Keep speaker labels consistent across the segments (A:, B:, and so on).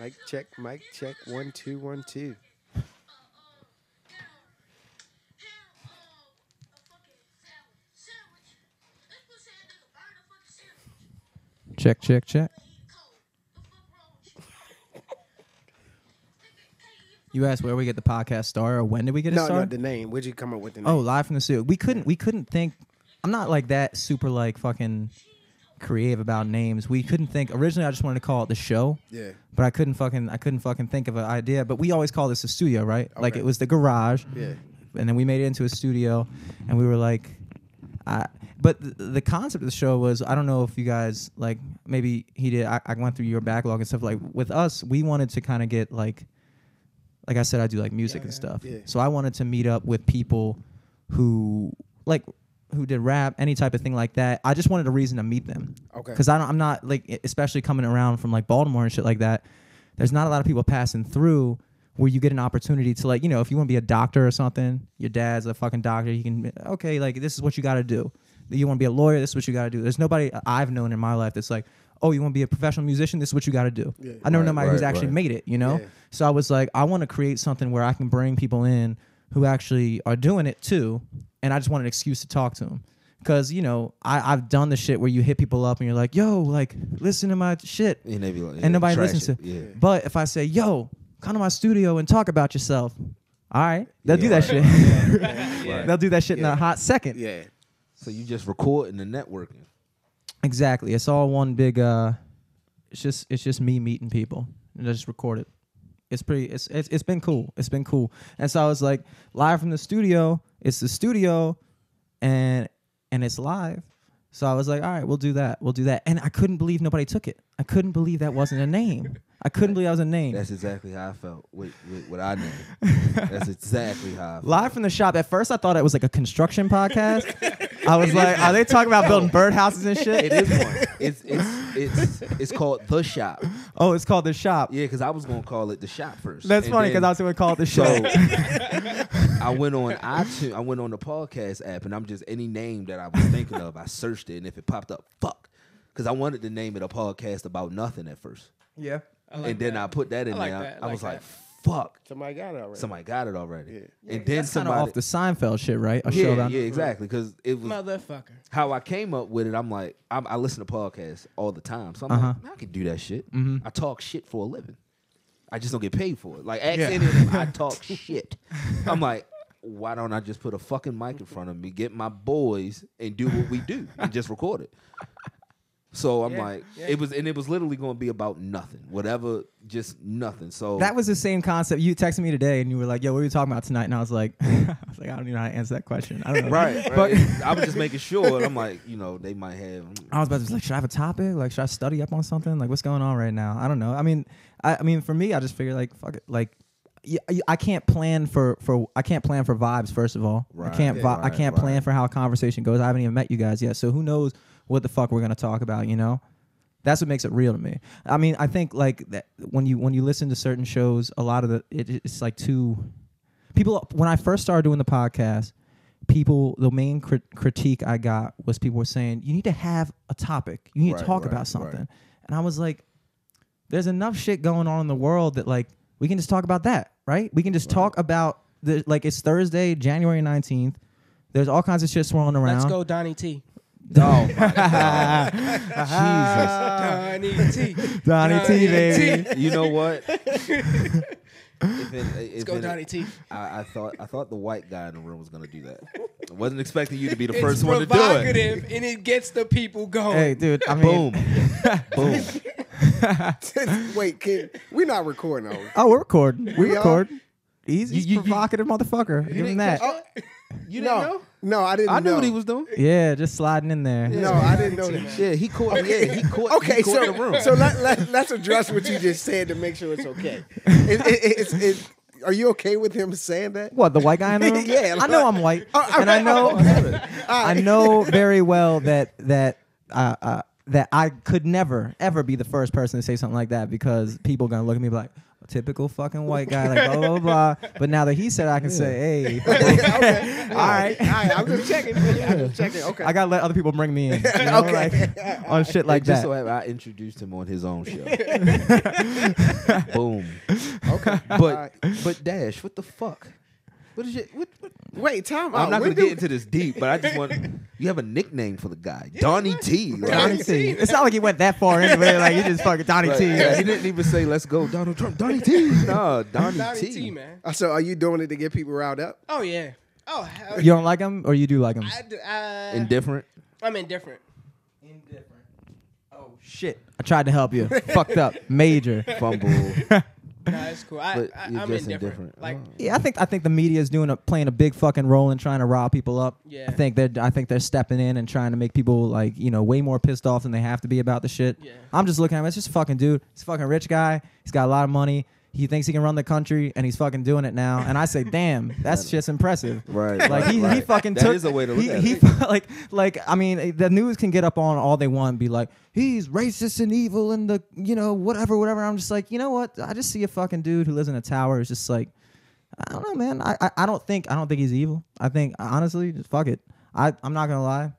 A: Mic check, mic check. One, two, one, two.
B: Check, check, check. You asked where we get the podcast star or when did we get it
A: No,
B: started?
A: not the name. Where'd you come up with the name?
B: Oh, live from the studio. We couldn't. We couldn't think. I'm not like that super like fucking creative about names. We couldn't think. Originally, I just wanted to call it the show.
A: Yeah.
B: But I couldn't fucking. I couldn't fucking think of an idea. But we always call this a studio, right? Like
A: Okay.
B: it was the garage.
A: Yeah.
B: And then we made it into a studio, and we were like, I. But the, the concept of the show was I don't know if you guys like maybe he did. I, I went through your backlog and stuff. Like with us, we wanted to kind of get like like I said, I do like music and stuff.
A: yeah.
B: So I wanted to meet up with people who like who did rap, any type of thing like that. I just wanted a reason to meet them.
A: Okay.
B: Because I don't, I'm not like, e- especially coming around from like Baltimore and shit like that. There's not a lot of people passing through where you get an opportunity to like, you know, if you want to be a doctor or something, your dad's a fucking doctor. You can okay, like this is what you got to do. You want to be a lawyer. This is what you got to do. There's nobody I've known in my life that's like, oh, you want to be a professional musician. This is what you got to do.
A: Yeah.
B: I know
C: Right,
B: nobody who's
C: right,
B: actually
C: right.
B: made made it, you know?
A: Yeah.
B: So I was like, I want to create something where I can bring people in who actually are doing it too. And I just want an excuse to talk to them. Cause, you know, I, I've done the shit where you hit people up and you're like, yo, like, listen to my shit.
C: And, they be like, yeah,
B: and nobody
C: trash
B: listens
C: it.
B: to
C: Yeah.
B: But if I say, yo, come to my studio and talk about yourself, all right, they'll do
C: Yeah.
B: that shit.
C: Right.
B: they'll do that shit in
A: Yeah.
B: a hot second.
A: Yeah.
C: So you just recording the networking.
B: Exactly. It's all one big uh it's just it's just me meeting people and I just record it. It's pretty it's it's, it's been cool. It's been cool. And so I was like live from the studio, it's the studio and and it's live. So I was like, all right, we'll do that. We'll do that. And I couldn't believe nobody took it. I couldn't believe that wasn't a name. I couldn't believe that was a name.
C: That's exactly how I felt with with, with our name. That's exactly how. I felt.
B: Live from the shop. At first, I thought it was like a construction podcast. I was like, "Are they talking about building birdhouses and
C: It
B: shit?"
C: is one. It's it's it's it's called the shop.
B: Oh, it's called the shop.
C: Yeah, because I was gonna call it the shop first.
B: That's
C: And
B: funny
C: then-
B: because I was going to call it the
C: So
B: show.
C: I went on iTunes. I went on the podcast app, and I'm just any name that I was thinking of. I searched it, and if it popped up, fuck, because I wanted to name it a podcast about nothing at first,
B: yeah.
D: I like
C: and then
D: that.
C: I put that in
D: I like
C: there.
D: that.
C: I
D: I
C: was
D: like
C: like,
D: that.
C: fuck,
A: Somebody got it already.
C: somebody got it already.
A: Yeah.
C: And then
B: Kind of
C: somebody,
B: off the Seinfeld shit, right? A
C: yeah,
B: showdown.
C: yeah, exactly, because it was
D: Motherfucker.
C: how I came up with it. I'm like, I'm, I listen to podcasts all the time, so I'm
B: Uh-huh.
C: like, "Man, I can do that shit.
B: Mm-hmm.
C: I talk shit for a living. I just don't get paid for it. Like, ask any of them, I talk shit. I'm like, why don't I just put a fucking mic in front of me, get my boys, and do what we do, and just record it? So I'm like, it was, and it was literally going to be about nothing, whatever, just nothing. So
B: That was the same concept. You texted me today, and you were like, "Yo, what are we talking about tonight?" And I was like, "I was like, I don't even know how to answer that question. I don't know."
C: right.
B: But-
C: But I was just making sure. and I'm like, you know, they might have. mm,
B: I was about to be like, should I have a topic? Like, should I study up on something? Like, what's going on right now? I don't know. I mean, I, I mean, for me, I just figured like, fuck it. Like, y- y- I can't plan for for I can't plan for vibes. First of all, I
C: Right,
B: can't vi- I
C: right,
B: can't
C: right.
B: plan for how a conversation goes. I haven't even met you guys yet, so who knows what the fuck we're gonna talk about? You know, that's what makes it real to me. I mean, I think like that when you when you listen to certain shows, a lot of the it, it's like too people when I first started doing the podcast, people the main crit- critique I got was people were saying you need to have a topic, you need to
C: Right,
B: talk
C: right,
B: about
C: right.
B: something, and I was like, there's enough shit going on in the world that like we can just talk about that, right? We can just talk about the like it's Thursday, January nineteenth. There's all kinds of shit swirling around.
D: Let's go, Donnie T.
C: Oh my god, Jesus.
D: Donnie T.
B: Donnie T, baby.
C: you know what? if it,
D: Let's go, Donnie T.
C: I, I thought I thought the white guy in the room was gonna do that. I wasn't expecting you to be the
D: It's
C: first one to do it.
D: provocative and it gets the people going.
B: Hey, dude. I mean,
C: Boom, boom.
A: Wait, kid, we're not recording. Are we?
B: Oh, we're recording. We
A: We are?
B: record. He's, he's
C: You- you- you-
B: provocative motherfucker. Give him that.
C: You
A: no, no, I didn't.
C: I knew
A: know.
C: what he was doing.
B: Yeah, just sliding in there.
A: No, I didn't know that.
C: Yeah, he caught. Yeah, he caught.
A: Okay,
C: he caught
A: so
C: the room.
A: so let, let let's address what you just said to make sure it's okay. It- it- it's- it- are you okay with him saying that?
B: What, the white guy in the room?
A: Yeah,
B: I know I'm white.
A: Oh, all
B: and I
A: right,
B: know
A: all right.
B: I know very well that that uh, uh, that I could never ever be the first person to say something like that because people are gonna look at me and be like, a typical fucking white guy, like blah blah blah. blah. But now that he said, I can say, hey,
A: okay.
B: All right.
A: All right. I'm just checking. I'm just checking. Okay.
B: I gotta let other people bring me in, you know,
A: Okay.
B: like, on shit like
C: It just
B: that.
C: so happened I introduced him on his own show. Boom.
A: okay.
C: But but Dash, what the fuck? What is your what, what?
A: Wait, time out.
C: I'm not
A: When
C: gonna
A: do-
C: get into this deep, but I just want you have a nickname for the guy, Donnie T. like-
B: Donnie T. It's not like he went that far anyway. Like he just fucking Donnie
C: Like,
B: T.
C: yeah, he didn't even say "Let's go, Donald Trump." Donnie T. Nah, Donnie,
D: Donnie
C: T.
D: T. man.
A: Uh, So are you doing it to get people riled up?
D: Oh yeah. Oh hell.
B: You don't like him, or you do like him?
D: I, d- I,
C: Indifferent.
D: I'm indifferent.
B: Indifferent. Oh shit! I tried to help you. Fucked up. Major.
C: Fumble.
D: Nah, it's cool. I,
C: But
D: I,
C: you're
D: I'm
C: just
D: indifferent.
C: indifferent.
D: Like
C: Oh.
B: Yeah, I think I think the media is doing a playing a big fucking role in trying to rile people up.
D: Yeah.
B: I think they're I think they're stepping in and trying to make people like you know way more pissed off than they have to be about the shit.
D: Yeah.
B: I'm just looking at him. It's just a fucking dude. He's a fucking rich guy. He's got a lot of money. He thinks he can run the country, and he's fucking doing it now. And I say, damn, that's just impressive.
C: Right,
B: Like
C: right,
B: he, he
C: right.
B: fucking
C: That
B: took.
C: is a way to look
B: he,
C: at
B: he
C: it.
B: fu- like like I mean, the news can get up on all they want and be like, he's racist and evil and the you know whatever whatever. I'm just like, you know what? I just see a fucking dude who lives in a tower. Is just like. I don't know, man. I, I, I don't think I don't think he's evil. I think honestly, just fuck it. I I'm not gonna lie.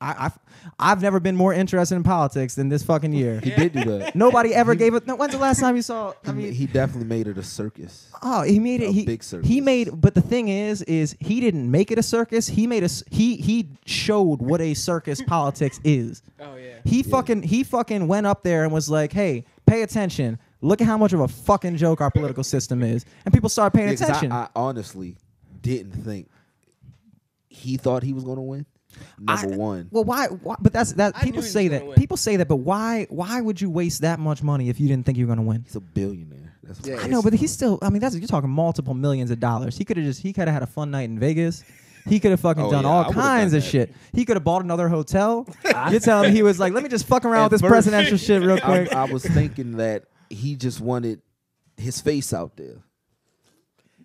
B: I I've, I've never been more interested in politics than this fucking year.
C: He did do that.
B: Nobody ever gave it. No, when's the last time you saw? I mean,
C: he definitely made it a circus.
B: oh, he made
C: a
B: it. He,
C: big circus.
B: he made. But the thing is, is he didn't make it a circus. He made a. s- He he showed what a circus politics is.
D: oh yeah.
B: He fucking he fucking went up there and was like, "Hey, pay attention. Look at how much of a fucking joke our political system is." And people started paying
C: Yeah, 'cause
B: attention.
C: I, I honestly didn't think he thought he was going to win. Number
B: I-
C: one.
B: Well, why? why but that's that.
D: I
B: People
D: knew he was
B: say
D: gonna
B: that.
D: win.
B: People say that. But why? Why would you waste that much money if you didn't think you were going to win?
C: He's a billionaire. That's
A: Yeah,
C: why.
B: I know, but he's still. I mean, that's you're talking multiple millions of dollars. He could have just. He could have had a fun night in Vegas. He could have fucking
C: Oh,
B: done
C: yeah, I
B: all
C: would've
B: kinds
C: done
B: of
C: that.
B: shit. He could have bought another hotel. You're telling me he was like, let me just fuck around
C: At
B: with this
C: first-
B: presidential shit real
C: I,
B: quick.
C: I was thinking that he just wanted his face out there.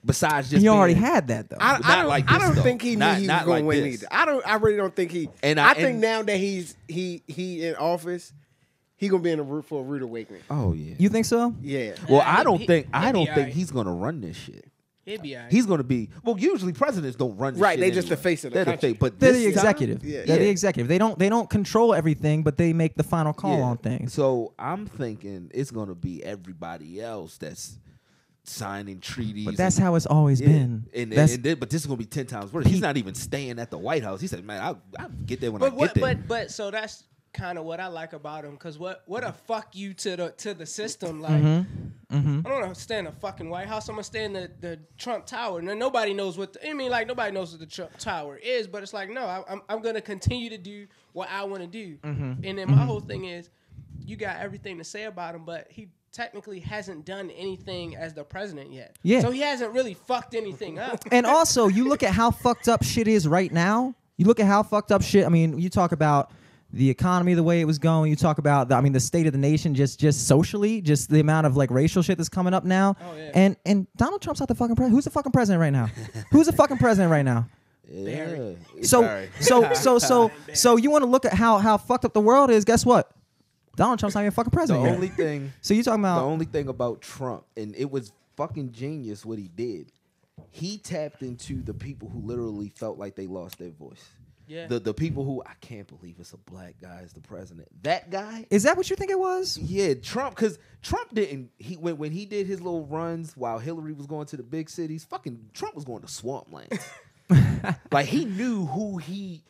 C: Besides just
B: he already
C: being-
B: had that though.
A: I,
C: Not
A: I don't,
C: like
A: I
C: this,
A: don't
C: though.
A: think he knew
C: Not-
A: he was
C: not
A: gonna
C: like
A: win
C: this.
A: either. I don't. I really don't think he.
C: And
A: And
C: I-
A: I, think
C: and-
A: now that he's he he in office, he gonna be in a root for a rude awakening.
C: Oh yeah.
B: you think so?
A: Yeah.
C: well,
D: Yeah,
C: I don't
D: he-
C: think
D: he'd
C: I
D: be
C: don't think
D: alright.
C: he's going to run this shit.
D: He'd be alright.
C: He's going to be well. Usually presidents don't run. This
A: Right,
C: shit
A: they just the
C: anyway.
A: face of the
C: They're
A: country.
C: face, but
B: They're
C: this
B: the
C: time-
B: executive.
A: Yeah.
B: They're the
C: Yeah.
B: executive. They don't. They don't control everything, but they make the final call
C: Yeah.
B: on things.
C: So I'm thinking it's gonna be everybody else that's signing treaties.
B: But that's
C: and-
B: how it's always
C: Yeah.
B: been.
C: And, and,
B: Mm-hmm. That's-
C: and then, but this is gonna be ten times worse. He's not even staying at the White House. He said, "Man, I'll, I'll get there when I
D: but
C: get
D: what?
C: there."
D: But but so that's kind of what I like about him. Because what what a fuck you to the to the system. Like
C: Mm-hmm.
D: I don't want to stay in the fucking White House. I'm gonna stay in the, the Trump Tower. And nobody knows what the, I mean. Like nobody knows what the Trump Tower is. But it's like no, I, I'm I'm gonna continue to do what I want to do.
C: Mm-hmm.
D: And then my whole thing is, you got everything to say about him, but he. Technically hasn't done anything as the president yet.
B: Yeah.
D: So he hasn't really fucked anything up.
B: and also you look at how fucked up shit is right now. You look at how fucked up shit. I mean, you talk about the economy, the way it was going. You talk about, the, I mean, the state of the nation, just just socially, just the amount of like racial shit that's coming up now.
D: Oh, yeah.
B: And and Donald Trump's not the fucking president. Who's the fucking president right now? Who's the fucking president right now?
C: yeah.
B: So
C: Sorry.
B: so so so so you want to look at how how fucked up the world is? Guess what? Donald Trump's not even fucking
C: the
B: president. yet.
C: only thing,
B: so uh, you talking
C: the
B: about
C: only thing about Trump, and it was fucking genius what he did. He tapped into the people who literally felt like they lost their voice.
D: Yeah.
C: The the people who I can't believe it's a black guy is the president. That guy
B: is that what you think it was?
C: Yeah, Trump, because Trump didn't. He when when he did his little runs while Hillary was going to the big cities. Fucking Trump was going to swamplands. like he knew who he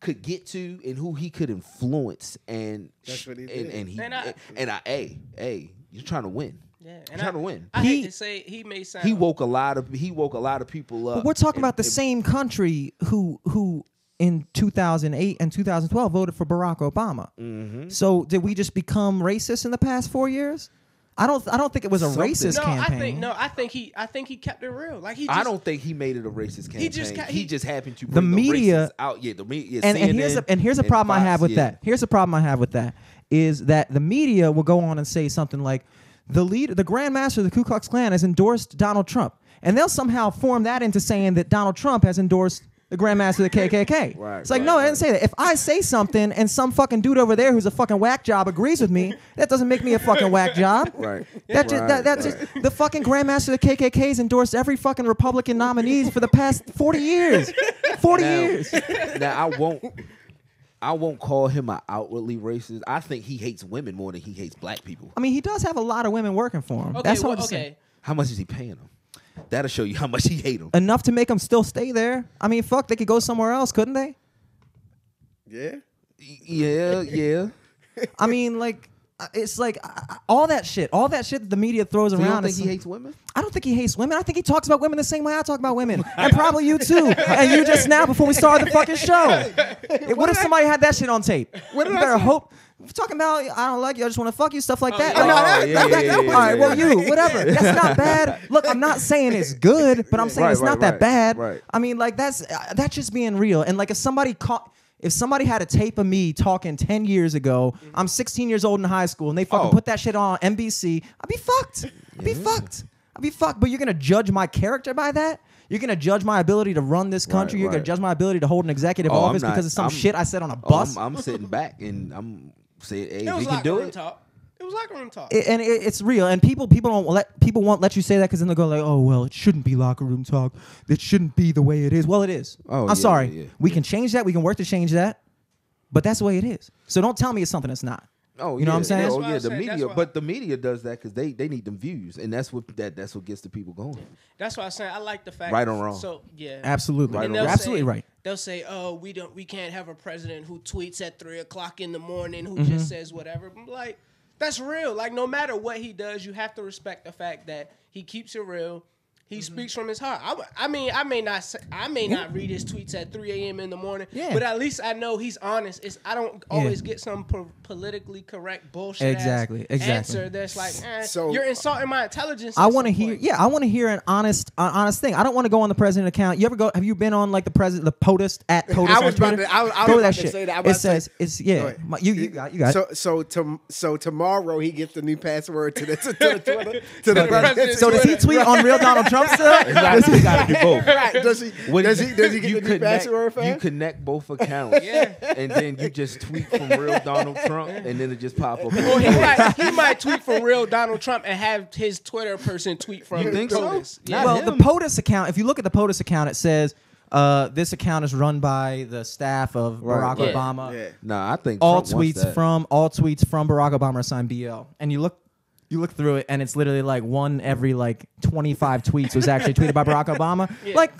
C: could get to and who he could influence, and
A: That's what he
C: and,
A: did.
C: And he
D: And
C: and
D: I-
C: I, hey hey, you're trying to win.
D: Yeah,
C: you're trying to win.
D: I
B: He-
D: hate to say it, he may sound
C: He woke a lot of he woke a lot of people up.
B: But we're talking
C: and-
B: about the
C: and-
B: same country who who in 2008 and 2012 voted for Barack Obama.
C: Mm-hmm.
B: So did we just become racist in the past four years? I don't. I don't think it was a
C: Something.
B: racist
D: no,
B: campaign.
D: I think no, I think he, I think he kept it real. Like he, just,
C: I don't think he made it a racist campaign. He just
D: just ca-
C: he,
D: he-
C: just happened to
B: The
C: bring
B: media-
C: racists out. Yeah, the media.
B: and, and here's a,
C: CNN,
B: and here's a problem I
C: Fox,
B: have with
C: yeah.
B: that. Here's a problem I have with that is that the media will go on and say something like the leader, the Grand Master of the Ku Klux Klan has endorsed Donald Trump, and they'll somehow form that into saying that Donald Trump has endorsed. the the grandmaster of the KKK.
C: Right,
B: it's like,
C: right,
B: no, I
C: right.
B: didn't say that. If I say something and some fucking dude over there who's a fucking whack job agrees with me, that doesn't make me a fucking whack job.
C: Right.
B: That just, that,
C: Right,
B: that just the fucking grandmaster of the KKK's endorsed every fucking Republican nominees for the past 40 years. 40 years.
C: now I won't I won't call him an outwardly racist. I think he hates women more than he hates black people.
B: I mean, he does have a lot of women working for him.
D: Okay,
B: That's hard
D: well,
B: to say.
D: okay.
C: How much is he paying them? That'll show you how much he hate them.
B: Enough to make them still stay there. I mean, fuck, they could go somewhere else, couldn't they?
A: Yeah.
C: Yeah, yeah.
B: I mean, like, uh, it's like uh, all that shit, all that shit that the media throws
C: So you
B: around.
C: don't think
B: is-
C: he hates women?
B: I don't think he hates women. I think he talks about women the same way I talk about women, and probably you too, and you just now before we started the fucking show. what if somebody had that shit on tape? What
A: did
B: you
A: I
B: better
A: say?
B: hope. Talking about I don't like you, I just want to fuck you, stuff like that.
D: yeah.
B: Like,
A: Oh, no, that-
C: yeah,
A: that-
C: yeah,
A: that-
C: yeah,
A: that
C: yeah,
A: was-
B: all right, well,
C: yeah.
B: you, whatever. That's not bad. Look, I'm not saying it's good, but I'm saying
C: Right,
B: it's not
C: right,
B: that
C: right,
B: bad.
C: right.
B: I mean, like that's uh, that's just being real. And like if somebody caught. If somebody had a tape of me talking 10 years ago, I'm 16 years old in high school, and they fucking
C: Mm-hmm. Oh.
B: put that shit on NBC, I'd be fucked. I'd be fucked. I'd be fucked. But you're going to judge my character by that? You're going to judge my ability to run this country? you're going
C: right.
B: to judge my ability to hold an executive
C: Oh, I'm
B: office
C: not-
B: because of some
C: I'm-
B: shit I said on a
C: Oh,
B: bus?
C: I'm, I'm sitting back and I'm saying, hey,
D: It
C: if
D: was
C: he can
D: locker
C: do
D: room
C: it.
D: talk. It was locker room talk.
B: it- and it, it's real. And people people don't let people won't let you say that because then they'll go like, oh well, it shouldn't be locker room talk. It shouldn't be the way it is. Well, it is.
C: Oh,
B: I'm
C: yeah,
B: sorry.
C: yeah, yeah.
B: We can change that. We can work to change that. But that's the way it is. So don't tell me it's something it's not.
C: Oh,
B: You know what I'm
C: yeah,
B: saying?
C: yeah,
B: That's
C: Oh,
D: what
C: yeah,
D: I'm
C: the
D: saying, that's
C: media,
D: why-
C: but the media does that because they they need them views, and that's what that that's what gets the people going.
D: That's why I was saying I like the fact.
C: Right or wrong?
D: So yeah,
B: Absolutely.
D: And
B: You're
D: they'll
B: absolutely
D: say-
B: right.
D: They'll say, "Oh, we don't, we can't have a president who tweets at three o'clock in the morning who
B: Mm-hmm.
D: just says whatever." I'm like, that's real. Like, no matter what he does, you have to respect the fact that he keeps it real. He speaks from his heart. I, w- I mean, I may not, s- I may not read his tweets at three a.m. in the morning,
B: Yeah.
D: but at least I know he's honest. It's I don't always get some po- politically correct bullshit ass
B: Exactly, exactly.
D: answer that's like, eh,
A: So-
D: you're insulting my intelligence.
B: I
D: at
B: want to
D: some
B: hear.
D: point.
B: Yeah, I want to hear an honest, uh, honest thing. I don't want to go on the president account. You ever go? Have you been on like the president, the POTUS at POTUS?
A: I
B: on
A: was about
B: Twitter?
A: to- I was- I was
B: go
A: about
B: that
A: to
B: shit.
A: say that. I was about
B: It
A: to say-
B: says it's
A: Go
B: yeah.
A: ahead.
B: My- you, you got you got
A: so
B: it.
A: so to, so tomorrow he gets the new password to the to, the Twitter to, the,
D: the president's
B: So does he
D: Twitter.
B: tweet on real Donald Trump still?
C: Exactly, you gotta do both.
A: Right? Does he does he does he get
C: you
A: the new password?
C: You
A: Fam?
C: connect both accounts,
D: Yeah.
C: and then you just tweet from real Donald Trump, and then it just pop up.
D: Well, he might, he might tweet for real Donald Trump and have his Twitter person tweet from
C: You think so?
D: POTUS.
C: Not
B: well,
C: him.
B: the POTUS account, if you look at the POTUS account, it says uh, this account is run by the staff of
C: Right,
B: Barack
C: right.
B: Obama.
A: Yeah.
C: nah, I think
B: All
C: Trump wants
B: tweets
C: that.
B: from all tweets from Barack Obama are signed BL. And you look you look through it and it's literally like one every like 25 tweets was actually tweeted by Barack Obama. Like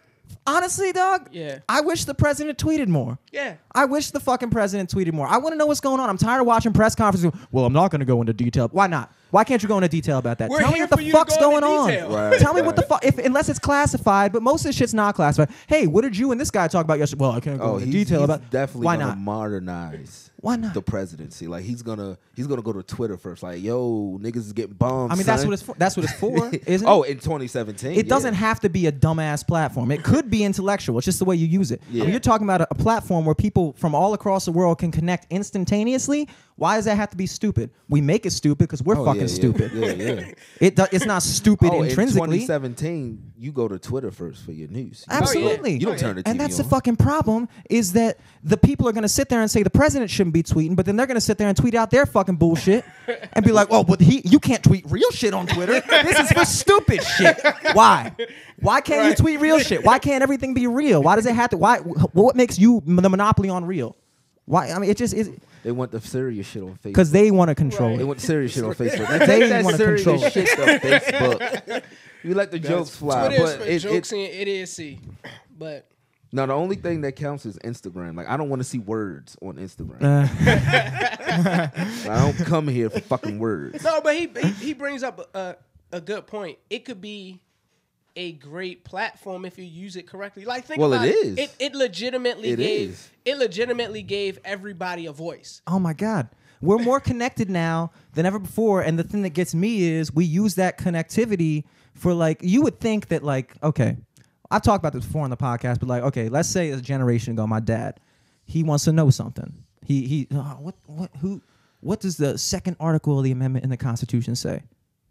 B: honestly, dog,
D: Yeah.
B: I wish the president tweeted more.
D: Yeah.
B: I wish the fucking president tweeted more. I want to know what's going on. I'm tired of watching press conferences. Well, I'm not going to go into detail. Why not? Why can't you go into detail about that?
D: We're
B: Tell me
D: here
B: what the
D: for you to
B: fuck's
D: go
B: going
D: into
B: on.
D: detail.
C: Right,
B: Tell me what the
C: right.
B: fuck, if unless it's classified, but most of this shit's not classified. Hey, what did you and this guy talk about yesterday? Well, I can't go
C: Oh,
B: into
C: he's,
B: detail
C: he's
B: about.
C: definitely
B: why
C: gonna
B: not?
C: modernize.
B: Why not?
C: the presidency? Like he's gonna he's gonna go to Twitter first. Like yo, niggas is getting bombed.
B: I mean, that's what it's for. That's what it's for, isn't
C: oh,
B: it?
C: in 2017,
B: It doesn't
C: yeah.
B: have to be a dumbass platform. It could be intellectual. It's just the way you use it. I mean,
C: Yeah.
B: you're talking about a, a platform where people from all across the world can connect instantaneously. Why does that have to be stupid? We make it stupid because we're
C: Oh, yeah,
B: fucking
C: yeah,
B: stupid.
C: Yeah, yeah.
B: It do, it's not stupid
C: oh,
B: intrinsically.
C: in 2017, you go to Twitter first for your news. You don't-
B: Absolutely.
C: Oh, you don't turn the TV
B: and that's the
C: on.
B: fucking problem is that the people are going to sit there and say the president shouldn't be tweeting, but then they're going to sit there and tweet out their fucking bullshit and be like, "Oh, but he you can't tweet real shit on Twitter. This is for stupid shit. Why? Why can't you tweet real shit? Why can't everything be real? Why does it have to why wh- what makes you m- the monopoly on real? Why I mean it just is
C: They want the serious shit on Facebook.
B: cuz they want to control
D: Right.
C: They
B: it.
C: want the serious shit on Facebook. They,
B: They
C: take that
B: wanna
C: serious
B: control it.
C: shit on Facebook. You let the jokes fly,
D: It is
C: but
D: for
C: it,
D: jokes
C: it,
D: and it is C. But
C: no. The only thing that counts is Instagram. Like I don't want to see words on Instagram.
B: Uh.
C: I don't come here for fucking words.
D: no, but he he, he brings up a, a good point. It could be a great platform if you use it correctly. Like think
C: Well,
D: about
C: it
D: it.
C: is.
D: It it legitimately
C: It
D: gave
C: is.
D: it legitimately gave everybody a voice.
B: Oh my God. We're more connected now than ever before. And the thing that gets me is we use that connectivity for like, you would think that, like, okay, I've talked about this before on the podcast, but like, okay, let's say a generation ago, my dad, he wants to know something. uh, He, he, oh, what, what, who, what does the second article of the amendment in the Constitution say?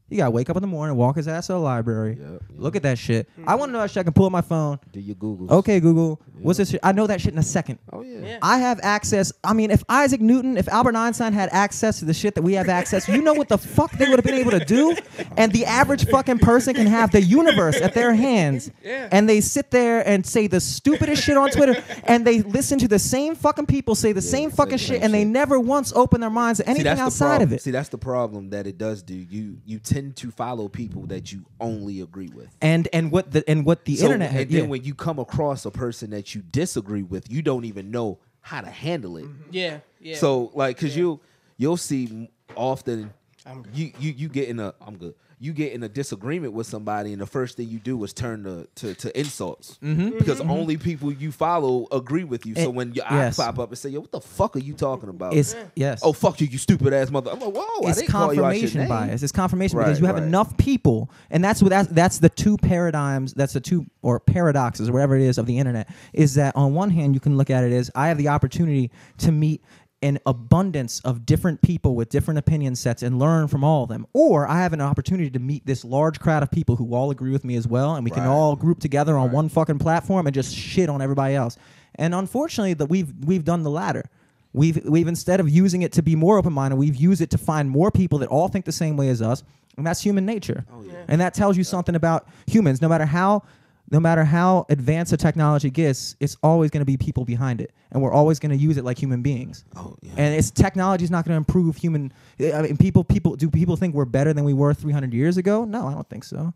B: You gotta wake up in the morning, walk his ass to the library,
C: Yep, Hmm. yep.
B: look at that shit. I want to know that shit. I can pull up my phone.
C: Do your Google.
B: Okay, Google, what's this shit? I know that shit in a second.
C: Oh yeah.
D: Yeah.
B: I have access. I mean, if Isaac Newton, if Albert Einstein had access to the shit that we have access, you know what the fuck they would have been able to do. And the average fucking person can have the universe at their hands,
D: Yeah.
B: and they sit there and say the stupidest shit on Twitter, and they listen to the same fucking people say the same
C: same
B: fucking shit,
C: shit.
B: and they never once open their minds to
C: See,
B: anything
C: that's the
B: outside
C: problem.
B: of it.
C: See, that's the problem that it does do. You you tend to follow people that you only agree with.
B: and and what the and what the
C: So,
B: internet had,
C: and then
B: yeah.
C: when you come across a person that you disagree with, you don't even know how to handle it.
B: Mm-hmm.
D: Yeah, yeah.
C: So like, cause you you'll see m- often
D: I'm good.
C: you you you get in a I'm good. You get in a disagreement with somebody, and the first thing you do is turn to to, to insults
B: Mm-hmm.
C: because only people you follow agree with you. So
B: And-
C: when your
B: Eh, yes.
C: eyes pop up and say, "Yo, what the fuck are you talking about?"
B: it's yes.
C: oh fuck you, you stupid ass mother. I'm like, whoa, Oh, I
B: it's
C: didn't call you out your
B: confirmation
C: name.
B: bias. It's confirmation because
C: Right,
B: you have
C: right.
B: enough people, and that's what that's, that's the two paradigms. That's the two or paradoxes, or whatever it is, of the internet. Is that on one hand you can look at it as I have the opportunity to meet an abundance of different people with different opinion sets and learn from all of them, or I have an opportunity to meet this large crowd of people who all agree with me as well, and we can
C: Right.
B: all group together on one fucking platform and just shit on everybody else. And unfortunately, that we've we've done the latter. We've we've instead of using it to be more open minded, we've used it to find more people that all think the same way as us, and that's human nature.
C: Oh,
B: And that tells you something about humans. No matter how no matter how advanced the technology gets, it's always going to be people behind it, and we're always going to use it like human beings.
C: Oh, yeah.
B: And it's technology is not going to improve human. eh, I mean, people people do people think we're better than we were 300 years ago? No, I don't think so.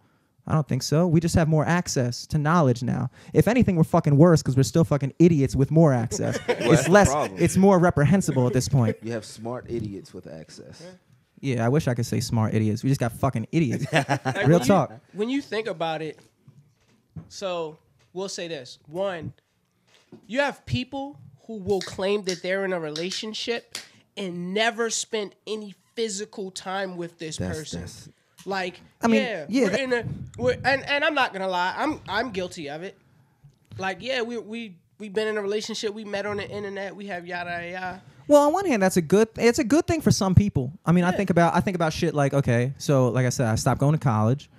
B: I don't think so. We just have more access to knowledge now. If anything, we're fucking worse because we're still fucking idiots with more access.
C: that's
B: it's
C: the
B: less.
C: problem.
B: It's more reprehensible at this point.
C: You have smart idiots with access.
B: Yeah, I wish I could say smart idiots. We just got fucking idiots.
D: Like,
B: Real
D: when you-
B: talk.
D: when you think about it, so we'll say this: one, you have people who will claim that they're in a relationship and never spend any physical time with this
C: That's-
D: person.
C: that's-
D: like,
B: I mean,
D: yeah,
B: yeah,
D: we're
B: that-
D: in a, we're, and and I'm not gonna lie, I'm I'm guilty of it. Like, yeah, we we we've been in a relationship, we met on the internet, we have yada yada. yada.
B: Well, on one hand, that's a good. It's a good thing for some people. I mean, I think about I think about shit like okay, so like I said, I stopped going to college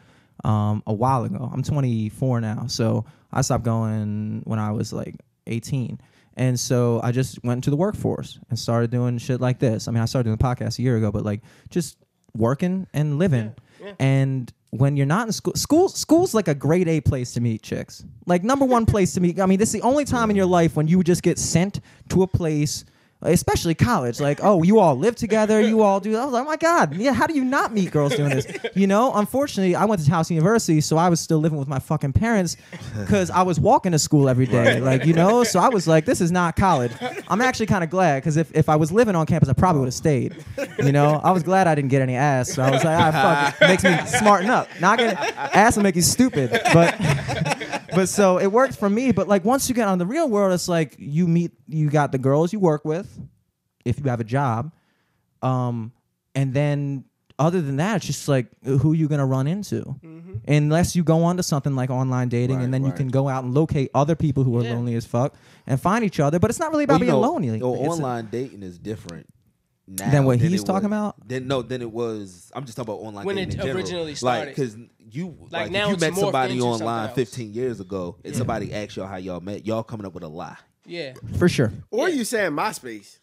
B: um, a while ago. I'm 24 now, so I stopped going when I was like 18, and so I just went into the workforce and started doing shit like this. I mean, I started doing the podcast a year ago, but like just working and living. And when you're not in school, school school's like a grade A place to meet chicks. Like number one place to meet. I mean, this is the only time in your life when you would just get sent to a place, especially college. Like, oh, you all live together, you all do. I was like, oh my god, yeah. How do you not meet girls doing this? You know. Unfortunately, I went to Towson University, so I was still living with my fucking parents because I was walking to school every day. Like, you know. So I was like, this is not college. I'm actually kind of glad because if, if I was living on campus, I probably would have stayed. You know, I was glad I didn't get any ass. So I was like, ah, fuck it. Makes me smarten up. Not gonna ass will make you stupid, but but so it worked for me. But like once you get on the real world, it's like you meet you got the girls you work with, if you have a job, um, and then other than that, it's just like who you gonna run into, unless you go on to something like online dating,
C: Mm-hmm. Right,
B: and then you
C: right.
B: can go out and locate other people who are lonely as fuck and find each other. But it's not really about
C: Well, you
B: being
C: know,
B: lonely.
C: yo,
B: It's-
C: online dating is different. Now
B: Than what he's
C: it
B: talking
C: was-
B: about?
C: Then no, then it was. I'm just talking about online
D: When
C: dating
D: it
C: in general.
D: originally
C: Like,
D: started.
C: because you like, if
D: now
C: you
D: it's
C: met
D: morphed
C: somebody
D: into
C: online
D: something else.
C: 15 years ago, and somebody asked y'all how y'all met, y'all coming up with a lie.
D: Yeah,
B: for sure.
A: Or you saying MySpace?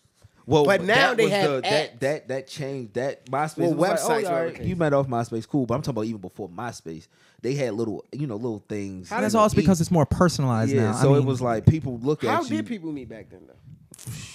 C: Well,
A: But now
C: that
A: they
C: was
A: have
C: the,
A: apps.
C: that that that changed that MySpace.
A: Well,
C: was like, oh,
A: websites
C: yeah,
A: were
C: alright,
A: okay.
C: you met off MySpace, cool. But I'm talking about even before MySpace, they had little you know little things.
B: And
C: you
B: that's
C: know,
B: all it's because
C: eat.
B: it's more personalized
C: yeah.
B: now. I
C: So it
B: mean,
C: was like people look
A: How
C: at you.
A: did people meet back then though?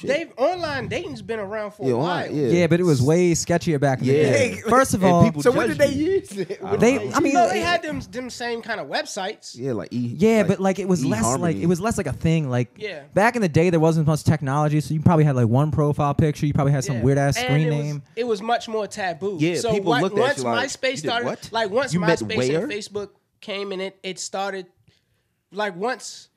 D: they've online dating's been around for
C: Yeah,
D: a while.
C: online, yeah.
B: yeah, but it was way sketchier back in
C: Yeah.
B: the day. First of
C: And
B: all,
C: people
A: So what did
C: judge
A: they
C: you.
A: use? it? What
B: they.
A: did
B: I mean,
D: no, they had them them same kind of websites.
C: Yeah, like e.
B: Yeah, but like it was less like
C: eHarmony.
B: it was less like a thing. Like
D: Yeah.
B: back in the day, there wasn't much technology, so you probably had like one profile picture. You probably had some
D: Yeah.
B: weird ass
D: And
B: screen
D: it was-
B: name.
D: It was much more taboo.
C: Yeah,
D: so
C: people
D: what-
C: looked at
D: once
C: you like, "You
D: MySpace
C: did
D: started,
C: what?
D: like once
C: You met
D: MySpace
C: where?"
D: and Facebook came and it it started, like once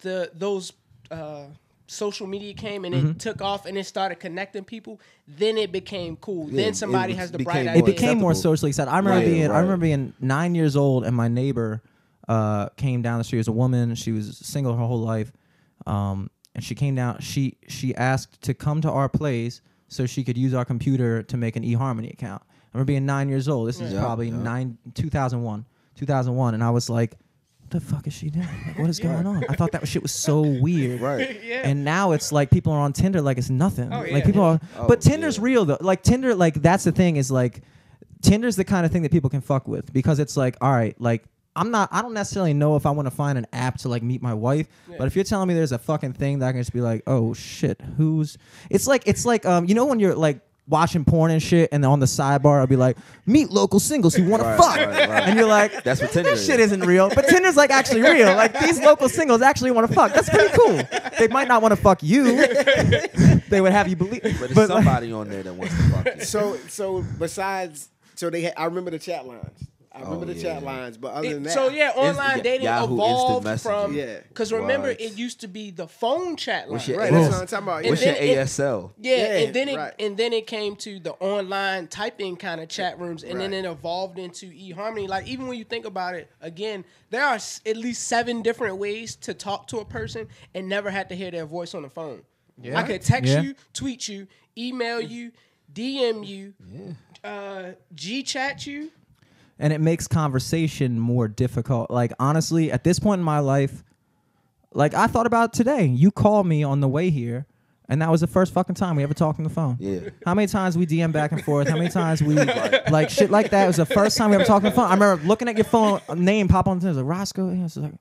D: the those uh, social media came and
B: Mm-hmm.
D: it took off and it started connecting people. Then it became cool. then
C: it
D: somebody
C: be-
D: has the bright
C: became
D: idea.
B: It
C: more
B: became more
C: acceptable.
B: socially acceptable. I remember
C: Right,
B: being I
C: right.
B: remember being nine years old, and my neighbor uh, came down the street as a woman. She was single her whole life, um, and she came down. She she asked to come to our place so she could use our computer to make an eHarmony account. I remember being nine years old. This is
C: Yeah,
B: probably
C: yeah.
B: nine, 2001, 2001. And I was like, what the fuck is she doing? Like, what is going on? I thought that shit was so weird.
A: Right.
D: Yeah.
B: And now it's like people are on Tinder like it's nothing.
D: Oh, yeah.
B: like people are,
C: Oh,
B: but Tinder's
C: yeah.
B: real though. Like Tinder, like that's the thing is like, Tinder's the kind of thing that people can fuck with because it's like, all right, like I'm not, I don't necessarily know if I want to find an app to like meet my wife, but if you're telling me there's a fucking thing that I can just be like, oh shit, who's? It's like, it's like, um, you know when you're like watching porn and shit, and on the sidebar I'll be like, meet local singles who want
C: Right,
B: to fuck,
C: right, right.
B: and you're like,
C: That's what Tinder
B: this
C: is.
B: shit isn't real, but Tinder's like actually real. Like these local singles actually want to fuck. That's pretty cool. They might not want to fuck you. they would have you believe,
C: But
B: but,
C: there's
B: like,
C: somebody on there that wants to fuck you.
A: So so besides so they had, I remember the chat lines.
B: Oh,
A: I remember the
C: yeah.
A: chat lines, but other than
D: It-
A: that,
D: so yeah, online
C: Insta-
D: dating
C: Yahoo Instant
D: evolved
C: Messenger.
D: from
A: Yeah.
D: because remember
C: Right.
D: it used to be the phone chat line.
C: What's your,
A: Right,
C: AS-
A: that's what I'm talking about.
C: what's
D: And
C: your
D: then it-
C: ASL?
D: Yeah,
A: Yeah,
D: and then it
A: right.
D: and then it came to the online typing kind of chat rooms, and then
A: Right.
D: it evolved into eHarmony. Like even when you think about it, again, there are s- at least seven different ways to talk to a person and never had to hear their voice on the phone. I could text
B: Yeah.
D: you, tweet you, email you, DM you, uh, G chat you.
B: and it makes conversation more difficult. Like honestly, at this point in my life, like I thought about today. You called me on the way here, and that was the first fucking time we ever talked on the phone.
C: Yeah.
B: How many times we DM back and forth? How many times we like shit like that? It was the first time we ever talked on the phone. I remember looking at your phone a name pop on. It was like Roscoe. And I was like,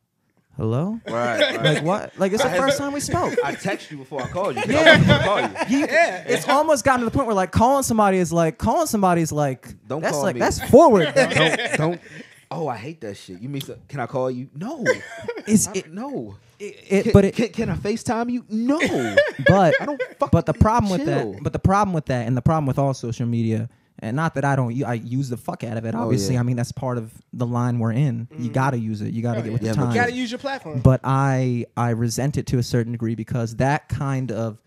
B: "Hello."
C: Right.
B: Like what? Like it's the
C: I had-
B: first time we spoke.
C: I text you before I called you. 'cause I
B: Yeah.
C: wasn't gonna call you.
B: You- It's almost gotten to the point where like calling somebody is like calling somebody is like
C: Don't
B: that's
C: call
B: like
C: me.
B: that's forward. bro.
C: don't don't. Oh, I hate that shit. You mean so- can I call you? No,
B: It's-
C: I-
B: it-
C: no.
B: it-
C: Can-
B: but it-
C: can, can I Facetime you? No,
B: but
C: I don't. Fucking
B: but the problem with
C: chill.
B: that but the problem with that and the problem with all social media and not that i don't i use the fuck out of it obviously
C: Oh, yeah. Mm.
B: i mean that's part of the line we're in you gotta use it you gotta get with
C: Yeah,
B: the
C: but
B: time
D: You gotta use your platform.
B: but I I resent it to a certain degree because that kind of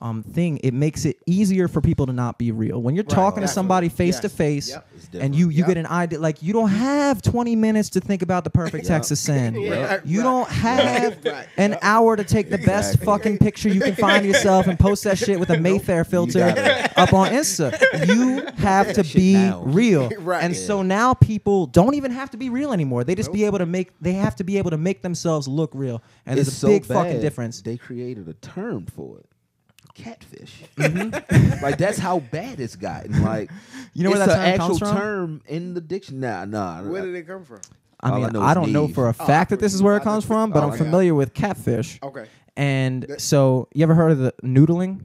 B: um, thing it makes it easier for people to not be real when you're talking to
A: Definitely.
B: somebody face to
A: Yes.
B: face
A: Yep.
C: It's
B: and you you
A: different.
B: get an idea like you don't have 20 minutes to think about the perfect text to send
A: Yeah.
B: you
A: Right.
B: don't have
A: Right.
B: an hour to take the best
C: Exactly.
B: fucking picture you can find yourself and post that shit with a Mayfair filter
C: gotta-
B: up on Insta you have to
C: shit
B: be
C: now.
B: real
A: Right.
B: and
A: Yeah.
B: so now people don't even have to be real anymore they just be able to make they have to be able to make themselves look real and
C: it's
B: there's a
C: so
B: big
C: bad,
B: fucking difference.
C: They created a term for it. Catfish. like that's how bad it's gotten. Like
B: Mm-hmm. You know where
C: it's
B: that
C: a
B: term comes
C: actual
B: from?
C: term in the dictionary. Nah, nah.
A: where did it come from?
B: I
C: All I
B: mean, I,
C: know is Oh,
B: don't know
C: Neve.
B: for a fact that this is where it
A: I
B: comes
A: just-
B: from, but
A: oh,
B: I'm
A: yeah.
B: familiar with catfish.
A: Okay.
B: And so, you ever heard of the noodling?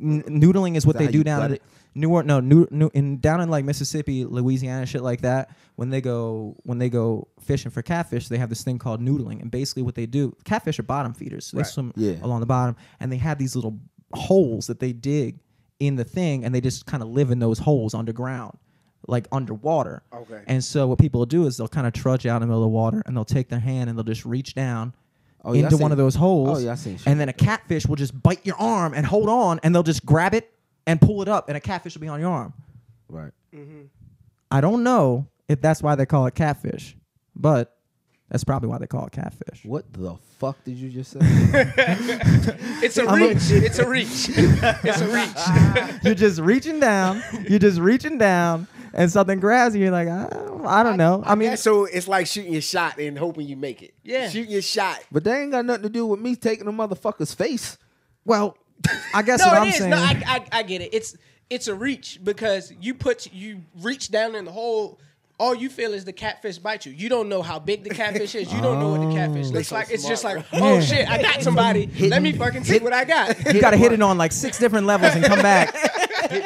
B: N- noodling is what
C: that
B: they
C: how
B: do
C: you
B: down
C: butt
B: in
C: it?
B: New Orleans. No, new, new, in down in like Mississippi, Louisiana, shit like that. When they go when they go fishing for catfish, they have this thing called noodling, and basically what they do, catfish are bottom feeders. So they swim
C: Yeah.
B: along the bottom, and they have these little holes that they dig in the thing, and they just kind of live in those holes underground, like underwater.
A: Okay.
B: And so what people will do is they'll kind of trudge out in the middle of the water, and they'll take their hand and they'll just reach down.
C: Oh, yeah, I
B: into one
C: seen-
B: of those holes,
C: Oh, yeah, I seen shit
B: and then a catfish will just bite your arm and hold on, and they'll just grab it and pull it up, and a catfish will be on your arm.
C: Right.
B: I don't know if that's why they call it catfish, but that's probably why they call it catfish.
C: What the fuck did you just say?
D: it's a reach. it's a reach. it's a reach.
B: you're just reaching down, you're just reaching down, and something grabs you. You're like, I don't, I don't know. I mean,
A: Yeah, so it's like shooting your shot and hoping you make it.
D: Yeah.
A: Shooting your shot.
C: but that ain't got nothing to do with me taking a motherfucker's face.
B: well, I guess
D: No,
B: what
D: it
B: I'm
D: is.
B: saying.
D: No, I, I, I get it. It's it's a reach because you put you reach down in the hole. All you feel is the catfish bite you. You don't know how big the catfish is. You don't know what the catfish looks
A: so
D: like. it's just
A: smart,
D: like, oh shit, I got somebody. Let me fucking see what I got.
B: you got to hit it on like six different levels and come back.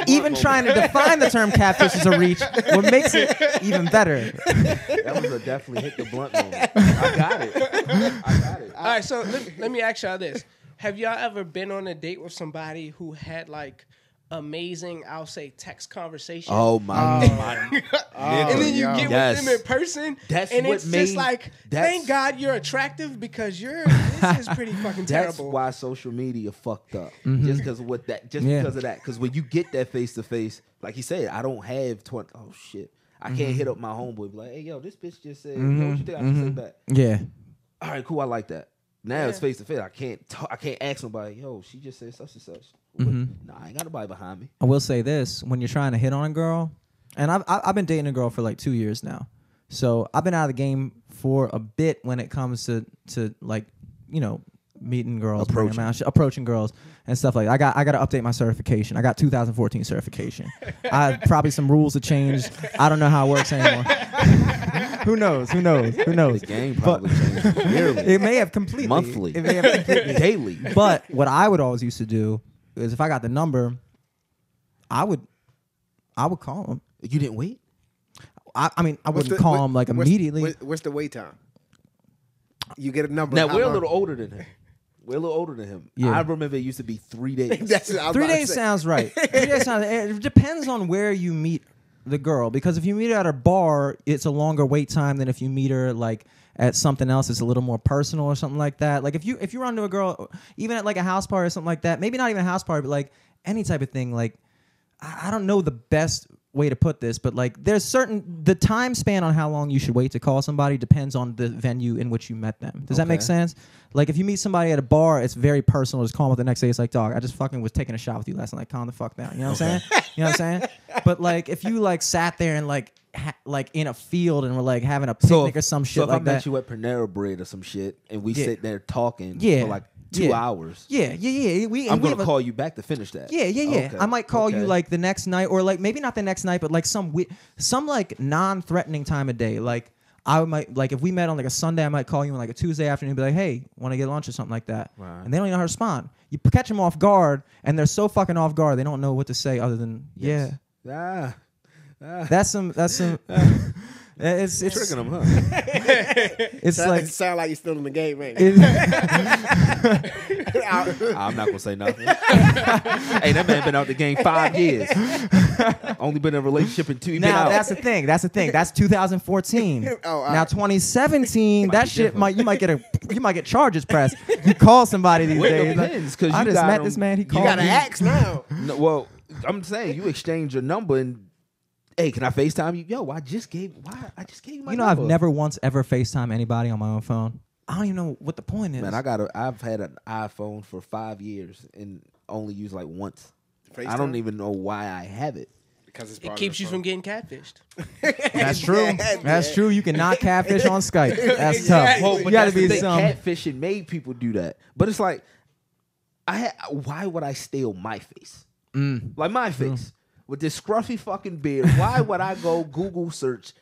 B: even trying to define the term catfish as a reach, what makes it even better.
C: That was a definitely hit the blunt moment. I got it. I got it.
D: All right, so let, me- let me ask y'all this: Have y'all ever been on a date with somebody who had like amazing, I'll say, text conversation?
C: Oh my,
D: and then you
A: yeah.
D: get
C: Yes.
D: with them in person,
C: That's
D: and
C: what
D: it's
C: made-
D: just like,
C: that's-
D: thank God you're attractive because you're. This is pretty fucking
C: That's
D: terrible.
C: why social media fucked up. Just because of what that, just
B: Yeah.
C: because of that. Because when you get that face to face, like he said, I don't have twenty. Oh shit, I can't hit up my homeboy. Be like, hey yo, this bitch just said, yo, what you think I should say back?
B: Yeah.
C: All right, cool. I like that. Now it's
D: Yeah.
C: face to face. I can't talk. I can't ask nobody. Yo, she just said such and such. What? Nah, I ain't got nobody behind me.
B: I will say this: when you're trying to hit on a girl, and I've I- I've been dating a girl for like two years now, so I've been out of the game for a bit when it comes to to like you know meeting girls, bringing them out, sh- approaching girls, and stuff like that. I got I got to update my certification. I got 2014 certification. I probably some rules have changed. I don't know how it works anymore. who knows? Who knows? Who knows?
C: The game probably changed yearly,
B: It may have completely
C: monthly,
B: It may have completely
C: daily.
B: but what I would always used to do is if I got the number, I would, I would call him.
C: You didn't wait.
B: I, I mean, I
A: What's
B: wouldn't
A: the-
B: call
A: what-
B: him like
A: what's-
B: immediately.
A: what- What's the wait time? You get a number.
C: Now
A: how
C: we're a
A: long?
C: little older than him. We're a little older than him.
B: Yeah.
C: I remember it used to be three days.
A: That's what I was
B: Three
A: about to
B: days
A: say.
B: sounds right. Three days sounds. It depends on where you meet the girl because if you meet her at a bar, it's a longer wait time than if you meet her like at something else. It's a little more personal or something like that. Like if you if you run to a girl, even at like a house party or something like that, maybe not even a house party, but like any type of thing. Like I, I don't know the best way to put this, but like there's certain the time span on how long you should wait to call somebody depends on the venue in which you met them. Does that make
C: Okay.
B: sense? sense? Like if you meet somebody at a bar, it's very personal. Just call them up the next day. It's like, dog, I just fucking was taking a shot with you last night. Like, calm the fuck down. You know what I'm saying? You know what I'm saying? But like if you like sat there and like ha- like in a field and were like having a picnic or some shit
C: so if
B: like
C: I
B: that.
C: met you at Panera Bread or some shit, and we
B: Yeah.
C: sit there talking
B: Yeah.
C: for like two
B: Yeah.
C: hours.
B: yeah, yeah, yeah. We,
C: I'm
B: we
C: gonna
B: have a-
C: call you back to finish that.
B: Yeah, yeah, yeah.
C: Okay.
B: I might call you
C: Okay.
B: like the next night, or like maybe not the next night, but like some we- some like non-threatening time of day. Like I might like if we met on like a Sunday, I might call you on like a Tuesday afternoon, and be like, "Hey, want to get lunch or something like that?"
C: Right.
B: And they don't even know how to respond. You p- catch them off guard, and they're so fucking off guard, they don't know what to say other than
C: Yes. Ah,
B: yeah. That's some. That's some. it's it's
C: tricking them, huh?
B: it's
A: Sound-
B: like.
A: it sound like you're still in the game, man.
B: it-
C: I'm not gonna say nothing. hey, that man been out the game five years. Only been in a relationship in two. he been
B: now
C: out.
B: that's the thing. That's the thing. That's 2014.
A: Oh, all
B: now
A: right.
B: 2017. that
C: be
B: shit
C: different.
B: might you might get a you might get charges pressed. You call somebody these
C: Well, it
B: days. like,
C: depends, 'cause
B: I
C: you
B: just
C: got
B: met
C: him-
B: this man. He
C: you
A: you
B: called
A: got
B: me.
A: an axe now.
C: No, well, I'm saying you exchange your number and hey, can I Facetime you? Yo, I just gave. Why I just gave you my.
B: You know, I've
C: number.
B: never once ever Facetime anybody on my own phone. I don't even know what the point is.
C: Man, I got. A, I've had an iPhone for five years and only used like once. I don't
A: FaceTime?
C: even know why I have it.
A: Because it's
D: It keeps you from getting catfished.
B: that's true. That's true. You cannot catfish on Skype. That's tough.
D: Exactly. Well,
B: you
D: but
B: got to
C: that's the
B: be
C: thing.
B: some.
C: catfishing made people do that. But it's like, I ha- why would I steal my face? Like my face with this scruffy fucking beard. Why would I go Google search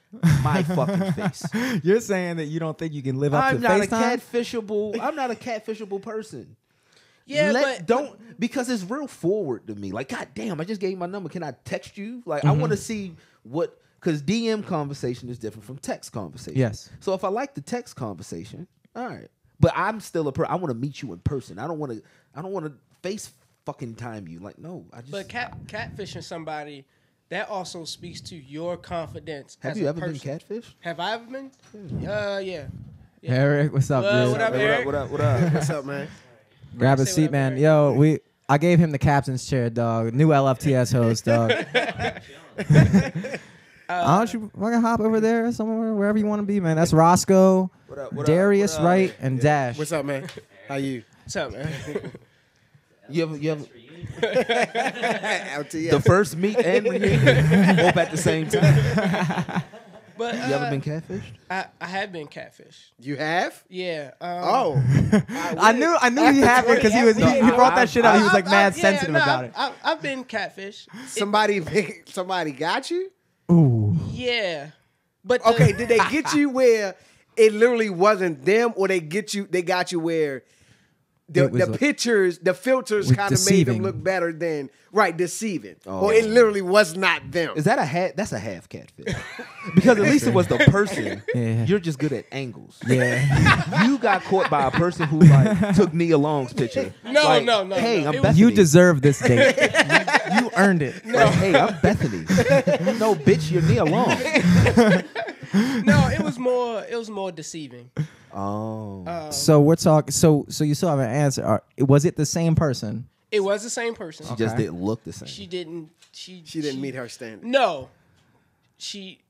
C: my fucking face?
B: You're saying that you don't think you can live up
C: I'm
B: to
C: not
B: FaceTime?
C: a catfishable. I'm not a catfishable person.
D: Yeah,
C: Let-
D: but
C: don't because it's real forward to me. Like, god damn, I just gave you my number. Can I text you? Like, I want
D: Mm-hmm.
C: to see what because DM conversation is different from text conversation.
B: Yes.
C: So if I like the text conversation, all right. But I'm still a per. I want to meet you in person. I don't want to. I don't want to face fucking time you. Like, no. I just.
D: But cat catfishing somebody, that also speaks to your confidence.
C: have
D: as
C: you
D: a
C: ever been
D: person.
C: catfish?
D: Have I ever been? Uh, yeah.
B: Eric, what's up,
D: Uh,
B: dude?
D: what up,
C: Hey,
D: Eric?
C: what up? What up? What up?
A: What's up, man?
B: Grab a
D: Say
B: seat,
D: whatever,
B: man.
D: right?
B: Yo, we. I gave him the captain's chair, dog. New LFTS host, dog. Why don't you fucking hop over there somewhere, wherever you want to be, man? That's Roscoe,
C: What up, what up,
B: Darius
C: what up?
B: Wright, and Dash.
A: What's up, man? How you?
D: What's up, man?
C: You ever? You ever?
A: LTS.
C: The first meet and reunion, both at the same time.
D: But
C: You ever
D: uh,
C: been catfished?
D: I, I have been catfished.
A: you have?
D: Yeah. Um,
A: Oh.
B: I knew, I knew he had one because he was. He, he brought that shit up. He was like
D: I- I-
B: mad
D: yeah,
B: sensitive
D: no,
B: about
D: I've-
B: it.
D: I've, I've been catfished.
A: Somebody somebody got you?
B: Ooh,
D: Yeah. But the-
A: Okay, did they get you where it literally wasn't them, or they get you? They got you where the,
B: It was
A: the
B: like-
A: pictures, the filters,
B: Was
A: kind of made
B: deceiving.
A: them look better than right deceiving,
C: Oh.
A: or it literally was not them.
C: Is that a half? That's a half catfish. Because at least it was the person.
B: Yeah.
C: You're just good at angles.
B: yeah.
C: You got caught by a person who like took Nia Long's picture.
D: No,
C: Like,
D: no, no,
C: Hey,
D: no.
C: I'm
D: It was-
C: Bethany.
B: you deserve this date. you, you earned it.
C: Like, hey, I'm Bethany. no, bitch, you're Nia Long.
D: no, it was more. It was more deceiving.
C: Oh,
B: So we're talking. So, so you still haven't answered. Are- Was it the same person?
D: It was the same person.
C: she just didn't look the same.
D: She didn't. She
A: she didn't meet her standard.
D: No, she.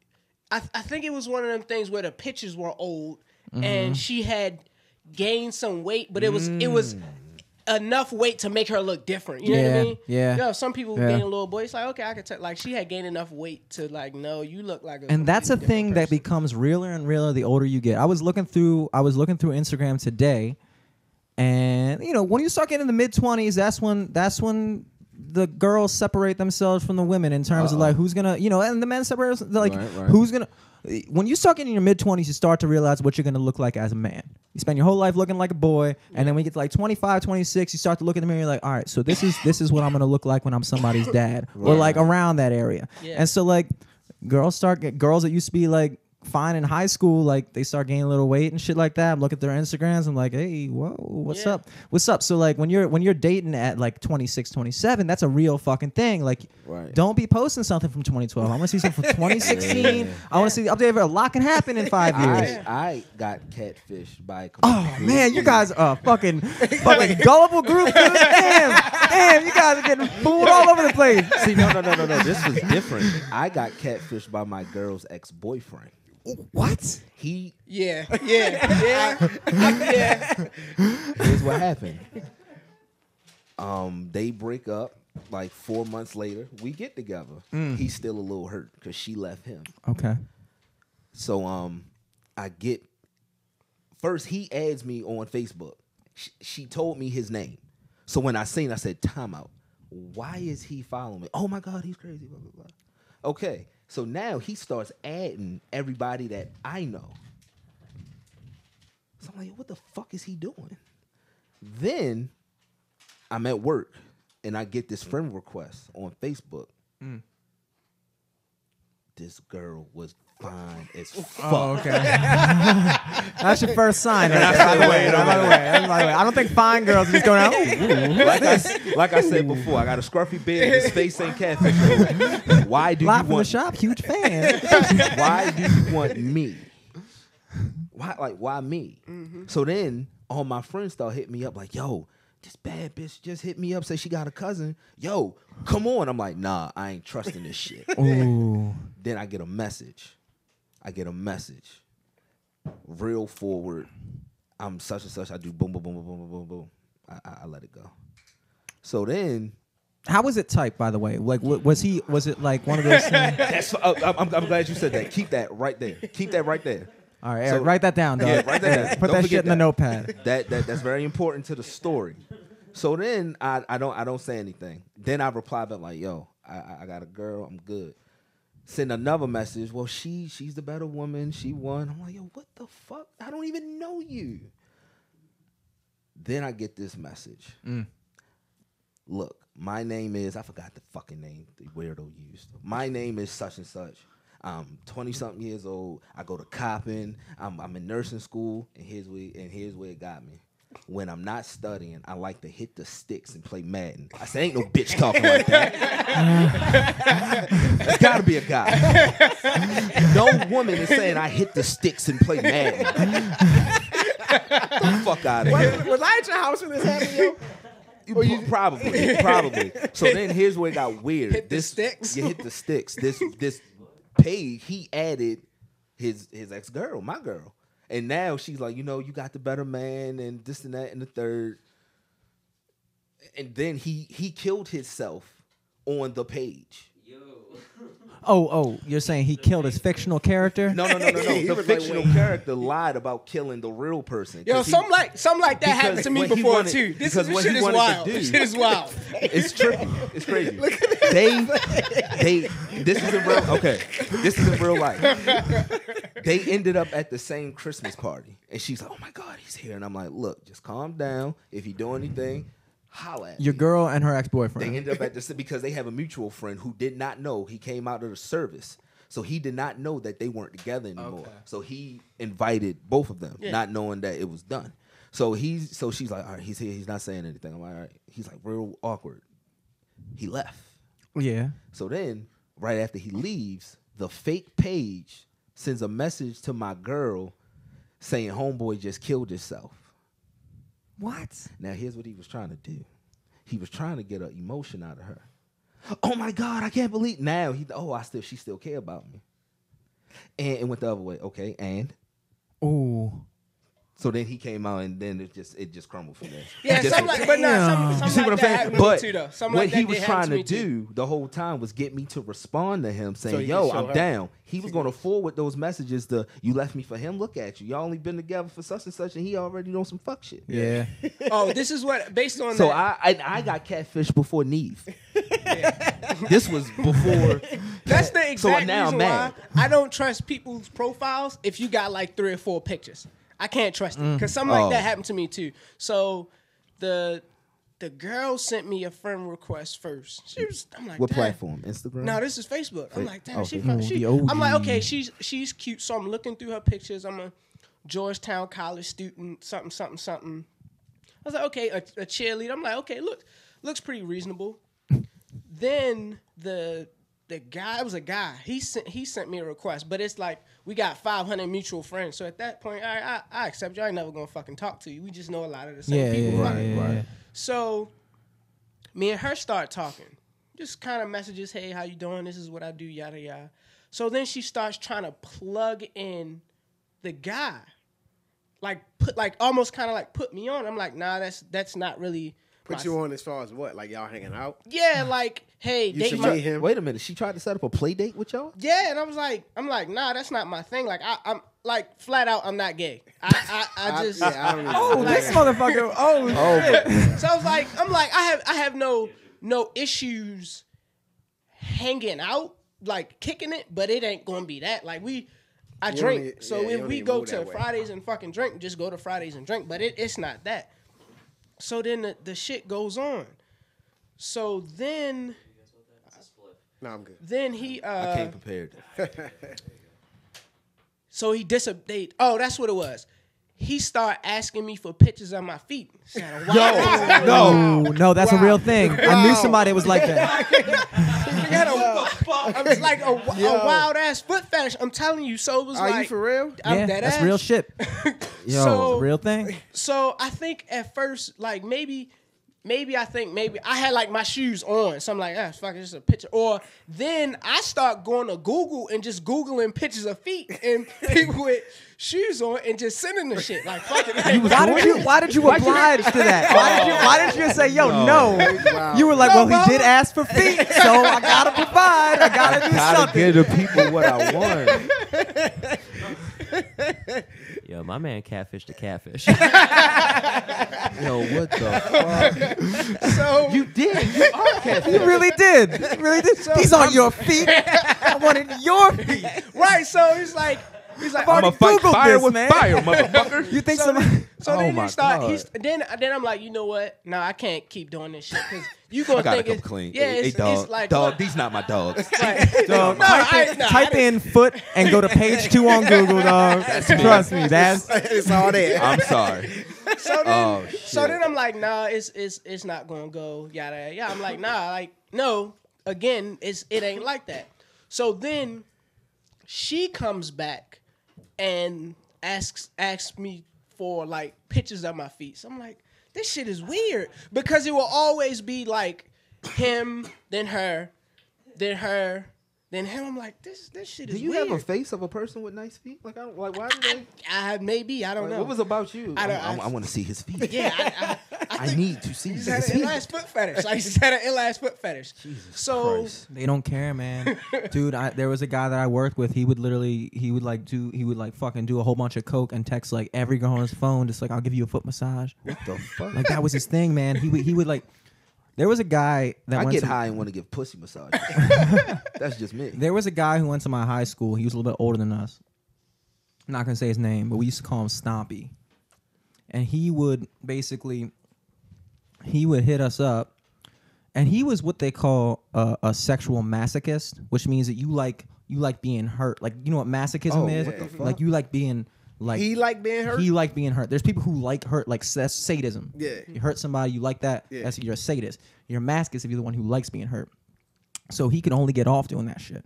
C: Mm-hmm.
D: I I think it was one of them things where the pictures were old, and she had gained some weight, but it was it was
C: Mm.
D: enough weight to make her look different. You know what
B: Yeah,
D: I mean?
B: yeah.
D: You know, some people
B: Yeah.
D: gain a little boy. It's like okay, I could tell. Like she had gained enough weight to like no, you look like a.
B: and that's a
D: completely
B: thing
D: different
B: that
D: person.
B: becomes realer and realer the older you get. I was looking through I was looking through Instagram today, and you know when you start getting in the mid twenties, that's when that's when the girls separate themselves from the women in terms of like who's gonna you know and the men separate themselves, like
C: Right, right.
B: who's gonna. When you start getting in your mid twenties, you start to realize what you're gonna look like as a man. You spend your whole life looking like a boy, and then when you get to like 25, 26, you start to look in the mirror. You're like, all right, so this is this is what I'm gonna look like when I'm somebody's dad, or like around that area.
D: Yeah.
B: And so like girls start get girls that used to be like fine in high school, like they start gaining a little weight and shit like that. I'm looking at their Instagrams, I'm like, hey, whoa, what's
D: Yeah.
B: up? What's up? So like when you're when you're dating at like 26, 27, that's a real fucking thing. Like
C: Right.
B: don't be posting something from 2012. I want to see something from 2016. I want to see the update of it. a lot can happen in five years.
C: I, I got catfished by.
B: Oh man, you guys are a fucking fucking gullible group. dude. Damn, damn, you guys are getting fooled all over the place.
C: See, no, no, no, no, no. This was different. I got catfished by my girl's ex boyfriend.
B: What?
C: He
D: Yeah, yeah, yeah, yeah.
C: here's what happened. Um, they break up like four months later. We get together.
B: Mm.
C: He's still a little hurt because she left him.
B: Okay.
C: So um, I get first he adds me on Facebook. She, she told me his name. So when I seen, I said, "Time out. Why is he following me? Oh my God, he's crazy." Blah blah blah. Okay, so now he starts adding everybody that I know. So I'm like, "What the fuck is he doing?" Then I'm at work and I get this friend request on Facebook. This girl was fine as fuck.
B: Oh, okay. That's your first sign. Right there.
C: said,
B: By the way,
C: wait a
B: by the way, by the way. I don't think fine girls are just going out. "Ooh, ooh, ooh."
C: like I, s- like I said before, I got a scruffy beard. His face ain't catfish. Why do
B: Live
C: you
B: from the
C: want?
B: shop, huge fan.
C: Why do you want me? Why like why me?
B: Mm-hmm.
C: So then all my friends start hitting me up like, yo, this bad bitch just hit me up. Say she got a cousin. Yo, come on. I'm like, nah, I ain't trusting this shit.
B: Oh. Ooh.
C: then I get a message. I get a message. Real forward. I'm such and such. I do boom, boom, boom, boom, boom, boom, boom, boom. I, I, I let it go. So then
B: How was it typed, by the way? Like, wa- was he? Was it like one of those? things?
C: That's uh, I'm, I'm glad you said that. Keep that right there. Keep that right there.
B: All right, Eric,
C: So-
B: write that down, dog.
C: Yeah, write that down.
B: Put
C: Don't
B: that shit
C: forget
B: in the
C: that.
B: notepad.
C: That, that that's very important to the story. So then I, I don't I don't say anything. Then I reply back like, yo, I- I, I got a girl, I'm good. Send another message. Well, she she's the better woman. She won. I'm like, yo, what the fuck? I don't even know you. Then I get this message. Look, my name is I forgot the fucking name the weirdo used. My name is such and such. I'm 20 something years old. I go to copping. I'm, I'm in nursing school, and here's where and here's where it got me. When I'm not studying, I like to hit the sticks and play Madden. I said, ain't no bitch talking like that. There's gotta be a guy. No woman is saying I hit the sticks and play Madden. Get the fuck out of here.
A: Was I at your house when this happened, yo?
C: You pro- probably, probably. So then here's where it got weird.
D: Hit the sticks?
C: You hit the sticks. This this page he added his his ex girl, my girl, and now she's like, you know, you got the better man, and this and that, and the third. And then he he killed himself on the page.
B: Oh, oh, you're saying he killed his fictional character?
C: No, no, no, no,
A: He
C: no. The
A: was like,
C: fictional
A: wait.
C: character lied about killing the real person.
D: Yo,
C: 'Cause he-
D: some like some like that
C: because
D: happened to me
C: what he
D: before
C: wanted-
D: too. This,
C: because
D: is, this
C: what
D: shit
C: he
D: is
C: wanted to
D: wild.
C: do-
D: This shit is wild.
C: It's tricky. It's crazy. They, they, this is in real. Okay, this is in real life. They ended up at the same Christmas party, and she's like, "Oh my God, he's here!" And I'm like, "Look, just calm down. If you do anything, holla at
B: Your
C: me."
B: girl and her
C: They
B: ex-boyfriend.
C: ended up at the because they have a mutual friend who did not know he came out of the service, so he did not know that they weren't together anymore. So he invited both of them,
D: Yeah.
C: not knowing that it was done. So he's so she's like, all right, he's here. He's not saying anything. I'm like, all right. He's like real awkward. He left.
B: Yeah.
C: So then, right after he leaves, the fake page sends a message to my girl saying, "Homeboy just killed himself."
B: What?
C: Now here's what he was trying to do. He was trying to get an emotion out of her. Oh my God, I can't believe now he oh I still she still care about me. And it went the other way. Okay, and
B: Ooh.
C: So then he came out, and then it just it just crumbled from there.
D: Yeah,
C: It just-
D: some like, but nah, some,
B: Damn.
D: some
C: you see
D: like
C: what I'm
D: that
C: saying?
D: happened
C: But
D: to me too, though. Some
C: what
D: like that
C: he was
D: did happen
C: trying to
D: me, too.
C: do the whole time was get me to respond to him saying,
A: you
C: "Yo,
A: can show
C: I'm
A: her.
C: down." He was going to forward those messages to you. Left me for him. Look at you. Y'all only been together for such and such, and he already know some fuck shit.
B: Yeah.
D: Oh, this is what based on
C: So
D: that,
C: I and I got catfished before Neve. this was before.
D: That's the exact
C: So now I'm
D: reason
C: mad.
D: why I don't trust people's profiles if you got like three or four pictures. I can't trust it because something
C: Oh.
D: like that happened to me too. So the the girl sent me a friend request first. She was, I'm like,
C: What
D: "Damn."
C: platform? Instagram.
D: No, this is Facebook. I'm like, damn,
C: Oh,
D: she,
C: okay.
D: fuck, she.
B: Mm-hmm. the OG.
D: I'm like, okay, she's she's cute. So I'm looking through her pictures. I'm a Georgetown college student, something, something, something. I was like, okay, a, a cheerleader. I'm like, okay, look, looks pretty reasonable. then the the guy it was a guy. He sent he sent me a request, but it's like we got 500 mutual friends. So at that point, I I, I accept you. I ain't never gonna fucking talk to you. We just know a lot of the same
B: Yeah,
D: people.
B: yeah,
D: Fuck
B: yeah,
D: it.
B: yeah, yeah.
D: So me and her start talking. Just kind of messages, hey, how you doing? This is what I do, yada yada. So then she starts trying to plug in the guy. Like put like almost kind of like put me on. I'm like, nah, that's that's not really
A: Put
D: my-
A: you on as far as what? Like y'all hanging out?
D: Yeah, like, hey,
A: You
D: date
A: should
D: my
A: meet him.
C: Wait a minute. She tried to set up a play date with y'all.
D: Yeah, and I was like, I'm like, nah, that's not my thing. Like I, I'm like flat out I'm not gay. I I, I
A: I-
D: just
A: yeah, I don't even-
B: Oh, this motherfucker. Oh, shit.
D: So I was like, I'm like, I have I have no no issues hanging out, like kicking it, but it ain't gonna be that. Like we I
A: You
D: drink.
A: don't need-
D: so
A: yeah, you
D: if
A: don't
D: we
A: need
D: go
A: move
D: to
A: that way.
D: Fridays and fucking drink, just go to Fridays and drink. But it, it's not that. So then the, the shit goes on. So then
A: No, I'm good.
D: then he uh
C: I came prepared.
D: So he disupdate. Oh, that's what it was. He started asking me for pictures of my feet.
C: Yo,
B: No, no, that's a real thing. I knew somebody was like that.
D: I'm just like a, a wild ass foot fetish. I'm telling you. So it was
A: Are
D: like,
A: you for real?
D: I'm
B: yeah,
D: dead
B: that's
D: ass.
B: real shit. Yo,
D: So-
B: real thing.
D: So I think at first, like maybe, maybe I think maybe I had like my shoes on, so I'm like, ah, fuck, it's just a picture. Or then I start going to Google and just googling pictures of feet and people with shoes on and just sending the shit like, fuck it. Like,
B: Why did you? Why did you oblige to that? Why did you? Why did you say, "Yo, no"?
A: Wow.
B: You were like,
D: No,
B: "Well, he
D: bro.
B: did ask for feet, so I gotta provide. I gotta do
C: Gotta
B: something."
C: give the people what I want.
E: Yo, my man catfish to catfish.
C: Yo, what the
D: so
C: fuck? You did. You are catfish.
B: You really did. You really did. These aren't your feet. I wanted your feet.
D: right, so it's like, he's like,
B: already
C: I'ma fight
B: Googled
C: fire
B: this,
C: with
B: man.
C: fire, motherfucker.
B: You think somebody?
D: So
C: Oh
D: then
C: my
D: he start.
C: God.
D: He's then then I'm like, you know what? No, I can't keep doing this shit because you gonna
C: I gotta
D: think
C: come
D: it's
C: clean.
D: Yeah,
C: Hey,
D: it's,
C: hey, dog,
D: it's like
C: dog,
D: what?
C: these not my dogs.
D: Like,
B: Dog,
D: No,
B: type,
D: I-
B: in,
D: no, I
B: type in foot and go to page two on Google, dog. Trust me, that's
A: it's all there.
C: I'm sorry.
D: so then,
C: Oh shit.
D: so then I'm like, nah, it's it's it's not gonna go. Yada yada. yada. I'm like, nah, like no. Again, it's it ain't like that. So then she comes back and asks asks me for like pictures of my feet. So I'm like, this shit is weird because it will always be like him, then her, then her, then him. I'm like, this this shit is
C: do you
D: weird.
C: have a face of a person with nice feet? Like, I don't, like why do they?
D: I maybe I don't
C: Like,
D: know.
C: what was about you?
D: I don't-
C: I'm- I'm-
D: I-
C: I want to see his feet.
D: yeah, I, I,
C: I need to see his
D: He's had an
C: feet.
D: ill ass foot fetish. Like he's had an ill ass foot fetish. Jesus so
C: Christ.
B: They don't care, man. Dude, I, there was a guy that I worked with. He would literally, he would like do, he would like fucking do a whole bunch of coke and text like every girl on his phone, just like I'll give you a foot massage.
C: What the fuck?
B: Like that was his thing, man. He would, he would like. There was a guy that
C: I
B: went
C: get
B: to,
C: high and want to give pussy massages. That's just me.
B: There was a guy who went to my high school. He was a little bit older than us. I'm not gonna say his name, but we used to call him Stompy. And he would basically, he would hit us up, and he was what they call a, a sexual masochist, which means that you like you like being hurt. Like you know what masochism
C: Oh,
B: is?
C: what the fuck?
B: Like you like being like
A: He like being hurt.
B: he like being hurt. There's people who like hurt, like s- that's sadism.
A: Yeah.
B: you hurt somebody, you like that.
A: Yeah.
B: That's you're a sadist. You're a masochist if you're the one who likes being hurt. So he could only get off doing that shit.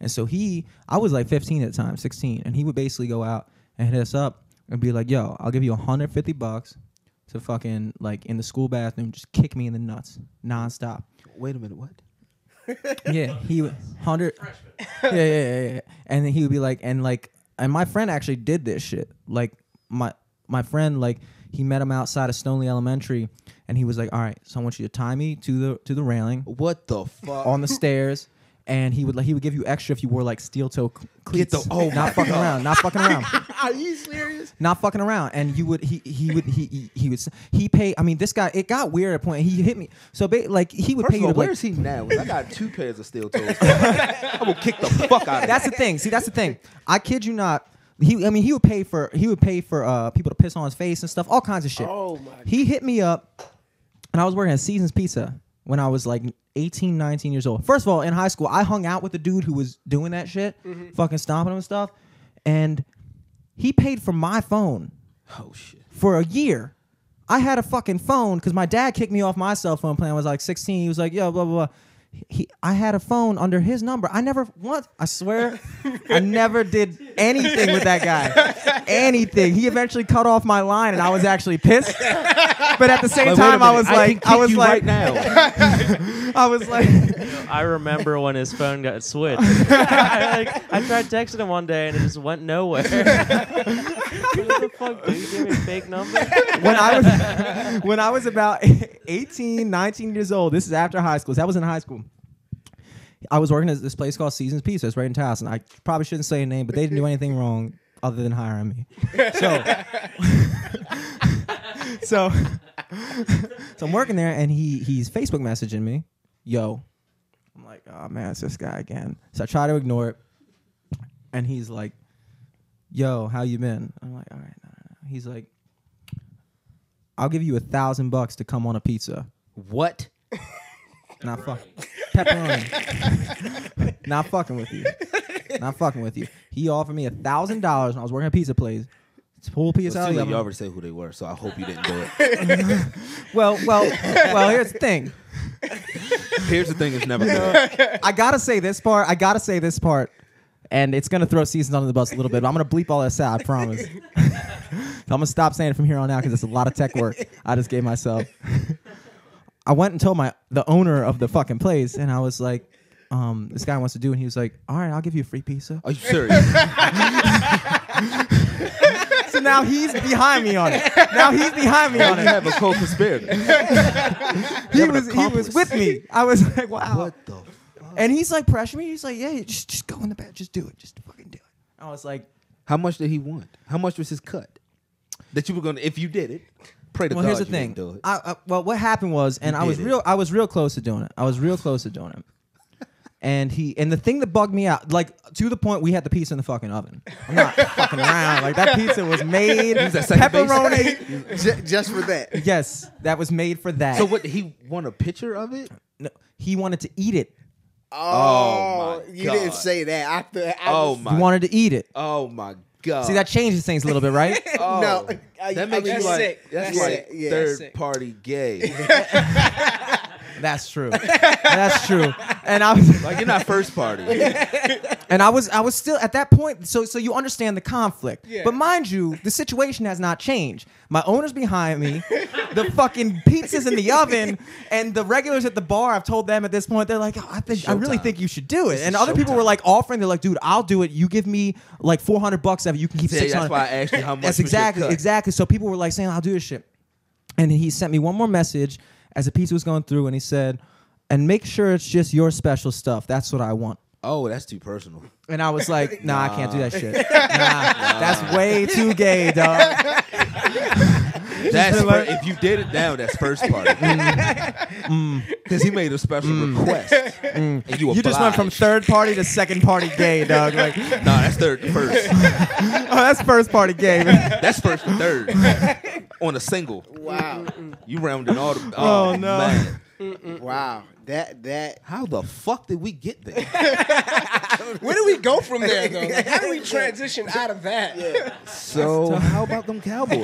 B: And so he, I was like 15 at the time, 16, and he would basically go out and hit us up and be like, "Yo, I'll give you 150 bucks to fucking like in the school bathroom, just kick me in the nuts nonstop."
C: Wait a minute, what?
B: Yeah, he would hundred. Yeah, yeah, yeah, yeah. And then he would be like, and like, and my friend actually did this shit. Like my my friend like he met him outside of Stonely Elementary, and he was like, "All right, so I want you to tie me to the to the railing
C: What the fuck?
B: on the stairs." And he would like he would give you extra if you wore like steel toe c- cleats.
C: the- oh my
B: not fucking around, not fucking around
A: Are you serious?
B: not fucking around. And you would he he would he he, he would s- he pay. I mean, this guy it got weird at a point. He hit me so ba- like he would
C: First
B: pay
C: of all,
B: you to
C: where
B: like.
C: is he now? 'Cause I got two pairs of steel toes. I will kick the fuck out of
B: that's the thing. See, that's the thing. I kid you not. He, I mean, he would pay for he would pay for uh, people to piss on his face and stuff, all kinds of shit.
D: Oh, my
B: He hit me up, and I was working at Seasons Pizza when I was like 18, 19 years old. First of all, in high school, I hung out with the dude who was doing that shit,
D: Mm-hmm.
B: fucking stomping him and stuff, and he paid for my phone
C: that. Oh shit.
B: for a year. I had a fucking phone because my dad kicked me off my cell phone plan. I was like 16. He was like, yo, blah, blah, blah. He, I had a phone under his number. I never once, I swear, I never did anything with that guy. Anything. He eventually cut off my line and I was actually pissed. But at the same
C: Like, wait a
B: time, I
C: minute,
B: was
C: I
B: like,
C: can
B: I
C: kick
B: was
C: you
B: like,
C: right now.
B: I was like,
E: I remember when his phone got switched. I, like, I tried texting him one day and it just went nowhere. what the fuck, dude? You gave me a fake number?
B: when I was when I was about 18, 19 years old. This is after high school. So That was in high school. I was working at this place called Seasons Pizza. It's right in Towson. I probably shouldn't say a name, but they didn't do anything wrong other than hiring me. So, so, so I'm working there, and he he's Facebook messaging me, yo. I'm like, oh man, it's this guy again. So I try to ignore it, and he's like, yo, how you been? I'm like, all right. No, no, no." He's like, I'll give you a thousand bucks to come on a pizza.
C: what?
B: Not fuck. Pepperoni. Not fucking with you. Not fucking with you. He offered me a thousand dollars when I was working at pizza place. It's full
C: It's
B: pizza.
C: too
B: out of the
C: late.
B: oven.
C: You already said who they were, so I hope you didn't do it.
B: Well, well, well. Here's the thing.
C: Here's the thing: it's never. good.
B: I gotta say this part. I gotta say this part, and it's gonna throw seasons under the bus a little bit. But I'm gonna bleep all this out. I promise. I'm gonna stop saying it from here on out because it's a lot of tech work I just gave myself. I went and told my the owner of the fucking place, and I was like, um, "This guy wants to do," and he was like, "All right, I'll give you a free pizza."
C: Are you serious?
B: So now he's behind me on it. Now he's behind me
C: I
B: on
C: don't
B: it.
C: have a co-conspirator.
B: He was he was with me. I was like, "Wow."
C: What the? Fuck?
B: And he's like pressuring me. He's like, "Yeah, just just go in the bed, just do it, just fucking do it." I was like.
C: How much did he want? How much was his cut? That you were gonna, if you did it, pray to
B: well,
C: God
B: here's the
C: you
B: thing.
C: didn't do it.
B: I, I, well, what happened was, and I was
C: did it.
B: real. I was real close to doing it. I was real close to doing it. And he and the thing that bugged me out, like to the point, we had the pizza in the fucking oven. I'm not fucking around. Like that pizza was made
C: at second base.
B: pepperoni.
A: J- just for that.
B: yes, that was made for that.
C: so what? did He want a picture of it?
B: No, he wanted to eat it.
A: Oh,
C: Oh, my
A: you didn't
C: God.
A: say that. After I
C: Oh
A: was,
B: He
C: my!
B: wanted to eat it.
C: Oh my God!
B: See, that changes things a little bit, right?
C: Oh,
A: No, I- I
C: that makes
A: mean,
C: you
A: that's
C: like
D: sick.
C: that's,
A: That's
C: like
A: sick. Yeah,
C: third
A: that's
D: sick.
C: party gay.
B: That's true. That's true. And I was
C: like you're not first party.
B: And I was I was still at that point. So so you understand the conflict.
D: Yeah.
B: But mind you, the situation has not changed. My owner's behind me. the fucking pizza's in the oven, and the regulars at the bar. I've told them at this point. They're like, "Oh, I think I really
C: Showtime.
B: think you should do it. And
C: is
B: other people were
C: showtime.
B: like offering. They're like, dude, I'll do it. You give me like four hundred bucks of it. You can keep
C: Yeah,
B: six
C: that's
B: hundred.
C: why I asked you how much. was
B: That's
C: your
B: exactly
C: cut.
B: exactly. So people were like saying, "I'll do this shit," and he sent me one more message as the pizza was going through, and he said, "And make sure it's just your special stuff. That's what I want."
C: Oh, that's too personal.
B: And I was like, nah, I can't do that shit. Nah, that's way too gay, dog.
C: That's fir- if you did it now, that's first party. Because he made a special request, and you
B: You just went from
C: obliged.
B: third party to second party gay, dog. Like,
C: no, that's third first.
B: oh, that's first party gay. man.
C: That's first to third on a single.
A: wow,
C: You rounded all the.
B: Oh,
C: Oh,
B: no.
C: man.
A: wow. That that
C: How the fuck did we get there?
D: Where do we go from there though? Like, how do we transition out of that?
C: So how about them Cowboys?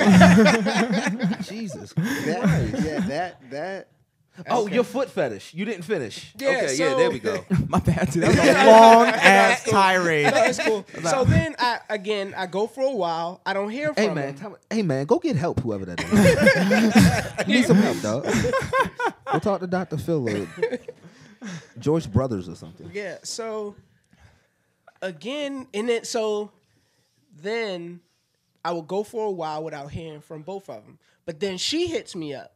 C: Jesus.
A: that
C: Christ.
A: yeah that that.
C: Oh, your foot fetish. You didn't finish.
D: Yeah,
C: okay, yeah,
D: so-
C: there we go.
B: My bad, dude. That was a long ass tirade.
D: No, it's cool. So then I again I go for a while. I don't hear from
C: Hey man,
D: him.
C: tell me- hey man, go get help, whoever that is. You Need some help, dog. Go talk to Dr. Phil or George Brothers or something.
D: Yeah. So again, and then so then I would go for a while without hearing from both of them. But then she hits me up.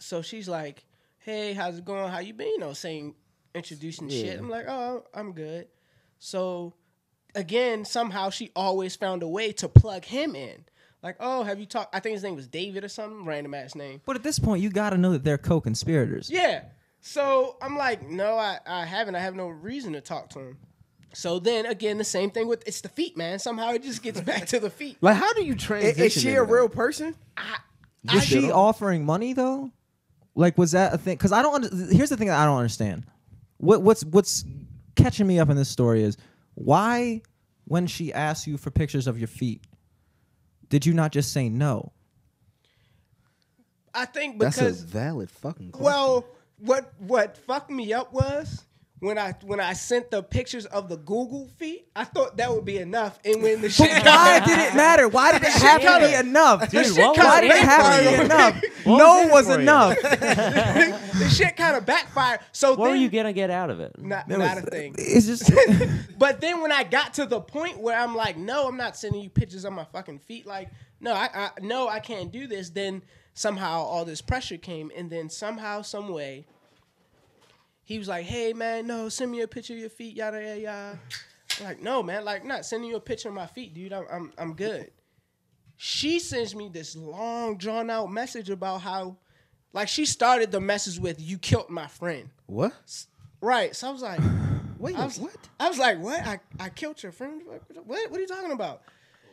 D: So she's like, "Hey, how's it going? How you been?" You know, saying, introducing shit. I'm like, "Oh, I'm good." So again, somehow she always found a way to plug him in. Like, "Oh, have you talked?" I think his name was David or something, random ass name.
B: But at this point, you gotta know that they're co-conspirators.
D: Yeah. So I'm like, no, I, I haven't. I have no reason to talk to him. So then again, the same thing with it's the feet, man. Somehow it just gets back to the feet.
C: Like, how do you transition?
A: Is she a
C: into that?
A: real person?
B: Was she offering money though? Like, was that a thing? Because I don't. Under- Here's the thing that I don't understand. What what's what's catching me up in this story is why, when she asked you for pictures of your feet, did you not just say no?
D: I think
C: That's
D: because
C: a valid fucking question.
D: well, what what fucked me up was when I when I sent the pictures of the Google feet. I thought that would be enough, and when the shit
B: Why did it matter? Why did it have to be enough?
D: The
E: Dude,
D: shit
E: what
D: kinda
E: was
B: Why did it have to be
D: backfired.
B: enough?
E: What
B: No
E: was in
B: was
E: for you?
B: enough.
D: the shit kind of backfired. So
E: What
D: then,
E: were you gonna get out of it?
D: Not,
B: It
D: not
B: was-
D: a thing.
B: It's just
D: But then when I got to the point where I'm like, no, I'm not sending you pictures of my fucking feet. Like, no, I, I no, I can't do this. Then somehow all this pressure came, and then somehow, some way, he was like, hey man, no, send me a picture of your feet, yada yada yada. I'm like, no man, like, not sending you a picture of my feet, dude. I'm I'm, I'm good. She sends me this long, drawn out message about how, like, she started the message with, you killed my friend.
C: what?
D: Right. So I was like,
C: Wait,
D: I was,
C: what?
D: I was like, what? I, I killed your friend? What? What are you talking about?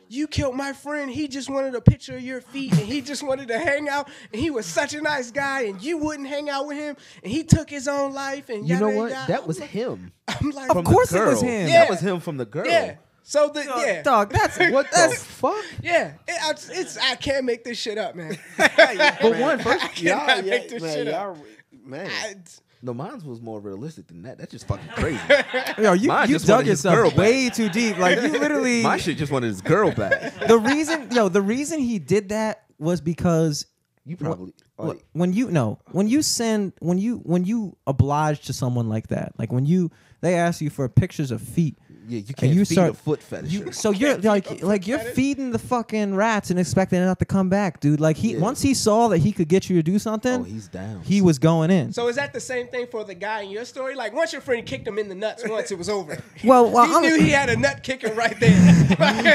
D: You killed my friend. He just wanted a picture of your feet and he just wanted to hang out. And he was such a nice guy and you wouldn't hang out with him. And he took his own life. And
C: You know
D: yada,
C: what?
D: yada.
C: That was
D: I'm like,
C: him.
D: I'm like,
C: From
B: course
C: the
B: it
C: girl.
B: was him.
D: Yeah.
C: That was him from the girl.
D: yeah. So the yeah,
B: dog. That's
C: What the fuck?
D: yeah. It, I, it's I can't make this shit up, man.
C: But one first,
D: Y'all- I picked this shit
A: y'all-
D: up.
A: man.
D: I,
C: no, mine was more realistic than that. That's just fucking crazy.
B: Yo, you,
C: Mine
B: you
C: just
B: dug
C: wanted his girl
B: yourself
C: back.
B: way too deep. Like you literally
C: My shit just wanted his girl back.
B: the reason yo, the reason he did that was because
C: You probably. oh,
B: wh- when you no, when you send when you when you oblige to someone like that, like when you they ask you for pictures of feet.
C: Yeah, you
B: and
C: can't
B: you
C: feed
B: start-
C: a foot fetish.
B: You, so you're like like you're feeding the fucking rats and expecting it not to come back, dude. Like he
C: Yeah.
B: once he saw that he could get you to do something,
C: Oh, he's down.
B: he was going in.
D: so is that the same thing for the guy in your story? Like once your friend kicked him in the nuts, once it was over.
B: well, well,
D: he
B: I'm-
D: knew he had a nut kicker right there.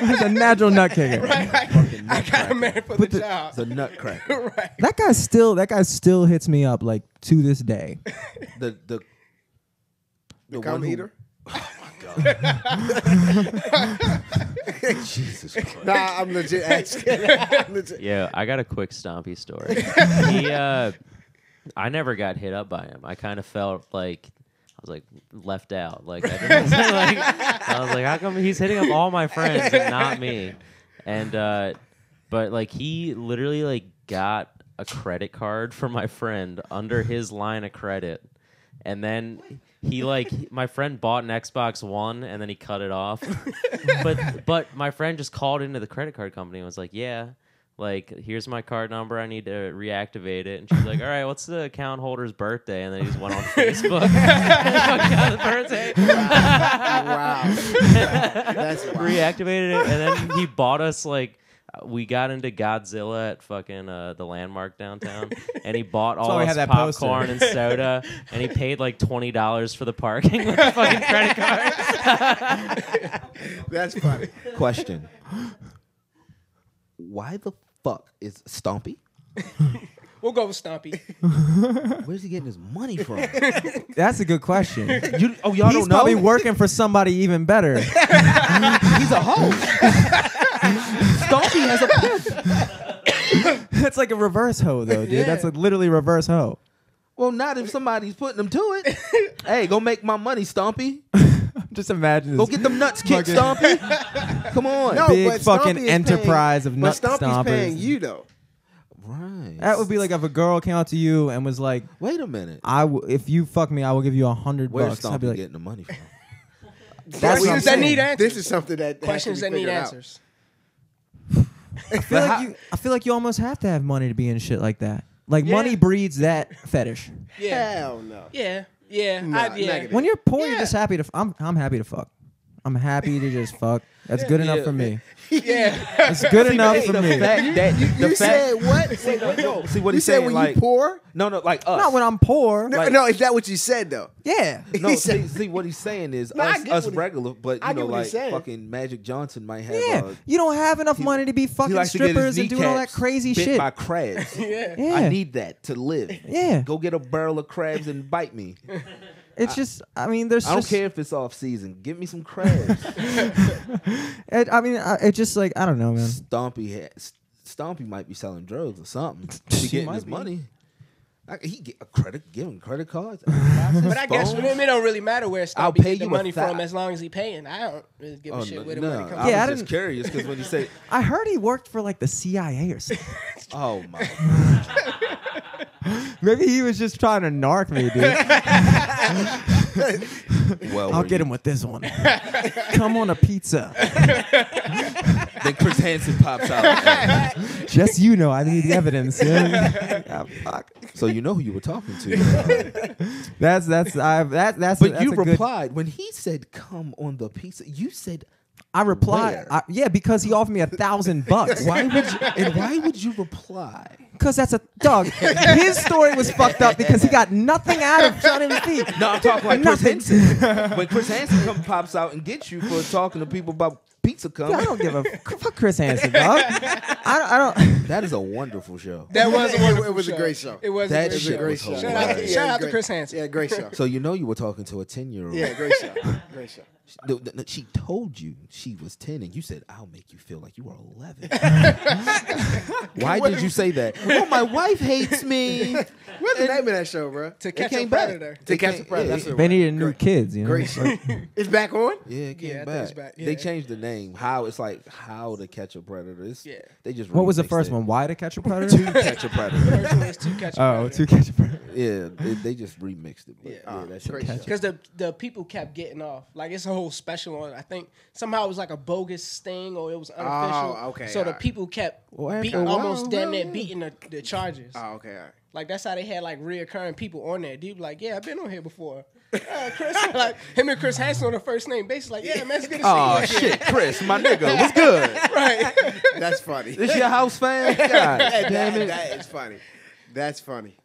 B: he's a natural nut kicker.
D: right? Like, I got a man for the,
B: the-
D: job.
C: the nutcracker.
D: right.
B: That guy still that guy still hits me up like to this day.
C: the the the
A: Come
C: who- Oh,
A: eater.
C: Jesus Christ.
A: Nah, I'm legit asking. I'm legit.
E: Yeah, I got a quick stompy story. he, uh, I never got hit up by him. I kind of felt like I was like left out. Like I, didn't- like, I was like, how come he's hitting up all my friends and not me? And uh, but like he literally like got a credit card from my friend under his line of credit, and then. He like my friend bought an Xbox One and then he cut it off. but but my friend just called into the credit card company and was like, "Yeah, like here's my card number. I need to reactivate it." And she's like, "All right, what's the account holder's birthday?" And then he just went on Facebook. Got the birthday.
A: Wow. That's wild.
E: reactivated it, and then he bought us like. uh, We got into Godzilla at fucking uh, the landmark downtown, and he bought all
B: why we
E: us
B: had that poster.
E: popcorn and soda, and he paid like twenty dollars for the parking with the fucking credit card.
A: That's funny.
C: Question. Why the fuck is Stompy?
D: We'll go with Stompy.
C: Where's he getting his money from?
B: That's a good question. He's
C: You, oh, y'all don't know.
B: probably working for somebody even better.
C: He's a hoe. Stompy has a pimp.
B: That's like a reverse hoe though, dude. That's like literally reverse hoe.
C: Well, not if somebody's putting him to it. hey, go make my money, Stompy.
B: Just imagine
C: Go
B: this.
C: get them nuts kicked, Stompy. Come on.
A: No,
B: Big
A: but Stompy
B: fucking
A: is
B: enterprise
A: paying,
B: of
A: but Stompy's
B: nut stompers.
A: paying you though.
C: Right.
B: that would be like if a girl came out to you and was like,
C: Wait a minute.
B: "I w- if you fuck me, I will give you a hundred
C: Where's
B: bucks." I'd
C: Stompy
B: be like,
C: getting the money from?
B: "That's what I'm
D: Questions that
B: saying.
D: need answers.
A: This is something that has to
D: Questions
A: be
D: that need
A: figured out.
D: answers.
B: I feel
C: how-
B: like you. I feel like you almost have to have money to be in shit like that. Like
D: Yeah.
B: money breeds that fetish.
D: Yeah.
A: Hell no.
D: Yeah. Yeah.
A: Nah,
D: I, yeah.
A: negative.
B: When you're poor, you're
D: Yeah.
B: just happy to. F- I'm I'm happy to fuck. I'm happy to just fuck. That's good enough for me.
D: Yeah.
B: It's good enough for me.
C: fact that the
A: you said
C: fact
A: what? Say what? No.
C: see what
A: you
C: he's
A: said
C: saying
A: when
C: like
A: you poor?
C: no no like us
B: Not when I'm poor.
A: No,
C: Like-
A: no, is that what you said though?
B: yeah.
C: no,
A: He
C: see,
A: said-
C: see what he's saying is
A: No, I
C: us,
A: get
C: us
A: what he-
C: regular, but
A: I
C: you
A: get
C: know,
A: what
C: like
A: he's saying.
C: fucking Magic Johnson might have.
B: Yeah.
C: uh,
B: you don't have enough money to be
C: he
B: fucking
C: likes to get his
B: strippers and doing all that
C: kneecaps
B: crazy
C: bit
B: shit.
C: by crabs.
D: Yeah.
B: yeah.
C: I need that to live.
B: Yeah.
C: Go get a barrel of crabs and bite me.
B: it's just I mean there's
C: I don't
B: just
C: care if it's off season. Give me some crabs.
B: It, I mean I, it's just like I don't know, man.
C: Stompy ha- S- Stompy might be selling drugs or something. He
B: She
C: getting
B: might
C: his
B: be.
C: money. Like, he get a credit, give him credit cards.
D: But I guess for him, it don't really matter where
C: I'll
D: Stompy get
C: pay you
D: the
C: a
D: money
C: thou-
D: from as long as he paying. I don't really give a
C: Oh,
D: shit
C: no,
D: where the
C: no,
D: money
C: I
D: comes
C: was
B: Yeah, I
C: just
B: didn't-
C: curious because when you say,
B: I heard he worked for like the CIA or something.
C: "Oh my,"
B: Maybe he was just trying to narc me, dude.
C: well,
B: I'll
C: were
B: get
C: you-
B: him with this one. Come on a pizza.
C: Then Chris Hansen pops out.
B: Just you know, I need evidence. yeah. Yeah, fuck.
C: so you know who you were talking to.
B: That's that's I that that's.
C: But
B: that's
C: you
B: a good-
C: replied when he said, "Come on the pizza." You said,
B: I replied.
C: Where?
B: I, yeah, because he offered me a thousand bucks.
C: "Why would?" You, and why would you reply?
B: Because that's a dog. His story was fucked up because he got nothing out of Johnny Feet.
C: No, I'm talking like Chris
B: Nothing.
C: Hansen. When Chris Hansen come pops out and gets you for talking to people about pizza
B: I
C: coming,
B: don't give a f- fuck Chris Hansen, dog. I don't. I don't
C: that is a wonderful show.
D: That was a
A: It- it
D: wonderful
A: was a
D: show.
A: great show.
D: It was
C: That
D: a great
C: shit
D: show.
C: was
D: Shout
C: hilarious.
D: out, to- shout out to
A: great-
D: Chris Hansen.
A: Yeah, great show.
C: So you know you were talking to a ten year old.
A: Yeah, great show. Great show.
C: She told you she was ten, and you said, "I'll make you feel like you are 11. Why did you say that? Well, my wife hates me.
A: What's the name of that show, bro?
D: To catch a
C: came back.
D: predator.
A: To catch a predator. That's
B: they
A: it.
B: needed new kids, you know.
A: Great show. It's back on.
C: Yeah, it came
D: Yeah, I think it's
C: back.
D: back, yeah.
C: They changed the name. How it's like how to catch a predator. It's-
D: Yeah.
C: They just
B: What was the
C: remixed
B: first
C: it.
B: one? Why to catch a predator?
C: To catch a predator.
D: First one was to catch a
B: oh,
D: predator.
B: to catch a predator.
C: yeah, they, they just remixed it. But
D: Yeah.
C: yeah,
A: Ah,
C: that's
A: great show.
D: Because the the people kept getting off. Like it's a whole special on. I think somehow it was like a bogus sting or it was unofficial.
A: Oh, okay,
D: So the
A: alright.
D: people kept
C: Well, after a
D: beating,
C: while,
D: almost damn near
C: well, yeah.
D: beating the, the charges.
A: Oh, okay. All right.
D: Like that's how they had like reoccurring people on there. Dude, like yeah, I've been on here before. Uh, Chris, like him and Chris Hansen on a first name basis. Like yeah, man, it's good to see
C: Oh
D: you.
C: shit, Chris, my nigga, what's good?
D: Right.
A: That's funny.
C: This your house fan? God damn
A: That-
C: it!
A: that is funny. That's funny.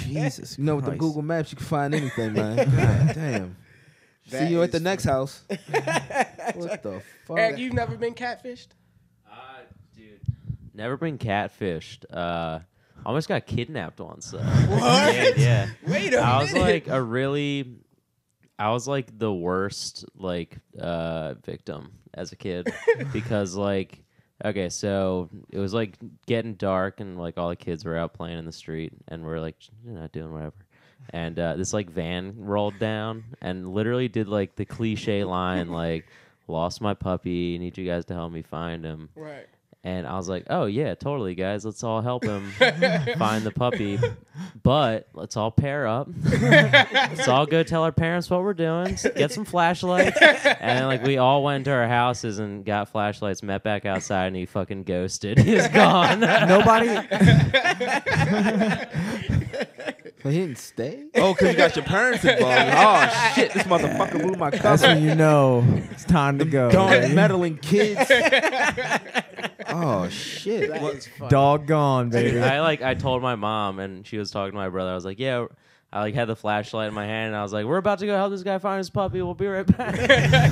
B: Jesus.
C: You know, with the
B: Christ.
C: Google Maps, you can find anything, man. God damn.
A: That
C: See you at the
A: is
C: next house. what the fuck?
D: Eric, you've never been catfished.
E: Uh, dude. Never been catfished. Uh, almost got kidnapped once. Though.
D: What?
E: Yeah, yeah.
D: Wait a
E: I was
D: minute.
E: like a really, I was like the worst like uh, victim as a kid because like okay, so it was like getting dark and like all the kids were out playing in the street and we're like you know doing whatever. And uh, this like van rolled down and literally did like the cliche line like lost my puppy need you guys to help me find him
D: right.
E: and I was like, oh, yeah, totally, guys. Let's all help him find the puppy. But let's all pair up. let's all go tell our parents what we're doing, get some flashlights. And then, like, we all went to our houses and got flashlights, met back outside, and he fucking ghosted. He's gone.
B: Nobody.
C: But he didn't stay? Oh, because you got your parents involved. Oh, shit. This motherfucker blew my
B: That's
C: cover.
B: when you know it's time to go.
C: Darn
B: baby.
C: meddling kids. oh, shit.
A: That
C: What-
A: is funny.
B: Doggone, baby.
E: I like I told my mom and she was talking to my brother. I was like, "Yeah, I like had the flashlight in my hand and I was like, "We're about to go help this guy find his puppy. We'll be right back."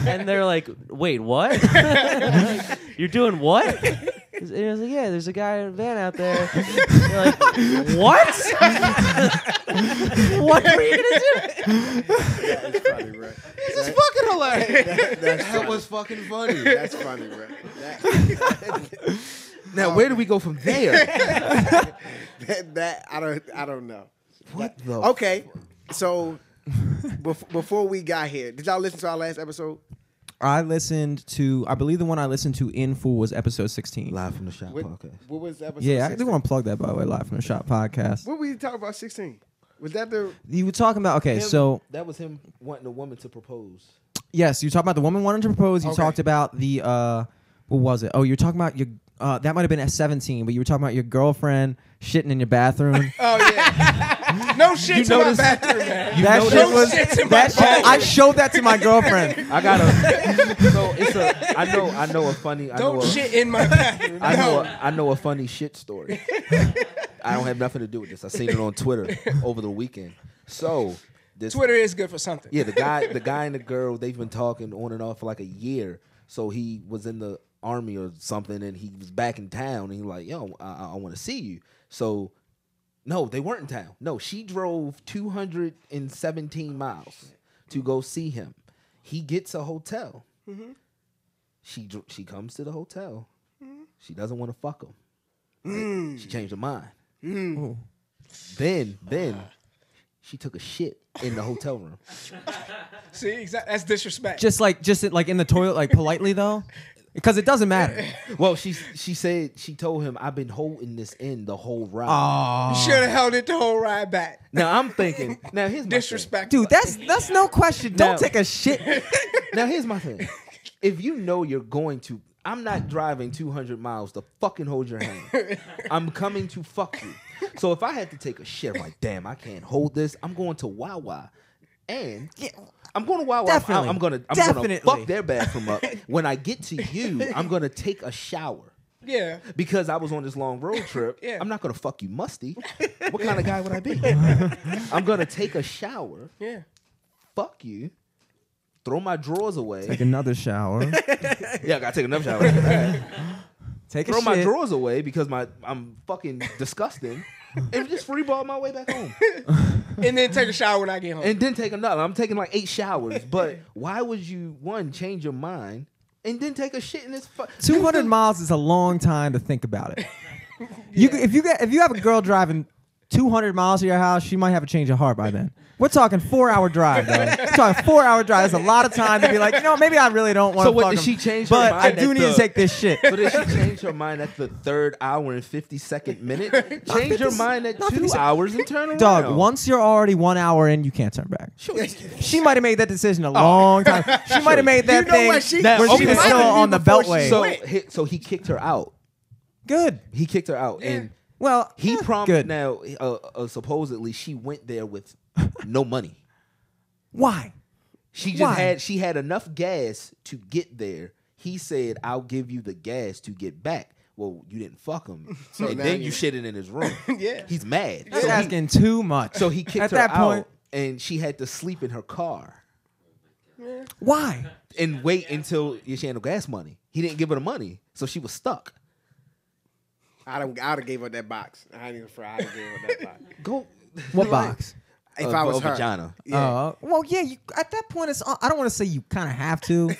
E: and they're like, "Wait, what? Like, You're doing what?" And I was like, "Yeah, there's a guy in a van out there." They're like, "What? what were you gonna do?"
A: That is funny, bro.
C: This is fucking hilarious.
A: That, that's
C: That
A: funny.
C: was fucking funny.
A: That's funny, bro. That,
C: Now, where do we go from there?
A: that, that- I don't I don't know.
C: What the
A: Okay, so before, before we got here, did y'all listen to our last episode?
B: I listened to. I believe the one I listened to in full was episode sixteen.
C: Live from the shop
A: What,
C: podcast.
A: what was the episode?
B: Yeah, I
A: 16?
B: do want to plug that by the way. Live from the shop podcast.
A: What were you talking about? Sixteen. Was that the?
B: You were talking about okay,
C: Him-
B: so
C: that was him wanting a woman to propose.
B: Yes, you talked about the woman wanting to propose. You
A: Okay.
B: talked about the uh, what was it? Oh, you're talking about your. Uh, that might have been at 17, but you were talking about your girlfriend shitting in your bathroom.
A: Oh yeah.
D: No shit to
C: notice-
D: my bathroom, man.
B: That
D: notice-
B: shit was
D: No shit to my
B: that shit.
D: phone.
B: I showed that to my girlfriend.
C: I got a. so it's a. I know. I know a funny. I know
D: Don't
C: a,
D: shit in my bathroom.
C: I know.
D: No.
C: A, I know a funny shit story. I don't have nothing to do with this. I seen it on Twitter over the weekend. So this
D: Twitter is good for something.
C: Yeah, the guy, the guy and the girl, they've been talking on and off for like a year. So he was in the army or something, and he was back in town. And he like, yo, I, I want to see you. So, no, they weren't in town. No, she drove 217 miles to go see him. He gets a hotel. She dr- she comes to the hotel. She doesn't want to fuck him. Right? She changed her mind. Then then she took a shit in the hotel room.
D: See, exactly. That's disrespect.
B: Just like just like in the toilet, like politely though, because it doesn't matter.
C: Well, she she said she told him I've been holding this in the whole ride.
B: Oh,
D: should have held it the whole ride back.
C: Now I'm thinking. Now here's my
D: Disrespect,
B: dude, that's that's no question. Don't
C: No.
B: take a shit.
C: Thing. Now here's my thing. If you know you're going to, I'm not driving 200 miles to fucking hold your hand. I'm coming to fuck you. So if I had to take a shit, I'm like, damn, I can't hold this. I'm going to Wawa, and I'm going to Wawa. I'm-
B: Definitely.
C: I'm, gonna I'm
B: Definitely.
C: gonna fuck their bathroom up. When I get to you, I'm gonna take a shower.
D: Yeah.
C: because I was on this long road trip.
D: Yeah.
C: I'm not gonna fuck you, musty. What kind of guy would I be? I'm gonna take a shower,
D: Yeah.
C: fuck you, throw my drawers away.
B: another shower.
C: yeah, I gotta take another shower.
B: Take a
C: throw my
B: shit.
C: drawers away because my I'm fucking disgusting, and just free ball my way back home,
D: And then take a shower when I get home.
C: and then take another. I'm taking like eight showers, but why would you one change your mind? And then take a shit in this. Fu-
B: 200 miles is a long time to think about it. You c if you get if you have a girl driving 200 miles to your house, she might have a change of heart by then. We're talking four hour drive, though. We're talking four hour drive. That's a lot of time to be like, you know, maybe I really don't want to.
C: So what,
B: fuck
C: did
B: him,
C: she change her
B: But
C: mind
B: I do
C: at
B: need to
C: the-
B: take this shit.
C: So did she change her mind at the third hour and fifty second minute? Change her
B: 50
C: mind at
B: not
C: two
B: 50 sec-
C: hours and turn around.
B: Dog, once you're already one hour in, you can't turn back. She might have made that decision a
C: Oh.
B: long time. She might have made that
A: You know
B: thing
A: what? She-
B: where
C: Now,
B: she
C: okay,
B: was still
C: might have
B: on the
A: been before she
B: beltway.
C: So
A: Wait.
C: he, so he kicked her out.
B: good.
C: He kicked her out, and
B: Well,
C: he
B: eh,
C: promised.
B: Good.
C: Now, uh, uh, supposedly, she went there with no money.
B: Why?
C: She just
B: Why?
C: had she had enough gas to get there. He said, "I'll give you the gas to get back." Well, you didn't fuck him,
A: So
C: and
A: now
C: then
A: you-
C: you shitted in his room.
D: Yeah.
C: he's mad.
B: That's
C: So he-
B: asking too much.
C: So he kicked
B: At
C: her
B: that
C: out,
B: point-
C: and she had to sleep in her car
B: Why?
C: and wait until yeah, she had no gas money. He didn't give her the money, so she was stuck.
A: I don't. I'd have gave up that box. I ain't even fry. I'd have gave up that box.
C: Go.
B: What box?
A: If
C: Uh,
A: I was
C: a
A: her,
C: vagina.
A: yeah.
B: Oh, well, yeah. You, at that point, it's. uh, I don't want to say you kind of have to,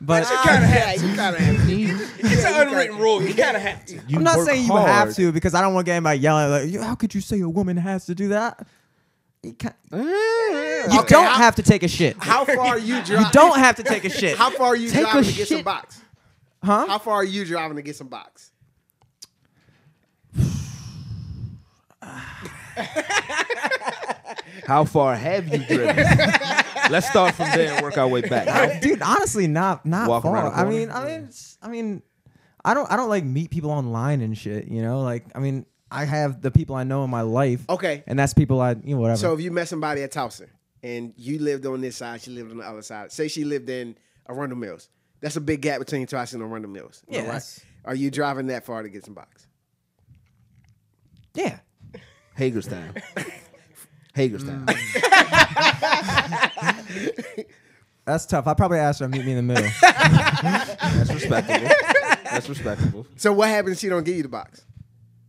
B: but
A: you kind of have to. You kind of have to.
D: it's an unwritten rule. You kind of have to.
C: You
B: I'm not
C: work
B: saying you
C: hard.
B: have to because I don't want to get anybody yelling like, "You- "How could you say a woman has to do that?" You, can't, you
C: Yeah.
A: Okay,
B: don't
A: how-
B: have to take a shit.
A: How far are you driving?
B: You don't have to take a shit,
A: How far are you
C: Take a
A: driving to get some
C: shit.
A: box?
B: huh?
A: How far are you driving to get some box?
C: How far have you driven? Let's start from there and work our way back.
B: Uh, Dude, honestly, not not
C: Walk around
B: far.
C: the
B: I
C: corner?
B: mean, I mean, it's- I mean, I don't I don't like meet people online and shit. You know, like I mean, I have the people I know in my life.
A: Okay.
B: and that's people I you know whatever.
A: So if you met somebody at Towson and you lived on this side, she lived on the other side. Say she lived in Arundel Mills. That's a big gap between Towson and Arundel Mills. You know,
B: Yeah,
A: right?
B: that's-
A: Are you driving that far to get some box?
B: yeah.
C: Hagerstown. Hagerstown.
A: Mm.
B: That's tough. I probably asked her to meet me in the middle.
C: That's respectable. That's respectable.
A: So what happens if she don't give you the box?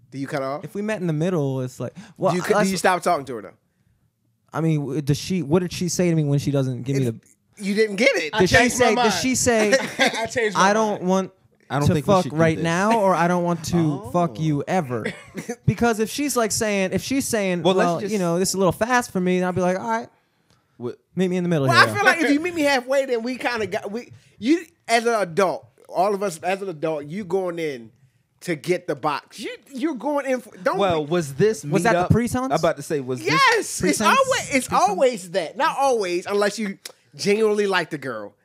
A: Do you cut her off?
B: if we met in the middle, it's like, well,
A: do, you, cut- do
B: that's-
A: you stop talking to her though?
B: I mean, w- does she? What did she say to me when she doesn't give me the?
A: You didn't get it.
B: Did she
D: changed my
B: say?
D: mind.
B: Does she say?
D: I changed my
B: I don't
D: mind.
B: want.
C: I don't
B: to
C: think we
B: fuck
C: should do
B: right
C: this.
B: now, or I don't want to fuck you ever, because if she's like saying, if she's saying, well,
C: Well, let's
B: you
C: just-
B: know, this is a little fast for me, then I'll be like, all right,
C: What-
B: meet me in the middle.
A: Well, I
B: here.
A: feel like if you meet me halfway, then we kind of got we you as an adult. All of us as an adult, you going in to get the box. You you're going in. For, don't
C: Well, was this
B: Was that the
C: meetup-
B: pre-sons?
C: I'm about to say was this
A: Yes, it's
B: pretense?
A: always it's always that. Not always, unless you genuinely like the girl.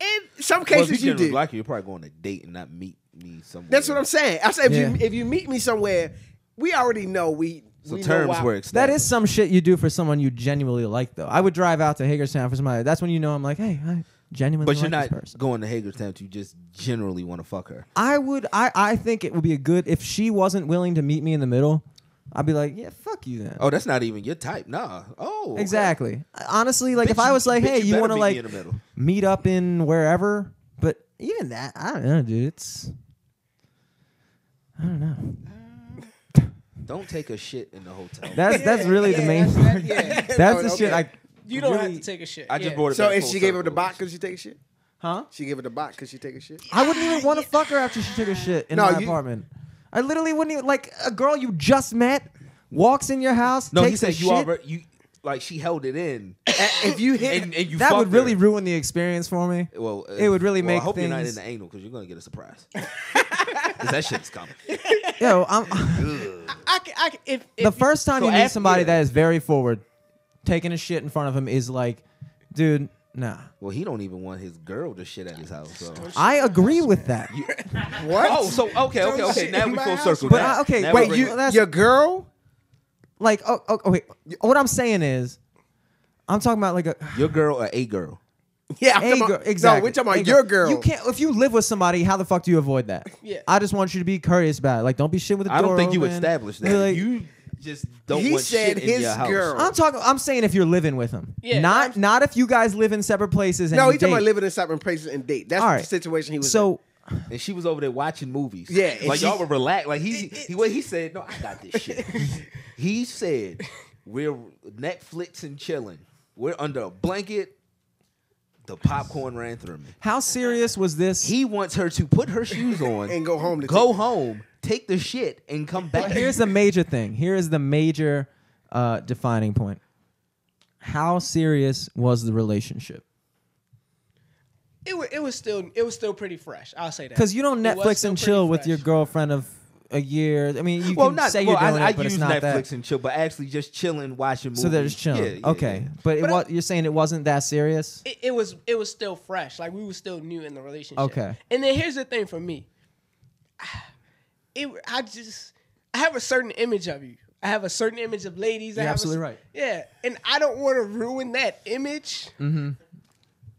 A: In some
C: Well, if
A: cases, you
C: didn't
A: do.
C: like you, you're probably going on a date and not meet me somewhere.
A: That's what I'm saying. I said if
B: Yeah.
A: you if you meet me somewhere we already know we.
C: So
A: we know
C: terms
A: why-
C: were
B: That
C: extended.
B: is some shit you do for someone you genuinely like, though. I would drive out to Hagerstown for somebody. That's when you know I'm like, hey, I genuinely
C: But
B: like
C: you're
B: this person.
C: not going to Hagerstown. You just generally want to fuck her.
B: I would. I I think it would be a good if she wasn't willing to meet me in the middle. I'd be like, yeah, fuck you then.
C: Oh, that's not even your type. Nah. Oh. okay.
B: exactly. Honestly, like if
C: Bitch,
B: I
C: you-
B: was like,
C: bitch,
B: hey,
C: you
B: you,
C: better
B: want to like
C: meet me in the middle.
B: meet up in wherever, but even that, I don't know, dude. It's I don't know.
C: Don't take a shit in the hotel.
B: That's that's really the
D: Yeah,
B: main.
D: that's-
B: part.
D: that- yeah.
B: That's the
A: Okay.
B: shit. I
D: You don't have
B: really-
D: to take a shit.
C: I just
D: yeah.
C: brought it
A: So
C: back
A: if
C: full
A: she gave up the
C: circle.
A: box, could she take a shit?
B: huh?
A: She gave up the box, could she take a shit?
B: I wouldn't even want to fuck her after she took her shit in
A: No,
B: my
A: you-
B: apartment. I literally wouldn't even like a girl you just met walks in your house.
C: No,
B: takes
C: he said
B: a
C: you
B: shit.
C: already you like she held it in.
A: if you hit,
C: And, and you
B: that would
C: fucked
B: really
C: her.
B: ruin the experience for me.
C: well, uh,
B: it would really
C: well,
B: make
C: I hope you're not in
B: things-
C: the anal because you're gonna get a surprise. 'Cause that shit's coming.
B: Yo, I'm,
D: I can, I can, if, if
B: the first time
C: so
B: you meet
C: after-
B: somebody
C: yeah.
B: that is very forward, taking a shit in front of him is like, dude, nah.
C: Well, he don't even want his girl to shit at his house. So.
B: I agree with that.
A: what?
C: Oh, so okay, okay,
A: Don't
C: okay.
A: shit
C: Now
A: in
C: we
A: my
C: full
A: house.
C: circle.
B: But,
C: Now-
B: uh, okay,
C: now
B: wait,
A: Wait,
C: we bring
A: you,
C: it-
B: that's-
A: your girl?
B: Like, oh, oh, oh, wait. What I'm saying is, I'm talking about like a.
C: your girl or a girl?
A: Yeah, I'm
B: a
A: talking about-
B: girl, exactly.
A: No, we're talking
B: A
A: about your girl.
B: You can't if you live with somebody. How the fuck do you avoid that?
D: Yeah.
B: I just want you to be curious about it. Like, don't be shit with the
C: I
B: door
C: don't think you
B: open.
C: established
B: Be
C: that.
B: like-
C: you just don't
A: He
C: want
A: said
C: shit in
A: his
C: your house.
A: girl.
B: I'm talking. I'm saying if you're living with him.
D: Yeah,
B: Not
D: I'm-
B: not if you guys live in separate places. And
A: No,
B: you
A: he's talking about
B: date.
A: living in separate places and date. That's
B: All
A: the
B: right.
A: situation he was in.
B: So
C: And she was over there watching movies.
A: Yeah, and
C: like
A: she-
C: y'all were relaxed. Like he, he, what he said. No, I got this shit. he said, "We're Netflix and chilling. We're under a blanket." The popcorn ran through me.
B: how serious was this?
C: He wants her to put her shoes on
A: And go home to
C: go
A: take-
C: home, take the shit, and come back.
B: But here's the major thing. Here is the major uh, defining point. How serious was the relationship?
D: it, wa- it was still it was still pretty fresh. I'll say that
B: Because you don't
D: It was
B: Netflix
D: still
B: and
D: pretty
B: chill with
D: fresh.
B: your girlfriend of a year. I mean, you
C: well,
B: can
C: not
B: say
C: well,
B: you're doing
C: I,
B: it,
C: I
B: but it's
C: use
B: not
C: Netflix
B: that.
C: and chill, but actually just chilling, watching movies.
B: so they're just chilling.
C: Yeah, yeah,
B: okay,
C: yeah.
B: but, it,
D: But
B: wa-
D: I-
B: you're saying it wasn't that serious.
D: it, it was it was still fresh. Like we were still new in the relationship.
B: Okay.
D: And then here's the thing for me. It I just I have a certain image of you. I have a certain image of ladies. I
B: You're
D: have a
B: absolutely
D: cer-
B: right.
D: Yeah, and I don't want to ruin that image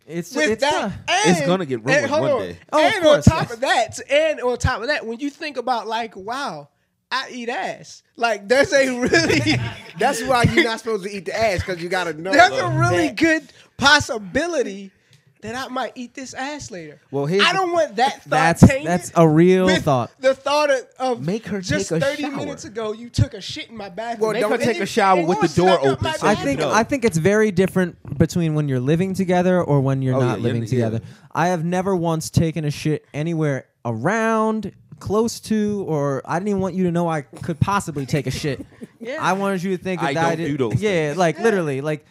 B: It's just,
D: with
B: Mm. it's
D: that.
B: uh,
D: and,
C: It's gonna get
D: and
C: ruined
D: hold
C: one
D: on.
C: day.
B: Oh, of
D: and
B: course,
D: on top
B: yes.
D: of that, and on top of that, when you think about like, wow, I eat ass. Like there's a really
A: That's why you're not supposed to eat the ass because you gotta know.
D: there's a
A: about
D: really
A: that.
D: good possibility that I might eat this ass later.
C: Well, here's
D: I
C: the-
D: don't want that thought.
B: that's
D: tainted
B: that's a real
D: with
B: thought.
D: The thought of, of
C: Make her
D: just
C: take a
D: thirty
C: shower.
D: minutes ago, you took a shit in my bathroom.
A: Well,
D: And
A: don't
D: you-
A: take
D: and
A: a
C: shower
D: and
C: with
D: you
C: the door
D: snuck up
C: open,
D: my
C: so
B: I
C: you
D: bathroom.
B: think
C: know.
B: I think it's very different between when you're living together or when you're
C: Oh,
B: not
C: yeah,
B: living
C: yeah, yeah.
B: together. I have never once taken a shit anywhere around, close to, or I didn't even want you to know I could possibly take a shit. I wanted you to think
C: I
B: that I
C: don't
B: did.
C: do those
B: yeah, like literally, like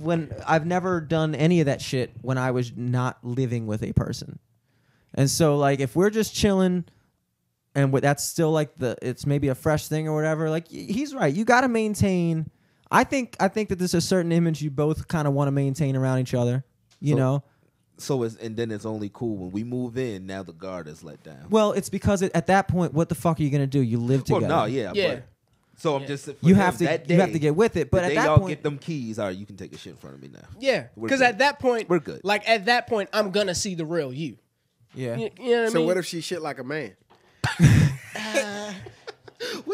B: when I've never done any of that shit when I was not living with a person. And so like if we're just chilling and what that's still like the it's maybe a fresh thing or whatever, like y- he's right. You got to maintain I think I think that there's a certain image you both kind of want to maintain around each other, you
C: So-
B: know.
C: So it's and then it's only cool when we move in. Now the guard is let down.
B: Well, it's because it, at that point what the fuck are you going to do? You live
C: Well,
B: together.
C: no, yeah,
D: Yeah.
C: But, so I'm just for
B: You
C: them,
B: have to
C: that
B: you have
C: day,
B: to get with it, but
C: the
B: at
C: day
B: that
C: y'all
B: point
C: get them keys. All right, you can take a shit in front of me now.
D: Yeah,
C: We're
D: because
C: good.
D: at that point,
C: We're good.
D: Like at that point, I'm gonna see the real you.
B: yeah.
D: You, you know what I
A: So
D: mean?
A: what if she shit like a man?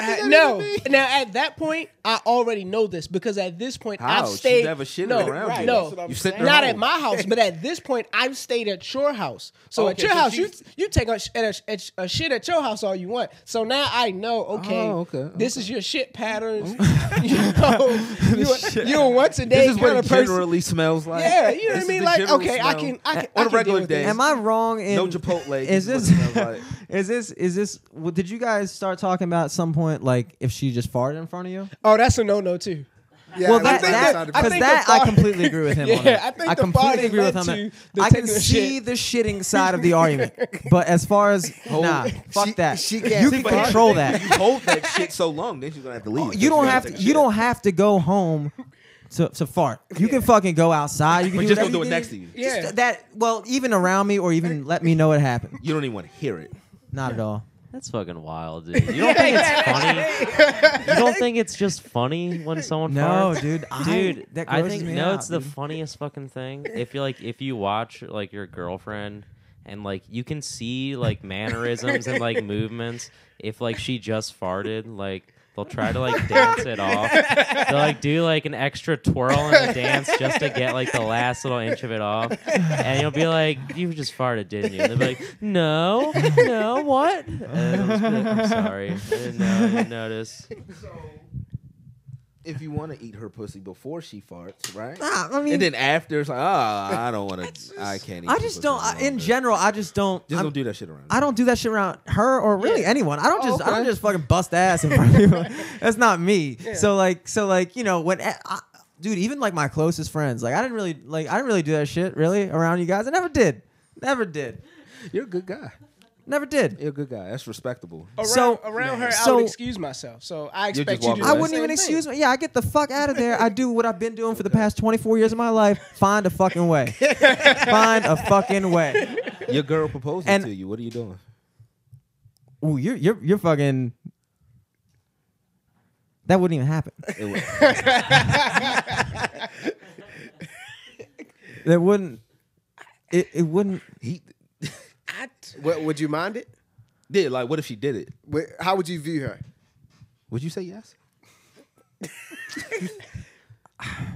D: Uh, no, now at that point, I already know this because at this point,
C: How?
D: I've
C: She's
D: stayed.
C: never shitted
D: no,
C: around
A: you.
D: no,
A: That's what I'm
C: You sitting
A: saying.
D: not
C: at
D: at
C: home.
D: my house, but at this point, I've stayed at your house. So at
C: Oh, Okay,
D: your
C: so
D: house, you
C: she's-
D: you take a, sh- at a, at a shit at your house all you want. So now I know, okay,
C: Oh, okay, Oh.
D: this is your shit patterns. you know, you, you're a once a day
C: This is
D: kind
C: what it
D: of person.
C: generally smells like.
D: Yeah, you
C: This
D: know what I
C: is
D: mean.
C: the
D: Like,
C: general
D: okay, I
C: smell.
D: can, I can,
C: On
D: I
C: a
D: can
C: regular
D: deal with this.
C: day.
B: Am I wrong in
C: No Chipotle,
B: Is
C: this is
B: this
C: what it smells
B: is this is this? w- Did you guys start talking about at some point like if she just farted in front of you?
D: Oh, that's a no no too.
A: Yeah,
B: well,
A: I
B: that
A: think
B: that
A: that's
D: I
B: because
D: think
B: that
D: the
B: I
D: fart-
B: completely agree with him. on
D: Yeah,
B: that.
D: I think
B: I
D: the
B: completely
D: farting
B: agree with
D: led
B: him. on
D: to
B: that.
D: the
B: I can
D: taking a
B: see
D: shit.
B: the shitting side of the argument, but as far as nah, fuck
A: she-
B: that.
A: she can't
B: you can
A: fart.
B: control that.
C: You hold that shit so long, then you're gonna have to leave.
B: You don't have to. You don't have to go home to, to fart. You can fucking go outside. You can
C: But
B: do
C: just don't
B: whatever
C: do it
B: you
C: next to you.
D: Yeah.
B: Just that well, even around me, or even let me know it happened.
C: You don't even want to hear it.
B: Not at all.
E: That's fucking wild, dude. You don't think it's funny? You don't think it's just funny when someone
B: No,
E: farts?
B: dude, I-
E: dude,
B: that
E: I
B: grosses
E: think
B: me
E: no,
B: out,
E: it's the
B: dude.
E: funniest fucking thing. If you like, if you watch like your girlfriend and like you can see like mannerisms and like movements. If like she just farted, like. They'll try to like dance it off. They'll like do like an extra twirl in the dance just to get like the last little inch of it off. And you'll be like, You just farted, didn't you? And they'll be like, No, no, what? And it'll just be like, I'm sorry. I didn't know. I didn't notice.
C: If you want to eat her pussy before she farts, right?
B: Nah, I mean,
C: and then after, it's like, oh, I don't want to. I can't. Eat
B: I
C: your
B: just
C: pussy
B: don't.
C: any
B: I, in
C: longer."
B: general, I just don't.
C: just
B: I'm-
C: don't do that shit around.
B: I don't do that shit around her or really
D: Yeah.
B: anyone. I don't
C: Oh,
B: just I don't
C: okay.
B: just fucking bust ass in front of people. That's not me. So like so like you know when I, I- dude even like my closest friends like I didn't really like I didn't really do that shit really around you guys. I never did. Never did.
C: me. You're a good guy.
B: Never did.
C: You're a good guy. That's respectable.
D: Around,
B: So-
D: around her, I
B: so-
D: would excuse myself. So I
C: just
D: expect you
C: walk
D: to. do
C: away.
B: I
D: the
B: wouldn't
D: same
B: even
D: thing.
B: excuse me. Yeah, I get the fuck out of there. I do what I've been doing for the past 24 years of my life. Find a fucking way. Find a fucking way.
C: Your girl proposing
B: And-
C: to you. What are you doing?
B: Ooh, you're you're you're fucking That wouldn't even happen.
C: It was-
B: That wouldn't it, it wouldn't
C: he
A: What, would you mind it?
C: did. Like, what if she did it?
A: Wh- How would you view her?
C: Would you say yes?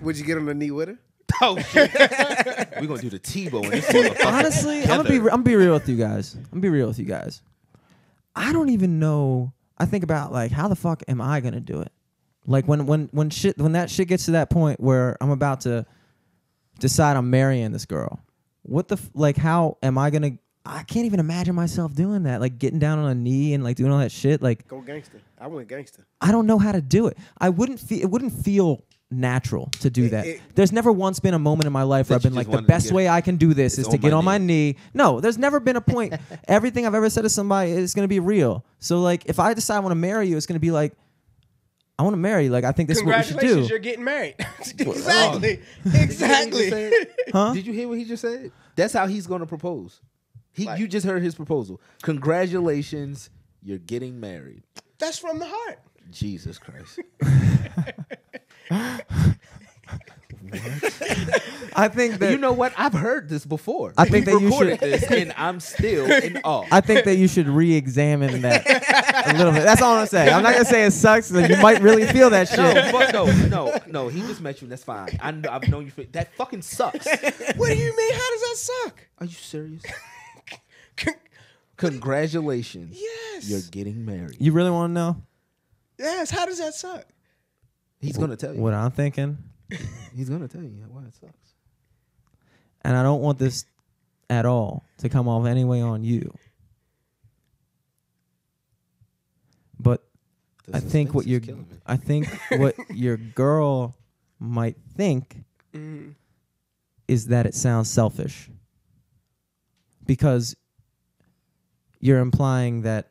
A: Would you get on the knee with her?
C: Oh shit! We're gonna do the Tebow in this motherfucker.
B: honestly, I'm gonna be I'm
C: Together.
B: gonna be real with you guys. I'm gonna be real with you guys. I don't even know. I think about like how the fuck am I gonna do it? Like when when when shit when that shit gets to that point where I'm about to decide I'm marrying this girl. What the f- like? How am I gonna? I can't even imagine myself doing that. Like getting down on a knee and like doing all that shit. Like
A: Go gangster. I went gangster.
B: I don't know how to do it. I wouldn't feel it wouldn't feel natural to do that.
A: it-
B: there's never once been a moment in my life where I've
C: That you
B: been
C: just
B: like the
C: wanted to
B: best
C: get-
B: way I can do this is
C: It's
B: to
C: on
B: get
C: my
B: on my
C: knee.
B: knee. No, there's never been a point. Everything I've ever said to somebody is going to be real. So like if I decide I want to marry you, it's going to be like I want to marry you. Like I think this is what we should do.
D: Congratulations, you're getting married.
C: Oh.
D: exactly. Exactly.
C: Did you hear what he just said? Did you hear what he just said? That's how he's gonna propose. He, you just heard his proposal. Congratulations, you're getting married.
D: That's from the heart.
C: Jesus Christ.
B: I think that
C: you know what? I've heard this before.
B: I think
C: We
B: that you
C: recorded
B: should-
C: this, and I'm still in awe.
B: I think that you should re-examine that a little bit. That's all I'm saying. I'm not going to say it sucks. Like, you might really feel that shit.
C: no, fuck no, no, no. He just met you. That's fine. I, kn- I've known you for that. Fucking sucks.
D: What do you mean? How does that suck?
C: Are you serious?
D: Con-
C: Congratulations,
D: Yes.
C: you're getting married.
B: You really want to know
D: Yes. How does that suck?
C: He's gonna tell you.
B: what I'm thinking?
C: He's gonna tell you why it sucks.
B: and I don't want this at all to come off anyway on you. But I
C: This
B: think
C: suspense
B: what
C: is
B: your
C: killing me.
B: I think what your girl might think
C: Mm.
B: is that it sounds selfish because you're implying that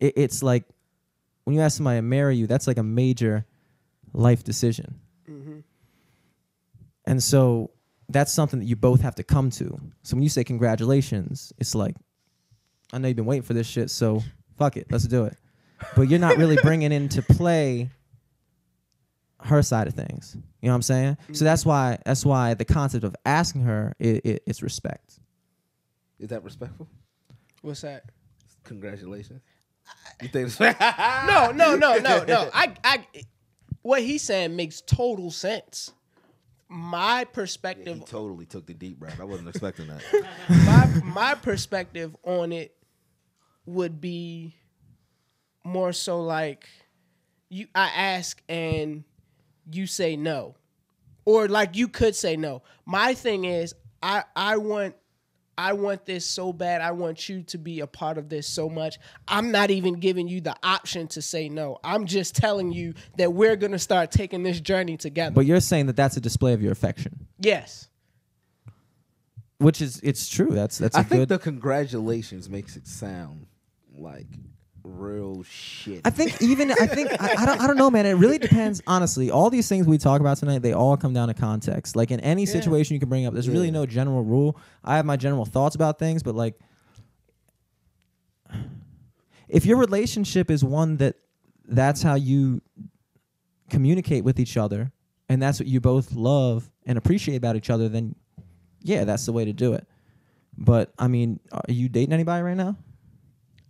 B: it, it's like when you ask somebody to marry you, that's like a major life decision.
C: Mm-hmm.
B: And so that's something that you both have to come to. So when you say congratulations, it's like, I know you've been waiting for this shit, so fuck it, let's do it. But you're not really bringing into play her side of things. You know what I'm saying? So that's why that's why the concept of asking her it, it, it's respect.
C: Is that respectful?
D: What's that?
C: Congratulations. You think it's
D: No, no, no, no, no. I, I, what he's saying makes total sense. My
C: he
D: perspective,
C: totally took the deep breath. I wasn't expecting that.
D: my, my perspective on it would be more so like you. I ask and you say no, or like you could say no. My thing is, I, I want. I want this so bad. I want you to be a part of this so much. I'm not even giving you the option to say no. I'm just telling you that we're going to start taking this journey together.
B: But you're saying that that's a display of your affection,
D: yes.
B: which is it's true. That's that's a
C: I think
B: good.
C: the congratulations makes it sound like real shit.
B: I think even I think I, I don't I don't know, man. It really depends, honestly. All these things we talk about tonight, they all come down to context. Like in any situation you can bring up, there's really no general rule. I have my general thoughts about things, but like if your relationship is one that that's how you communicate with each other and that's what you both love and appreciate about each other, then yeah, that's the way to do it. But I mean, are you dating anybody right now?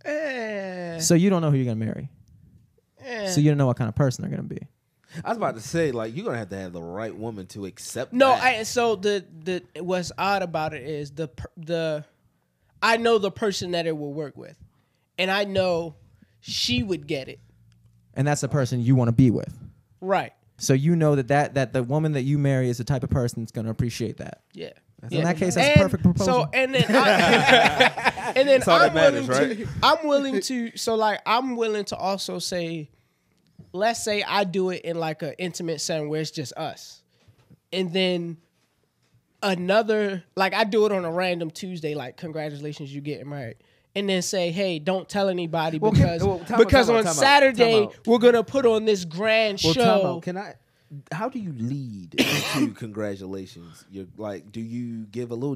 D: Eh,
B: So you don't know who you're gonna marry.
D: eh.
B: So you don't know what kind of person they're gonna be.
C: I was about to say, like, you're gonna have to have the right woman to accept.
D: No,
C: that.
D: I so the the what's odd about it is the per- the I know the person that it will work with, and I know she would get it
B: And that's the person you want to be with.
D: right.
B: So you know that, that that the woman that you marry is the type of person that's gonna appreciate that.
D: Yeah.
B: in
D: Yeah.
B: that case, that's a
D: And
B: perfect proposal.
D: So and then I, and then
C: all that
D: I'm
C: matters,
D: willing to I'm willing to so like I'm willing to also say, let's say I do it in like an intimate setting where it's just us, and then another like I do it on a random Tuesday like congratulations you getting married. And then say, hey, don't tell anybody
C: can-
D: because
C: well, time out,
D: because
C: time out,
D: on
C: time out, time
D: Saturday
C: out.
D: we're gonna put on this grand
C: Well, time
D: show.
C: out. Can I? How do you lead to congratulations? You're like, do you give a little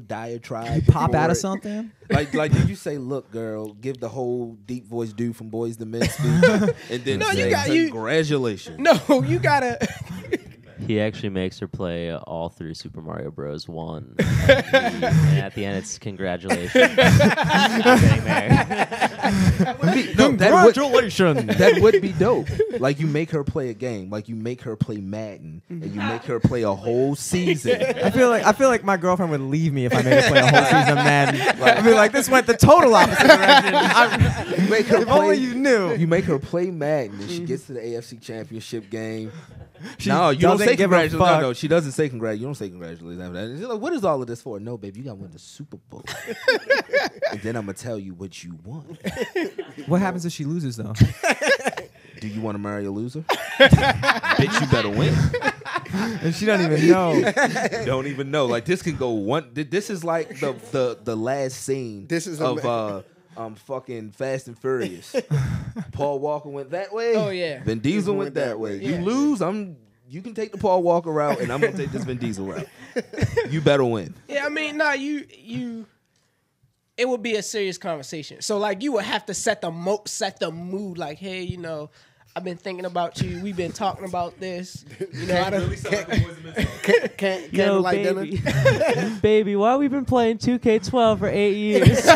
C: diatribe?
B: Pop out
C: before
B: of
C: it-
B: something.
C: Like, like, did you say, "Look, girl, give the whole deep voice dude from Boys to Men," speech, and then
D: No, you
C: say,
D: got- you-
C: "Congratulations."
D: No, you gotta.
E: He actually makes her play uh, all through Super Mario Bros. One, and, he- and at the end, it's congratulations. I'm getting married.
C: Be- no, that would-
B: Congratulations.
C: that would be dope. Like you make her play a game, like you make her play Madden, and you make her play a whole season.
B: I feel like I feel like my girlfriend would leave me if I made her play a whole season of Madden. I'd be like, this went the total opposite direction. I'm-
C: You make her
B: if
C: play,
B: only you knew.
C: You make her play Madden, and she gets to the AFC Championship game.
B: She
C: no, you don't
B: doesn't
C: say
B: give a
C: congratulations. No,
B: fuck.
C: no, she doesn't say congratulations. You don't say congratulations after that. She's like, what is all of this for? No, babe, you got to win the Super Bowl. and then I'm gonna tell you what you want.
B: What happens if she loses though?
C: Do you want to marry a loser? Bitch, you better win.
B: And she doesn't even know.
C: don't even know. Like this can go one. th- This is like the the the last scene.
A: This is
C: of
A: ama-
C: uh, um fucking Fast and Furious. Paul Walker went that way.
D: Oh, yeah.
C: Vin Diesel went that way. You
D: Yeah.
C: lose, I'm. You can take the Paul Walker route, and I'm gonna take this Vin Diesel route. You better win.
D: Yeah, I mean, nah, you you. It would be a serious conversation. So like, you would have to set the mo set the mood. Like, hey, you know, I've been thinking about you. We've been talking about this. You know, I don't.
A: Can, can,
E: Yo,
A: candlelight dinner.
E: baby, baby, why we been playing 2K12 for eight years?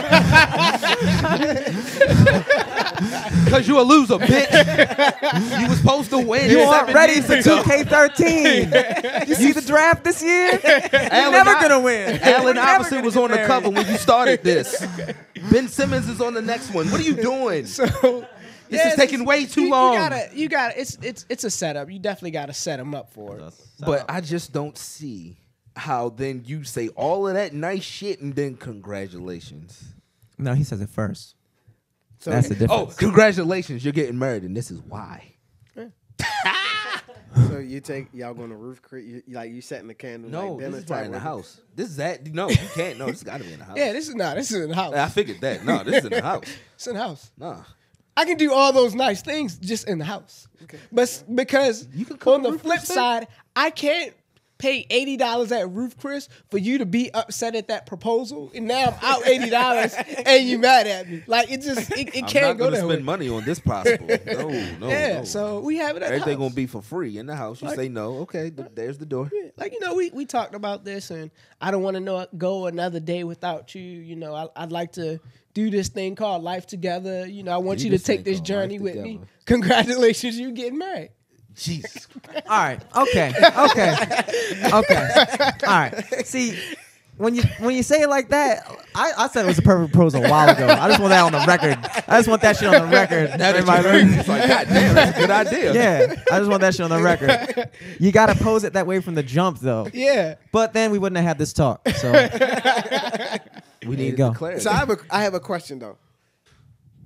C: Cause you a loser, bitch. you was supposed to win.
B: You
C: seven
B: aren't ready
C: years
B: for
C: ago.
B: 2K13. You see the draft this year? You're
C: Allen
B: never
C: Iver-
B: gonna win.
C: Allen
B: We're never
C: Iverson
B: gonna
C: was
B: get
C: on the
B: married.
C: cover when you started this. Ben Simmons is on the next one. What are you doing?
D: So,
C: This is taking way too
D: you,
C: long.
D: You gotta, you gotta. It's it's it's a setup. You definitely gotta set them up for it.
C: But I just don't see how then you say all of that nice shit and then congratulations.
B: No, he says it first.
A: So,
B: That's the
C: Oh,
B: difference.
C: congratulations, you're getting married and this is why.
A: so you take y'all going to roof creek? You, like you setting the candle?
C: No,
A: like dinner
C: this is probably in the
A: type
C: house. This is that. No, you can't. No, this has got to be in the house.
D: Yeah, this is not. This is in the
C: I
D: house.
C: figured that. No, this is in the house.
D: It's in the house.
C: Nah.
D: I can do all those nice things just in the house. But s- because
C: can cook
D: on the
C: roof
D: flip
C: Chris, too.
D: side, I can't pay eighty dollars at Roof Chris for you to be upset at that proposal, and now I'm out eighty dollars and you mad at me. Like it just it, it
C: I'm
D: can't
C: not going
D: go
C: to
D: that
C: spend
D: way.
C: money on this possible. No, no.
D: yeah,
C: no.
D: so we have it. At
C: Everything
D: the
C: going
D: house.
C: to be for free in the house. You say no. Okay, th- there's the door.
D: like you know we we talked about this, and I don't want to know go another day without you. You know I, I'd like to. Do this thing called life together. You know, I want
C: Do
D: you to
C: this
D: take
C: thing
D: this
C: called
D: journey
C: life
D: with me.
C: together.
D: Congratulations, you getting married.
C: Jesus. Christ.
B: Oh, All right. Okay. Okay. Okay. All right. See, when you when you say it like that, I, I said it was a perfect proposal a while ago. I just want that on the record. I just want that shit on the record.
C: Now that
B: Everybody-
C: you heard it, it's like, God damn, that's a good idea.
B: yeah. I just want that shit on the record. You gotta pose it that way from the jump though.
D: Yeah.
B: But then we wouldn't have had this talk. So
C: We
B: you
C: need
B: go.
C: to declare
A: So I have a I have a question though.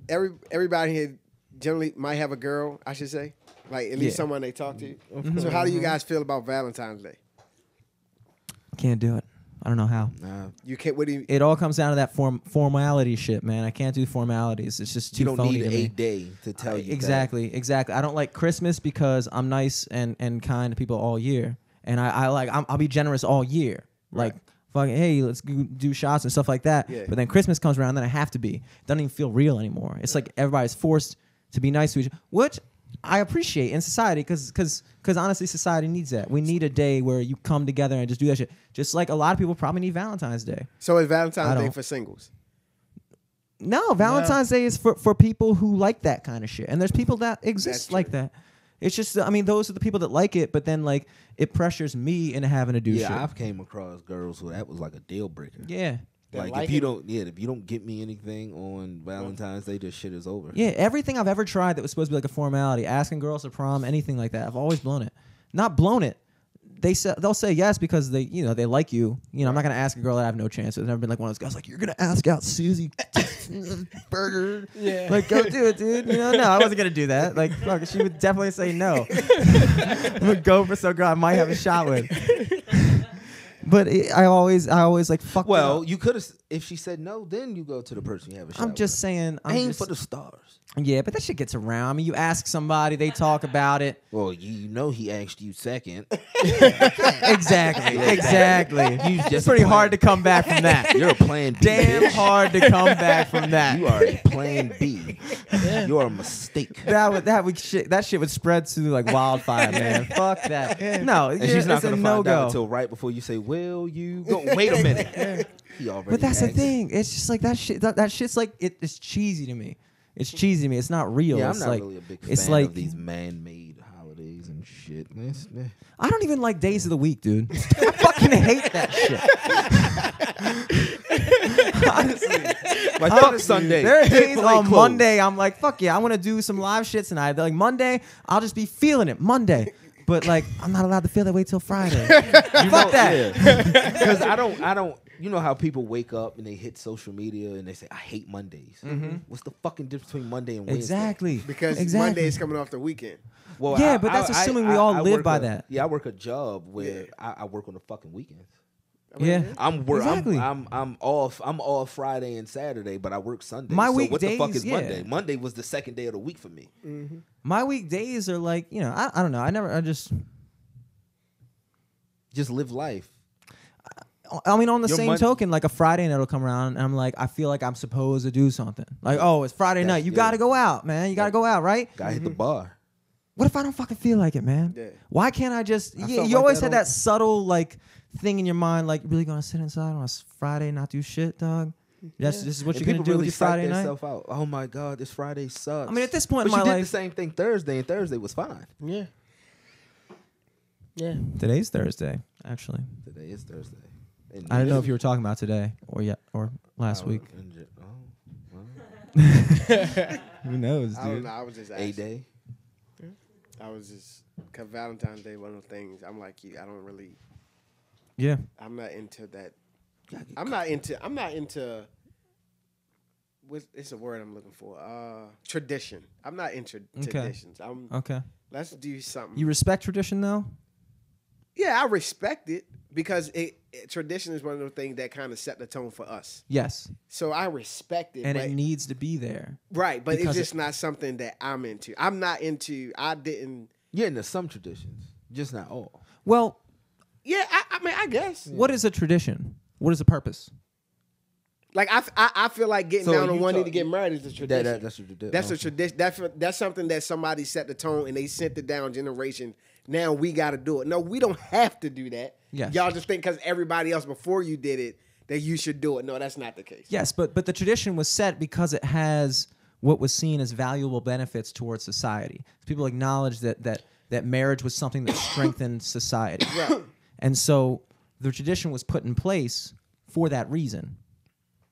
A: Every everybody here generally might have a girl, I should say, like at least
B: Yeah. Mm-hmm.
A: someone they talk to. So how do you guys feel about Valentine's Day?
B: can't do it. I don't know how.
C: Nah,
A: You can't. What do you?
B: It all comes down to that form formality shit, man. I can't do formalities. It's just too
C: you don't
B: phony
C: need
B: to
C: a
B: me.
C: day to tell you that.
B: exactly exactly i don't like christmas because i'm nice and and kind to people all year and i, I like I'm, i'll be generous all year like fucking hey, let's go do shots and stuff like that.
A: Yeah.
B: But then Christmas comes around, then I have to be. It doesn't even feel real anymore. It's like everybody's forced to be nice to each, which I appreciate in society because because honestly, society needs that. We need a day where you come together and just do that shit. Just like a lot of people probably need Valentine's Day.
A: So is
B: I
A: Valentine's Day
B: don't.
A: for singles?
B: No, Valentine's Day is for, for people who like that kind of shit. And there's people that exist
A: That's
B: like that. It's just, I mean, those are the people that like it, but then, like, it pressures me into having to do
C: Yeah,
B: shit.
C: I've came across girls who that was like a deal breaker.
B: yeah.
C: Like,
D: like
C: if you
D: it.
C: don't, yeah, if you don't get me anything on Valentine's Day, this shit is over.
B: Yeah. Everything I've ever tried that was supposed to be like a formality, asking girls to prom, anything like that, I've always blown it. Not blown it. They say, they'll say yes because they, you know, they like you. You know, I'm not going to ask a girl that I have no chance with. I've never been like one of those guys, like, you're going to ask out Susie Burger.
D: Yeah.
B: Like, go do it, dude. You know, no, I wasn't gonna do that. Like, fuck, she would definitely say no. I'm gonna go for some girl I might have a shot with. but it, I always, I always like fuck.
C: Well,
B: it up.
C: you could have. If she said no, then you go to the person you have a shot.
B: I'm just saying.
C: with.
B: I'm
C: aim
B: just,
C: for the stars.
B: yeah, but that shit gets around. I mean, you ask somebody, they talk about it.
C: Well, you, you know he asked you second.
B: Exactly, exactly.
C: You just
B: It's pretty
C: playing-
B: hard to come back from that.
C: You're a plan B.
B: Damn
C: bitch.
B: hard to come back from that.
C: You are a plan B. You are a mistake.
B: that would that would shit that shit would spread to like wildfire, man. Fuck that. No,
C: And she's not
B: it's a
C: gonna find
B: no
C: out
B: go.
C: until right before you say, "Will you go?" Wait a minute. He already.
B: But that's the
C: asked.
B: thing. It's just like that shit. That, that shit's like it, it's cheesy to me. It's cheesy to me. It's not real.
C: Yeah, I'm
B: it's
C: not
B: like
C: really a big fan
B: it's like
C: of these man-made holidays and shit. That's- eh.
B: I don't even like days of the week, dude. I fucking hate that shit. Honestly,
C: Like
B: Honestly,
C: fuck Sunday.
B: There are days
C: Chick-fil-A
B: on
C: closed.
B: Monday. I'm like, fuck yeah, I want to do some live shit tonight. They're like Monday, I'll just be feeling it Monday. But like, I'm not allowed to feel that way till Friday.
C: You
B: Fuck
C: know-
B: that.
C: yeah. Cuz I don't I don't you know how people wake up and they hit social media and they say I hate Mondays. What's the fucking difference between Monday and Wednesday?
B: Mm-hmm. Exactly.
A: Because
B: exactly.
A: Monday is coming off the weekend.
C: Well,
B: Yeah, but that's assuming we all live
C: work
B: by
C: a-
B: that.
C: Yeah, I work a job where
A: Yeah.
C: I, I work on the fucking weekends.
B: Yeah.
C: I'm work.
B: Exactly.
C: I'm, I'm I'm off. I'm off Friday and Saturday, but I work Sunday.
B: My
C: so what the fuck
B: weekdays,
C: is
B: yeah. Mm.
C: Monday? Monday was the second day of the week for me.
B: My weekdays are like, you know, I, I don't know. I never, I just,
C: Just live life.
B: I mean, on the
C: Your
B: same
C: Mon-
B: token, like a Friday night will come around, and I'm like, I feel like I'm supposed to do something. Like, oh, it's Friday
C: That's-
B: night. You
C: yeah.
B: got to go out, man. You got to go out, right?
C: Gotta hit the bar.
B: What if I don't fucking feel like it, man?
A: Yeah.
B: Why can't I just?
C: I
B: yeah, you
C: felt like
B: always
C: that
B: had
C: on-
B: that subtle like thing in your mind, like you really gonna sit inside on a s- Friday, not do shit, dog. That's this is what
C: And
B: you're gonna
C: people
B: do
C: really
B: with your
C: psych
B: Friday night.
C: themselves out. Oh my god, this Friday sucks.
B: I mean, at this point
C: but
B: in my
C: you did
B: life-
C: the same thing Thursday, and Thursday was fine.
D: Yeah. Yeah.
B: Today's Thursday, actually.
C: Today is Thursday. And
B: I don't know if you were talking about today or yet or last week.
C: Injured. Oh,
B: Who knows,
A: I don't
B: dude?
A: know. I was just
C: a
A: asking.
C: day.
A: I was just because Valentine's Day one of those things. I'm like you. I don't really.
B: Yeah,
A: I'm not into that. I'm not into. I'm not into. What's, it's a word I'm looking for. Uh, tradition. I'm not into
B: Okay.
A: traditions. I'm.
B: okay.
A: Let's do something.
B: You respect tradition though.
A: yeah, I respect it because it, it- tradition is one of those things that kind of set the tone for us.
B: Yes,
A: So I respect it.
B: and
A: but-
B: it needs to be there.
A: right, but it's
B: because
A: just not something that I'm into. I'm not into. I didn't.
C: You're into some traditions, just not all.
B: Well,
A: Yeah, I, I mean, I guess.
B: What is a tradition? What is a purpose?
A: Like I, f- I, I feel like getting
C: So
A: down on
C: you
A: one knee
C: talk-
A: to get married is a tradition.
C: That, that, that's what you did.
A: That's
C: oh.
A: a tradition. That's that's something that somebody set the tone and they sent it down generation. Now we got to do it. No, we don't have to do that.
B: Yes.
A: Y'all just think because everybody else before you did it that you should do it. No, that's not the case.
B: Yes, but but the tradition was set because it has what was seen as valuable benefits towards society. People acknowledge that that that marriage was something that strengthened society.
A: Right.
B: And so the tradition was put in place for that reason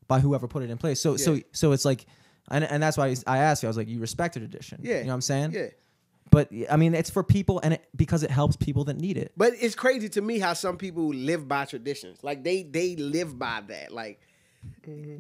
B: by whoever put it in place. So so
A: Yeah.
B: so it's like and, and that's why I asked you. I was like, you respect the tradition.
A: Yeah.
B: You know what I'm saying?
A: Yeah.
B: But I mean, it's for people, and it, because it helps people that need it.
A: But it's crazy to me how some people live by traditions. Like they they live by that. Like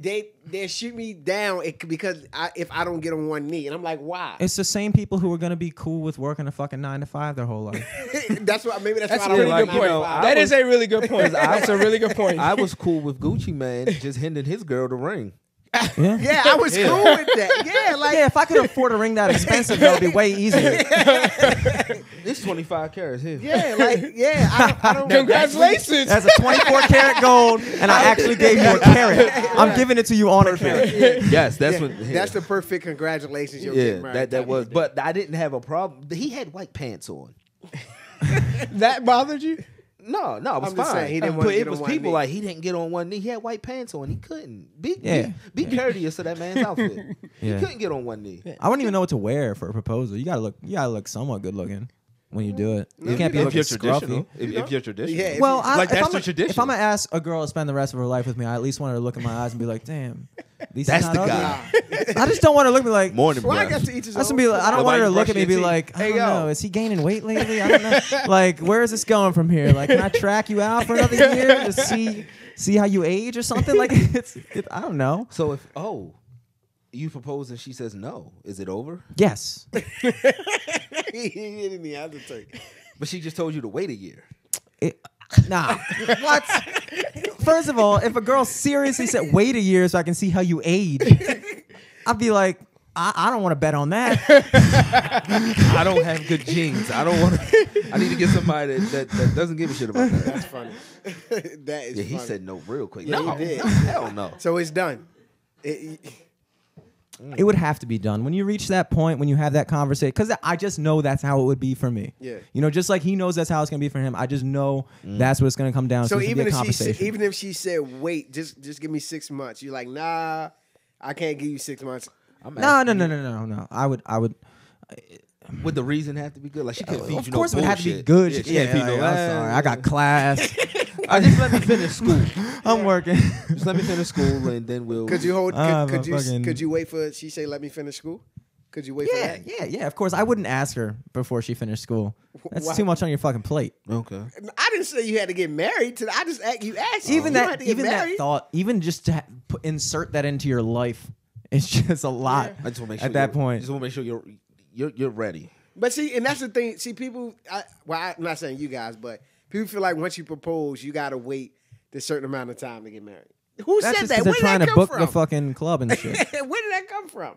A: they they shoot me down it- because I, if I don't get on one knee, and I'm like, why?
B: It's the same people who are going to be cool with working a fucking nine to five their whole life.
A: that's what maybe that's,
C: That's
A: why
C: a
A: I don't
C: really
A: like
C: good point.
A: nine to five.
C: I
D: That is
C: was-
D: a really good point. That's a really good point.
C: I was cool with Gucci man just handing his girl the ring.
B: Yeah.
A: Yeah, I was cool with that. Yeah, like
B: Yeah, if I could afford a ring that expensive, that would be way easier.
C: This 25 carats here.
A: yeah, like yeah. I don't, I don't
D: Congratulations.
B: That's a 24 karat gold, and I actually gave you a carat. I'm giving it to you on a carat.
C: Yes, that's what.
A: That's the perfect congratulations you'll
C: yeah,
A: get. Murray.
C: that that was. But I didn't have a problem. He had white pants on.
D: that bothered you?
C: No, no, it was
A: I'm
C: fine.
A: just saying, he didn't wanna
C: but
A: get
C: it
A: on
C: was
A: one
C: people
A: knee.
C: like he didn't get on one knee. He had white pants on. He couldn't be
B: Yeah.
C: be, be courteous to that man's outfit.
B: Yeah.
C: He couldn't get on one knee.
B: I wouldn't even know what to wear for a proposal. You gotta look. You gotta look somewhat good looking when you do it. You can't be
C: if
B: looking
C: you're
B: scruffy.
C: traditional, if, if you're traditional,
A: Yeah, if
B: Well, I,
C: Like,
B: if,
C: that's
B: I'm
C: the
B: a,
C: tradition.
B: if I'm gonna ask a girl to spend the rest of her life with me, I at least want her to look in my eyes and be like, "Damn, at least
C: that's
B: he's
C: the
B: not
C: guy.
B: ugly." I just don't want her to look at me like.
C: Morning,
A: well, I
C: breath.
A: got to each his
B: I just
A: own.
B: be like, I don't want her to
C: Nobody
B: look at me and be
C: brush your
B: like,
C: teeth.
B: I
C: Hey,
B: don't
C: yo.
B: know, is he gaining weight lately? I don't know. like, where is this going from here? Like, can I track you out for another year to see see how you age or something? Like, it's it, I don't know.
C: So if oh, you propose and she says no, is it over?
B: Yes.
A: he didn't need to take.
C: But she just told you to wait a year.
B: It, nah. what? First of all, if a girl seriously said, wait a year so I can see how you age, I'd be like, I, I don't want to bet on that.
C: I don't have good genes. I don't want to. I need to get somebody that, that, that doesn't give a shit about that.
A: That's funny. that is.
C: Yeah, he
A: funny.
C: said no real quick.
A: Yeah, he
C: no,
A: did.
C: hell no.
A: So it's done. It- it-
B: It would have to be done. When you reach that point, when you have that conversation, because I just know that's how it would be for me.
A: Yeah.
B: You know, just like he knows that's how it's going to be for him, I just know that's what it's going to come down to.
A: so
B: It's gonna
A: even
B: be a
A: if she
B: conversation.
A: said, even if she said wait, just just give me six months. You're like nah, I can't give you six months.
C: I'm
B: no,
C: asking
B: no, no, no, no, no. I would, I would.
C: you, Would the reason have to be good? Like she couldn't feed you
B: Of course,
C: no
B: it would have to be
C: bullshit.
B: good.
C: Yeah, she
B: Yeah,
C: can't feed
B: like,
C: no
B: I'm sorry, I got class.
C: I just let me finish school.
B: I'm working.
C: Just let me finish school and then we'll.
A: Could you hold? Could,
B: Ah,
A: could you
B: motherfucking-
A: could you wait for? She say let me finish school. Could you wait for
B: Yeah,
A: that?
B: yeah, yeah. Of course, I wouldn't ask her before she finished school. That's
A: Why?
B: too much on your fucking plate.
C: Okay.
A: I didn't say you had to get married. To I just act, you asked.
B: Even
A: you don't have
B: that,
A: to get
B: even that
A: married.
B: thought, even just to ha- put, insert that into your life, it's just a lot.
C: I just want to make sure
B: at that
C: you're-
B: point.
C: Just want to make sure you're you're you're ready.
A: But see, and that's the thing. See, people. I, well, I'm not saying you guys, but people feel like once you propose, you gotta wait a certain amount of time to get married. Who
B: That's
A: said
B: just
A: that?
B: 'cause they're
A: Where did
B: trying
A: that
B: to
A: come
B: book
A: from?
B: the fucking club and shit.
A: Where did that come from?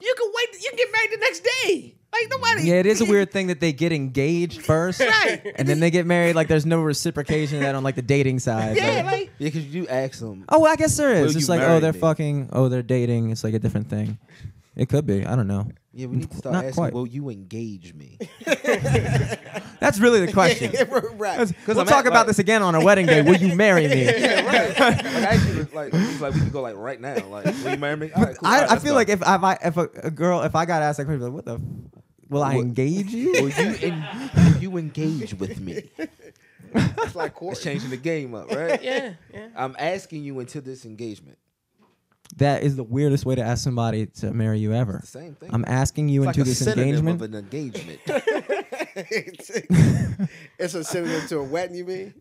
A: You can wait. You can get married the next day. Like nobody.
B: yeah, it is a weird thing that they get engaged first,
A: Right.
B: and then they get married. Like there's no reciprocation of that on like the dating side.
A: Yeah,
B: Like,
A: like
C: Yeah, because you do ask them.
B: oh, well, I guess there is.
C: Will
B: It's
C: you
B: like oh,
C: marry
B: they're
C: me?
B: fucking. Oh, they're dating. It's like a different thing. It could be. I don't know.
C: Yeah, we need to start
B: Not
C: asking.
B: quite.
C: Will you engage me?
B: That's really the question.
A: right.
B: We'll
C: I'm at,
B: talk about
C: like-
B: this again on our wedding day. Will you marry me?
C: like, I actually, like, he's like, we could go like right now. Like, will you marry me? All right, cool. All
B: I,
C: right,
B: I
C: let's
B: feel
C: go.
B: like if if I if a, a girl if I got asked that question, like, what the f- will I engage
C: will
B: you?
C: you en- will you engage with me?
A: It's like
C: It's
A: court.
C: changing the game up, right?
D: Yeah, yeah.
C: I'm asking you into this engagement.
B: that is the weirdest way to ask somebody to marry you ever.
C: Same thing.
B: I'm asking you
C: It's
B: into
C: like a
B: this
C: synonym
B: engagement.
C: of an engagement.
A: it's a synonym to a wedding. You mean?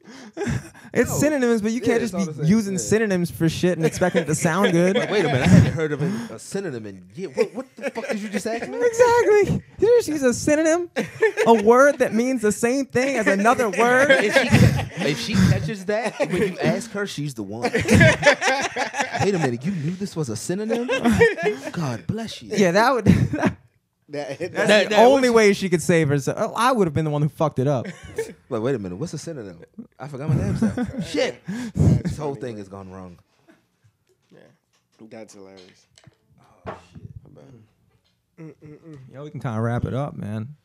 B: it's
C: No.
B: synonyms, but you
C: Yeah,
B: can't
C: it's
B: just
C: all the
B: be
C: same.
B: using
C: Yeah.
B: synonyms for shit and expecting it to sound good.
C: Like, wait a minute, I haven't heard of a, a synonym in yeah. What, what the fuck did you just ask me?
B: Exactly. Did you just use a synonym? A word that means the same thing as another word?
C: If she, if she catches that, when you ask her, she's the one. Wait a minute, you knew this was a synonym? God bless you.
B: Yeah, that would. That's
A: That, that,
B: the only way she could save herself. Oh, I would have been the one who fucked it up.
C: Like, wait a minute, what's a synonym? I forgot my damn self. Shit. This whole thing has gone wrong.
A: that's hilarious.
B: Yeah, we can kind of wrap it up, man.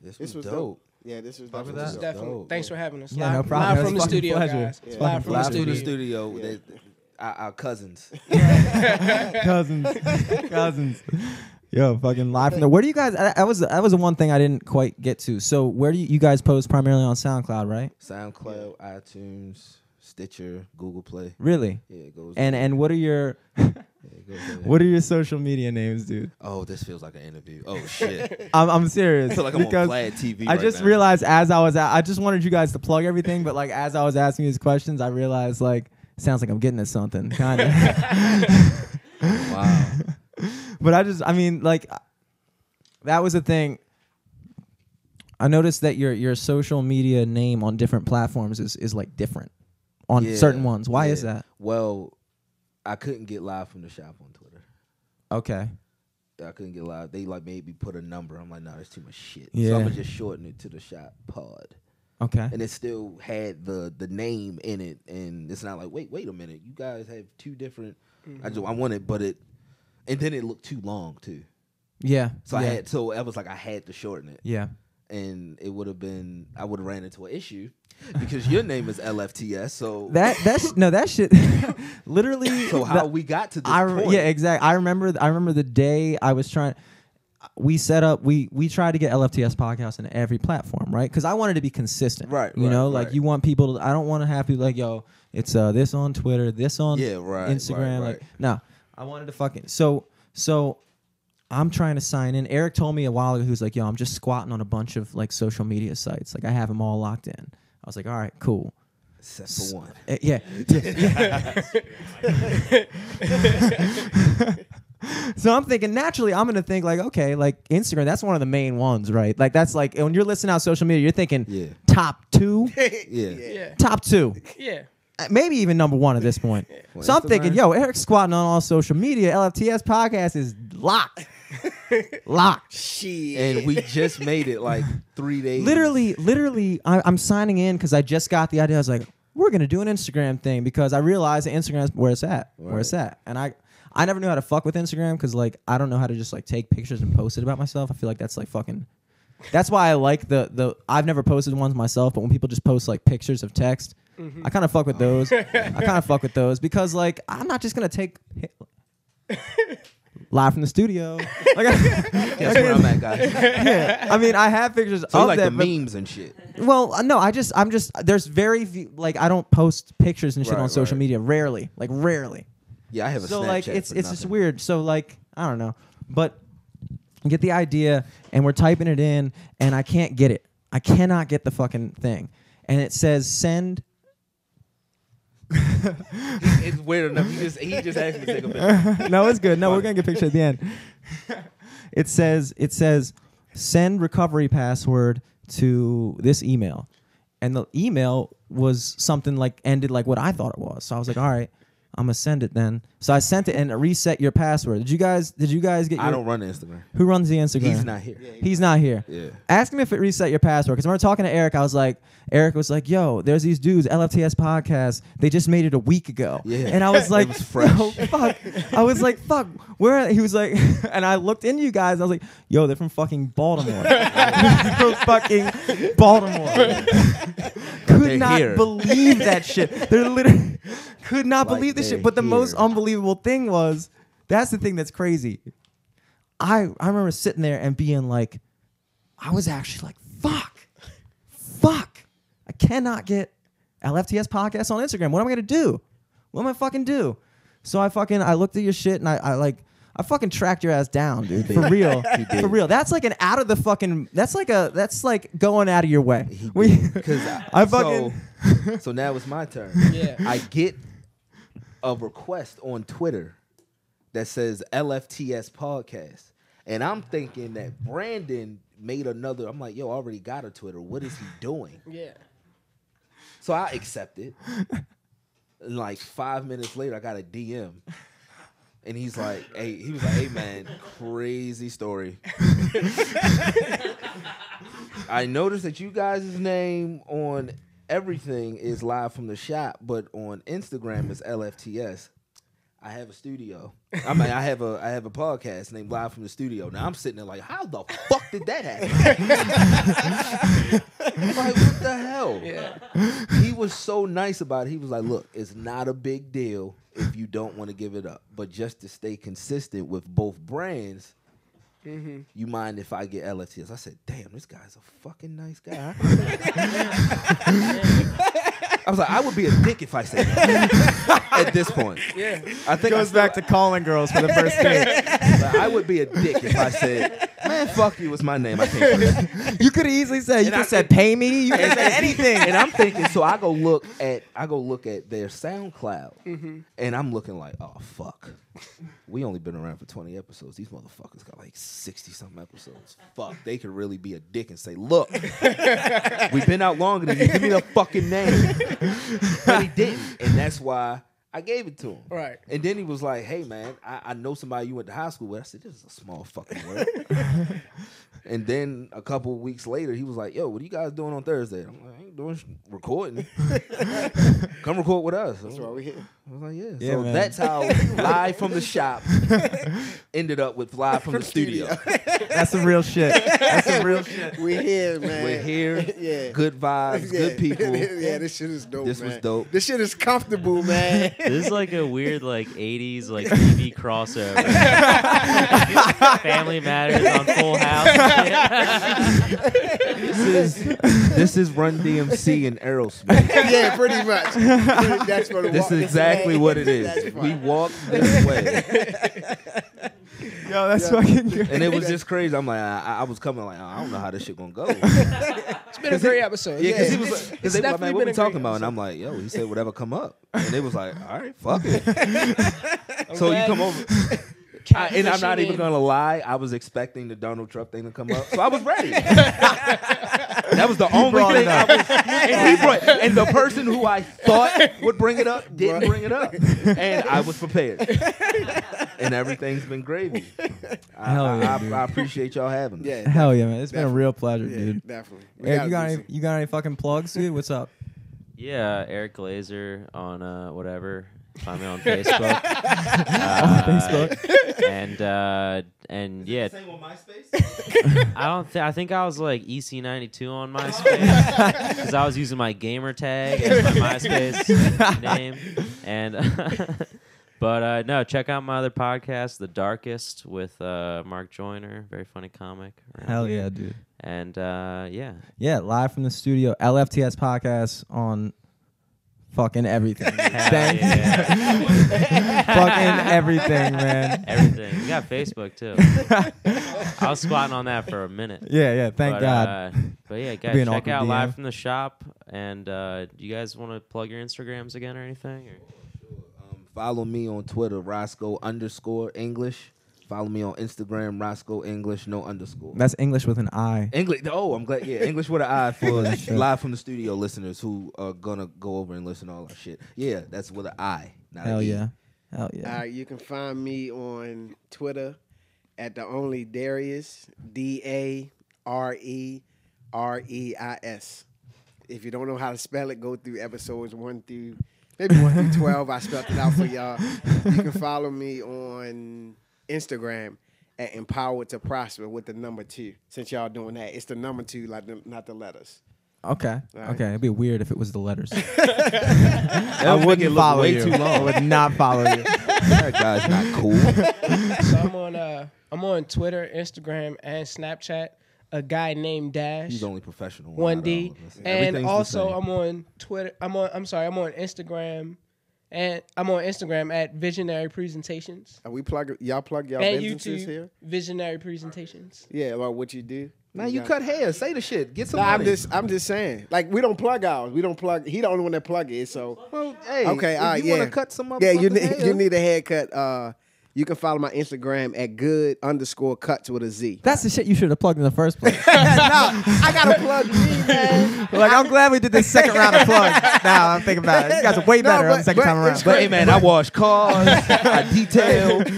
C: This was,
A: This was dope.
C: dope.
A: Yeah, this was
C: Fuck
A: dope.
C: with
A: This was
C: that.
A: dope.
D: Definitely.
C: dope.
D: Thanks for having us.
B: Yeah,
D: live,
B: no problem. It
D: Live from the
B: was a fucking
D: studio,
B: pleasure.
D: guys.
B: It's fucking
D: Live from the
C: Live from
D: studio.
C: the studio. they- our, our cousins.
B: cousins, cousins. Yo, fucking live from there. Where do you guys? I, I was that was the one thing I didn't quite get to. So where do you, you guys post primarily on SoundCloud, right?
C: SoundCloud, iTunes, Stitcher, Google Play.
B: Really?
C: Yeah, it goes.
B: And and what are your
C: it goes there.
B: what are your social media names, dude?
C: Oh, this feels like an interview. Oh shit!
B: I'm, I'm serious.
C: I feel like I'm on
B: because
C: Vlad TV.
B: I
C: right
B: just
C: now.
B: realized as I was at, I just wanted you guys to plug everything, but like as I was asking these questions, I realized like sounds like I'm getting at something, kind of.
C: Wow.
B: but I just, I mean, like, that was the thing. I noticed that your your social media name on different platforms is is like different on
C: Yeah,
B: certain ones. Why is
C: yeah.
B: that?
C: Well, I couldn't get live from the shop on Twitter.
B: Okay.
C: I couldn't get live. They like made me put a number. I'm like, no, nah, that's too much shit. So
B: Yeah.
C: I'm gonna just shorten it to the shop pod.
B: Okay.
C: and it still had the the name in it and it's not like wait wait a minute you guys have two different i
B: Mm-hmm.
C: just i wanted but it and then it looked too long too
B: Yeah.
C: so i
B: yeah.
C: had so i was like i had to shorten it
B: Yeah.
C: and it would have been i would have ran into an issue because your name is lfts so
B: That that's no that shit. literally.
C: so
B: the-
C: how we got to this
B: I rem-
C: point
B: yeah exactly. I remember I remember the day I was trying. We set up. We we tried to get LFTS podcast in every platform, right? Because I wanted to be consistent,
C: Right,
B: You
C: right,
B: know, like
C: right.
B: you want people. to I don't want to have people like, yo, it's uh this on Twitter, this on
C: Yeah, right,
B: Instagram.
C: right,
B: Like
C: right.
B: no, I wanted to fucking so so. I'm trying to sign in. Eric told me a while ago, he was like, yo, I'm just squatting on a bunch of like social media sites. Like I have them all locked in. I was like, all right, cool.
C: except for one
B: Uh, yeah. yeah, Uh, yeah. so I'm thinking naturally, I'm gonna think like, okay, like Instagram, that's one of the main ones, right? Like that's like when you're listing out social media, you're thinking
C: Yeah.
B: top two,
C: yeah,
D: Yeah.
B: top two,
D: Yeah.
B: Uh, maybe even number one at this point. so I'm thinking,
C: Instagram?
B: yo, Eric's squatting on all social media. LFTS podcast is locked, locked.
A: Shit.
C: and we just made it like three days
B: Literally, literally, I, I'm signing in because I just got the idea. I was like, we're gonna do an Instagram thing because I realized that Instagram's where it's at, where it's at, and I. I never knew how to fuck with Instagram because like I don't know how to just like take pictures and post it about myself. I feel like that's like fucking. That's why I like the the I've never posted ones myself, but when people just post like pictures of text,
C: Mm-hmm.
B: I kind of fuck with those. I kind of fuck with those because like I'm not just gonna take live from the studio. Like,
C: that's where i'm at guys
B: I mean, I have pictures
C: so
B: of
C: like the
B: that, but
C: memes and shit
B: well, uh, no, I just, I'm just, there's very few, like, I don't post pictures and shit
C: Right,
B: on social
C: right.
B: media. Rarely. Like, rarely.
C: yeah i have a
B: So,
C: Snapchat
B: like, it's,
C: for
B: it's just
C: nothing.
B: weird. So, like, I don't know. But I get the idea, and we're typing it in, and I can't get it. I cannot get the fucking thing. And it says send.
C: it's weird enough he just he just asked me to take a picture
B: no, it's good. No, we're going to get a picture at the end. it says, it says send recovery password to this email. and the email was something like ended like what I thought it was. So I was like, all right, I'm gonna send it then. So I sent it and it reset your password. Did you guys? Did you guys get? Your,
C: I don't run Instagram.
B: Who runs the Instagram?
C: He's not here.
B: He's not here.
C: Yeah.
B: Ask him if it reset your password. Because when we were talking to Eric, I was like, Eric was like, yo, there's these dudes, LFTS podcast. They just made it a week ago.
C: Yeah.
B: And I was like,
C: was fresh.
B: "No, fuck. I was like, fuck. Where? He was like, and I looked into you guys. I was like, yo, they're from fucking Baltimore. from fucking Baltimore. could
C: They're
B: not
C: here.
B: believe that shit. They're literally, could not
C: Like,
B: believe this
C: they're
B: shit. But the most
C: here.
B: unbelievable thing was, that's the thing that's crazy. I I remember sitting there and being like, I was actually like, fuck, fuck, I cannot get LFTS podcast on Instagram. What am I gonna do? What am I fucking do? So I fucking I looked at your shit and I, I like I fucking tracked your ass down, dude. For real, for real. That's like an out of the fucking. That's like a. That's like going out of your way. We,
C: Because I,
B: I fucking.
C: So, so now it's my turn.
D: Yeah.
C: I get a request on Twitter that says LFTS podcast. And I'm thinking that Brandon made another. I'm like, yo, I already got a Twitter. What is he doing?
D: Yeah.
C: So I accept it. And like five minutes later, I got a DM. And he's like, hey, he was like, hey man, crazy story. I noticed that you guys' name on everything is live from the shop, but on Instagram it's LFTS. I have a studio. I mean, I have a I have a podcast named Live from the Studio. Now I'm sitting there like, how the fuck did that happen? like, what the hell?
D: Yeah.
C: he was so nice about it. He was like, "Look, it's not a big deal if you don't want to give it up, but just to stay consistent with both brands." You mind if I get LFTs? I said, "Damn, this guy's a fucking nice guy." I was like, "I would be a dick if I said that." At this point,
D: Yeah.
C: I think I,
B: back to calling girls for the first date.
C: like, I would be a dick if I said, "Man, fuck you," was my name. I can't.
B: you could have easily said you could
C: I
B: have said pay me. You could have said anything.
C: and I'm thinking, so I go look at I go look at their SoundCloud, and I'm looking like, oh fuck, we only been around for 20 episodes. These motherfuckers got like 60 something episodes. Fuck, they could really be a dick and say, look, we've been out longer than you. Give me the fucking name. But he didn't, and that's why I gave it to him.
D: Right.
C: And then he was like, "Hey man, I, I know somebody you went to high school with." I said, "This is a small fucking world." and then a couple weeks later, he was like, "Yo, what are you guys doing on Thursday?" I'm like, "I ain't doing sh- recording. Come record with us."
A: That's why we here.
C: I was like, "Yeah."
B: Yeah,
C: so
B: man.
C: that's how live from the shop ended up with live from the studio.
B: That's some real shit. That's some real shit.
A: We here, man.
C: We're here.
A: yeah.
C: Good vibes.
A: Yeah.
C: Good people.
A: yeah, this shit is dope.
C: This was
A: man.
C: dope.
A: This shit is comfortable, man.
E: This is like a weird like '80s like TV crossover. Family Matters on Full House. and shit.
C: This is this is Run DMC and Aerosmith.
A: yeah, pretty much. That's what it
C: This
A: wa-
C: is exactly what it is.
A: That's
C: We
A: fine.
C: walked this way.
B: Yo, that's fucking good.
C: and it was just crazy. I'm like, I, I was coming like, "Oh, I don't know how this shit gonna go. Yeah,
D: It's been a great episode.
C: because he
D: Yeah.
C: was
D: It's-
C: like,
D: it's
C: because they were like, man,
D: definitely
C: what
D: been
C: we
D: a great
C: talking about? And
D: episode.
C: I'm like, yo, he said whatever come up, and they was like, all right, fuck it. so you
D: glad
C: come
D: you-
C: over, I- and I'm not even gonna lie, I was expecting the Donald Trump thing to come up, so I was ready. that was the only
B: brought it
C: thing I
B: up.
C: was. And, he brought, and the person who I thought would bring it up didn't
A: Right.
C: bring it up, and I was prepared. and everything's been gravy. I,
B: Hell
C: I-
B: yeah,
C: I-
B: dude.
C: I appreciate y'all having me.
A: Yeah,
B: Hell yeah, man. It's been a real pleasure,
A: yeah,
B: dude.
A: definitely. We
B: Eric,
A: gotta
B: you got
A: do
B: any,
A: some-
B: you got any fucking plugs, dude? What's up?
E: Yeah, Eric Glazer on uh, whatever. Find me on Facebook.
B: On
E: Uh,
B: Facebook.
E: And uh, and yeah, I don't. Th- I think I was like EC92 on MySpace because I was using my gamer tag as my MySpace name. And but uh, no, check out my other podcast, The Darkest, with uh, Mark Joyner, very funny comic.
B: Hell yeah, dude.
E: And uh, yeah,
B: Yeah, live from the studio, LFTS podcast on fucking everything.
E: Hell
B: Thank-
E: yeah.
B: fucking everything, man.
E: everything. We got Facebook too. I was squatting on that for a minute.
B: Yeah, yeah. Thank
E: but,
B: God.
E: Uh, but yeah, guys,
B: Be an
E: check
B: awkward
E: out
B: DM.
E: live from the shop. And uh, do you guys want to plug your Instagrams again or anything? Or?
C: Um, follow me on Twitter, Roscoe underscore English. Follow me on Instagram, Roscoe English, no underscore.
B: That's English with an I.
C: English. Oh, I'm glad. Yeah, English with an eye for
B: Holy shit.
C: live from the studio listeners who are gonna go over and listen to all our shit. Yeah, that's with an I. Not
B: Hell
C: an E.
B: yeah. Hell yeah.
A: Uh, you can find me on Twitter at the only Darius D A R E R E I S. If you don't know how to spell it, go through episodes one through maybe one through twelve. I spelled it out for y'all. You can follow me on Instagram at Empowered to Prosper with the number two. Since y'all doing that, it's the number two, like the, not the letters.
B: Okay.
A: right.
B: Okay. It'd be weird if it was the letters. I
C: That'll make it
B: wouldn't
C: look
B: follow
C: way
B: you.
C: Too
B: I
C: long.
B: would not follow you.
C: that guy's not cool.
D: So I'm on uh I'm on Twitter, Instagram, and Snapchat. A guy named Dash.
C: He's the only professional. out
D: One
C: of all
D: D.
C: of us. Everything's
D: And
C: the
D: also
C: same.
D: I'm on Twitter I'm on I'm sorry, I'm on Instagram and I'm on Instagram at Visionary Presentations.
A: Are we plug y'all plug y'all
D: And
A: businesses
D: YouTube
A: here?
D: Visionary Presentations.
A: Yeah, about what you do.
C: now you
A: got-
C: cut hair. Say the shit. Get some.
A: No, I'm
C: money.
A: just I'm just saying. Like we don't plug ours. We don't plug. He the only one that plug it. So
C: Well, hey,
A: okay,
C: if
A: all right,
C: you
A: yeah.
C: want to cut some
A: yeah, you
C: motherfucker's
A: need
C: hair,
A: you need a haircut. Uh, you can follow my Instagram at good underscore cuts with a Z.
B: That's the shit you should have plugged in the first place.
A: I gotta plug me, man.
B: like, I'm glad we did this second round of plugs. Now I'm thinking about it. You guys are way
A: No,
B: better on
A: but-
B: the second
A: but
B: time around.
A: it's
C: But hey, man, I wash cars. I detail.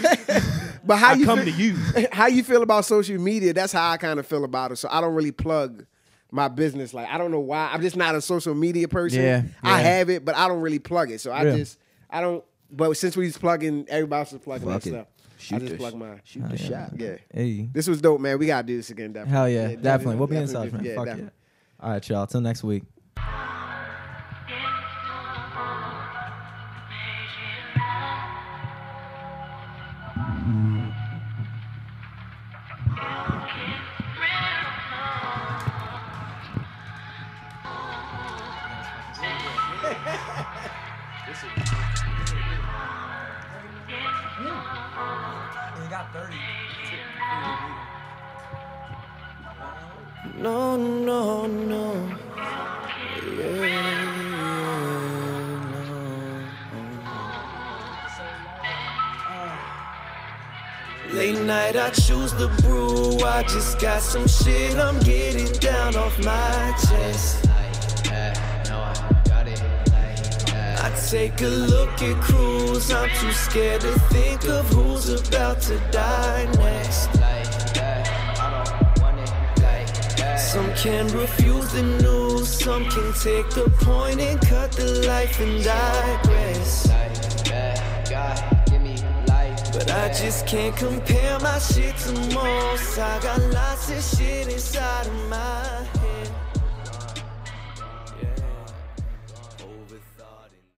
A: But how
C: I
A: you
C: come
A: feel,
C: to you.
A: how you feel about social media? That's how I kind of feel about it. So I don't really plug my business. Like I don't know why. I'm just not a social media person.
B: Yeah,
A: I
B: yeah.
A: have it, but I don't really plug it. So I
B: Real.
A: just I don't. But since we was plugging, everybody else was plugging their
C: Fuck it.
A: stuff.
C: Shoot
A: I just
C: the
A: plug
C: sh-
A: mine.
C: Shoot the shot.
A: Yeah.
B: Hey.
A: This was dope, man. We gotta do this again, definitely.
B: Hell yeah. definitely. We'll be in
A: definitely
B: touch, man.
A: do- yeah,
B: Fuck
A: definitely.
B: yeah. All right, y'all. Till next week.
F: No, no, no. Yeah, no. Late night, I choose the brew. I just got some shit I'm getting down off my chest. I Take a look at Cruz. I'm too scared to think of who's about to die next. Some can refuse the news, some can take the point and cut the life and digress. But I just can't compare my shit to most. I got lots of shit inside of my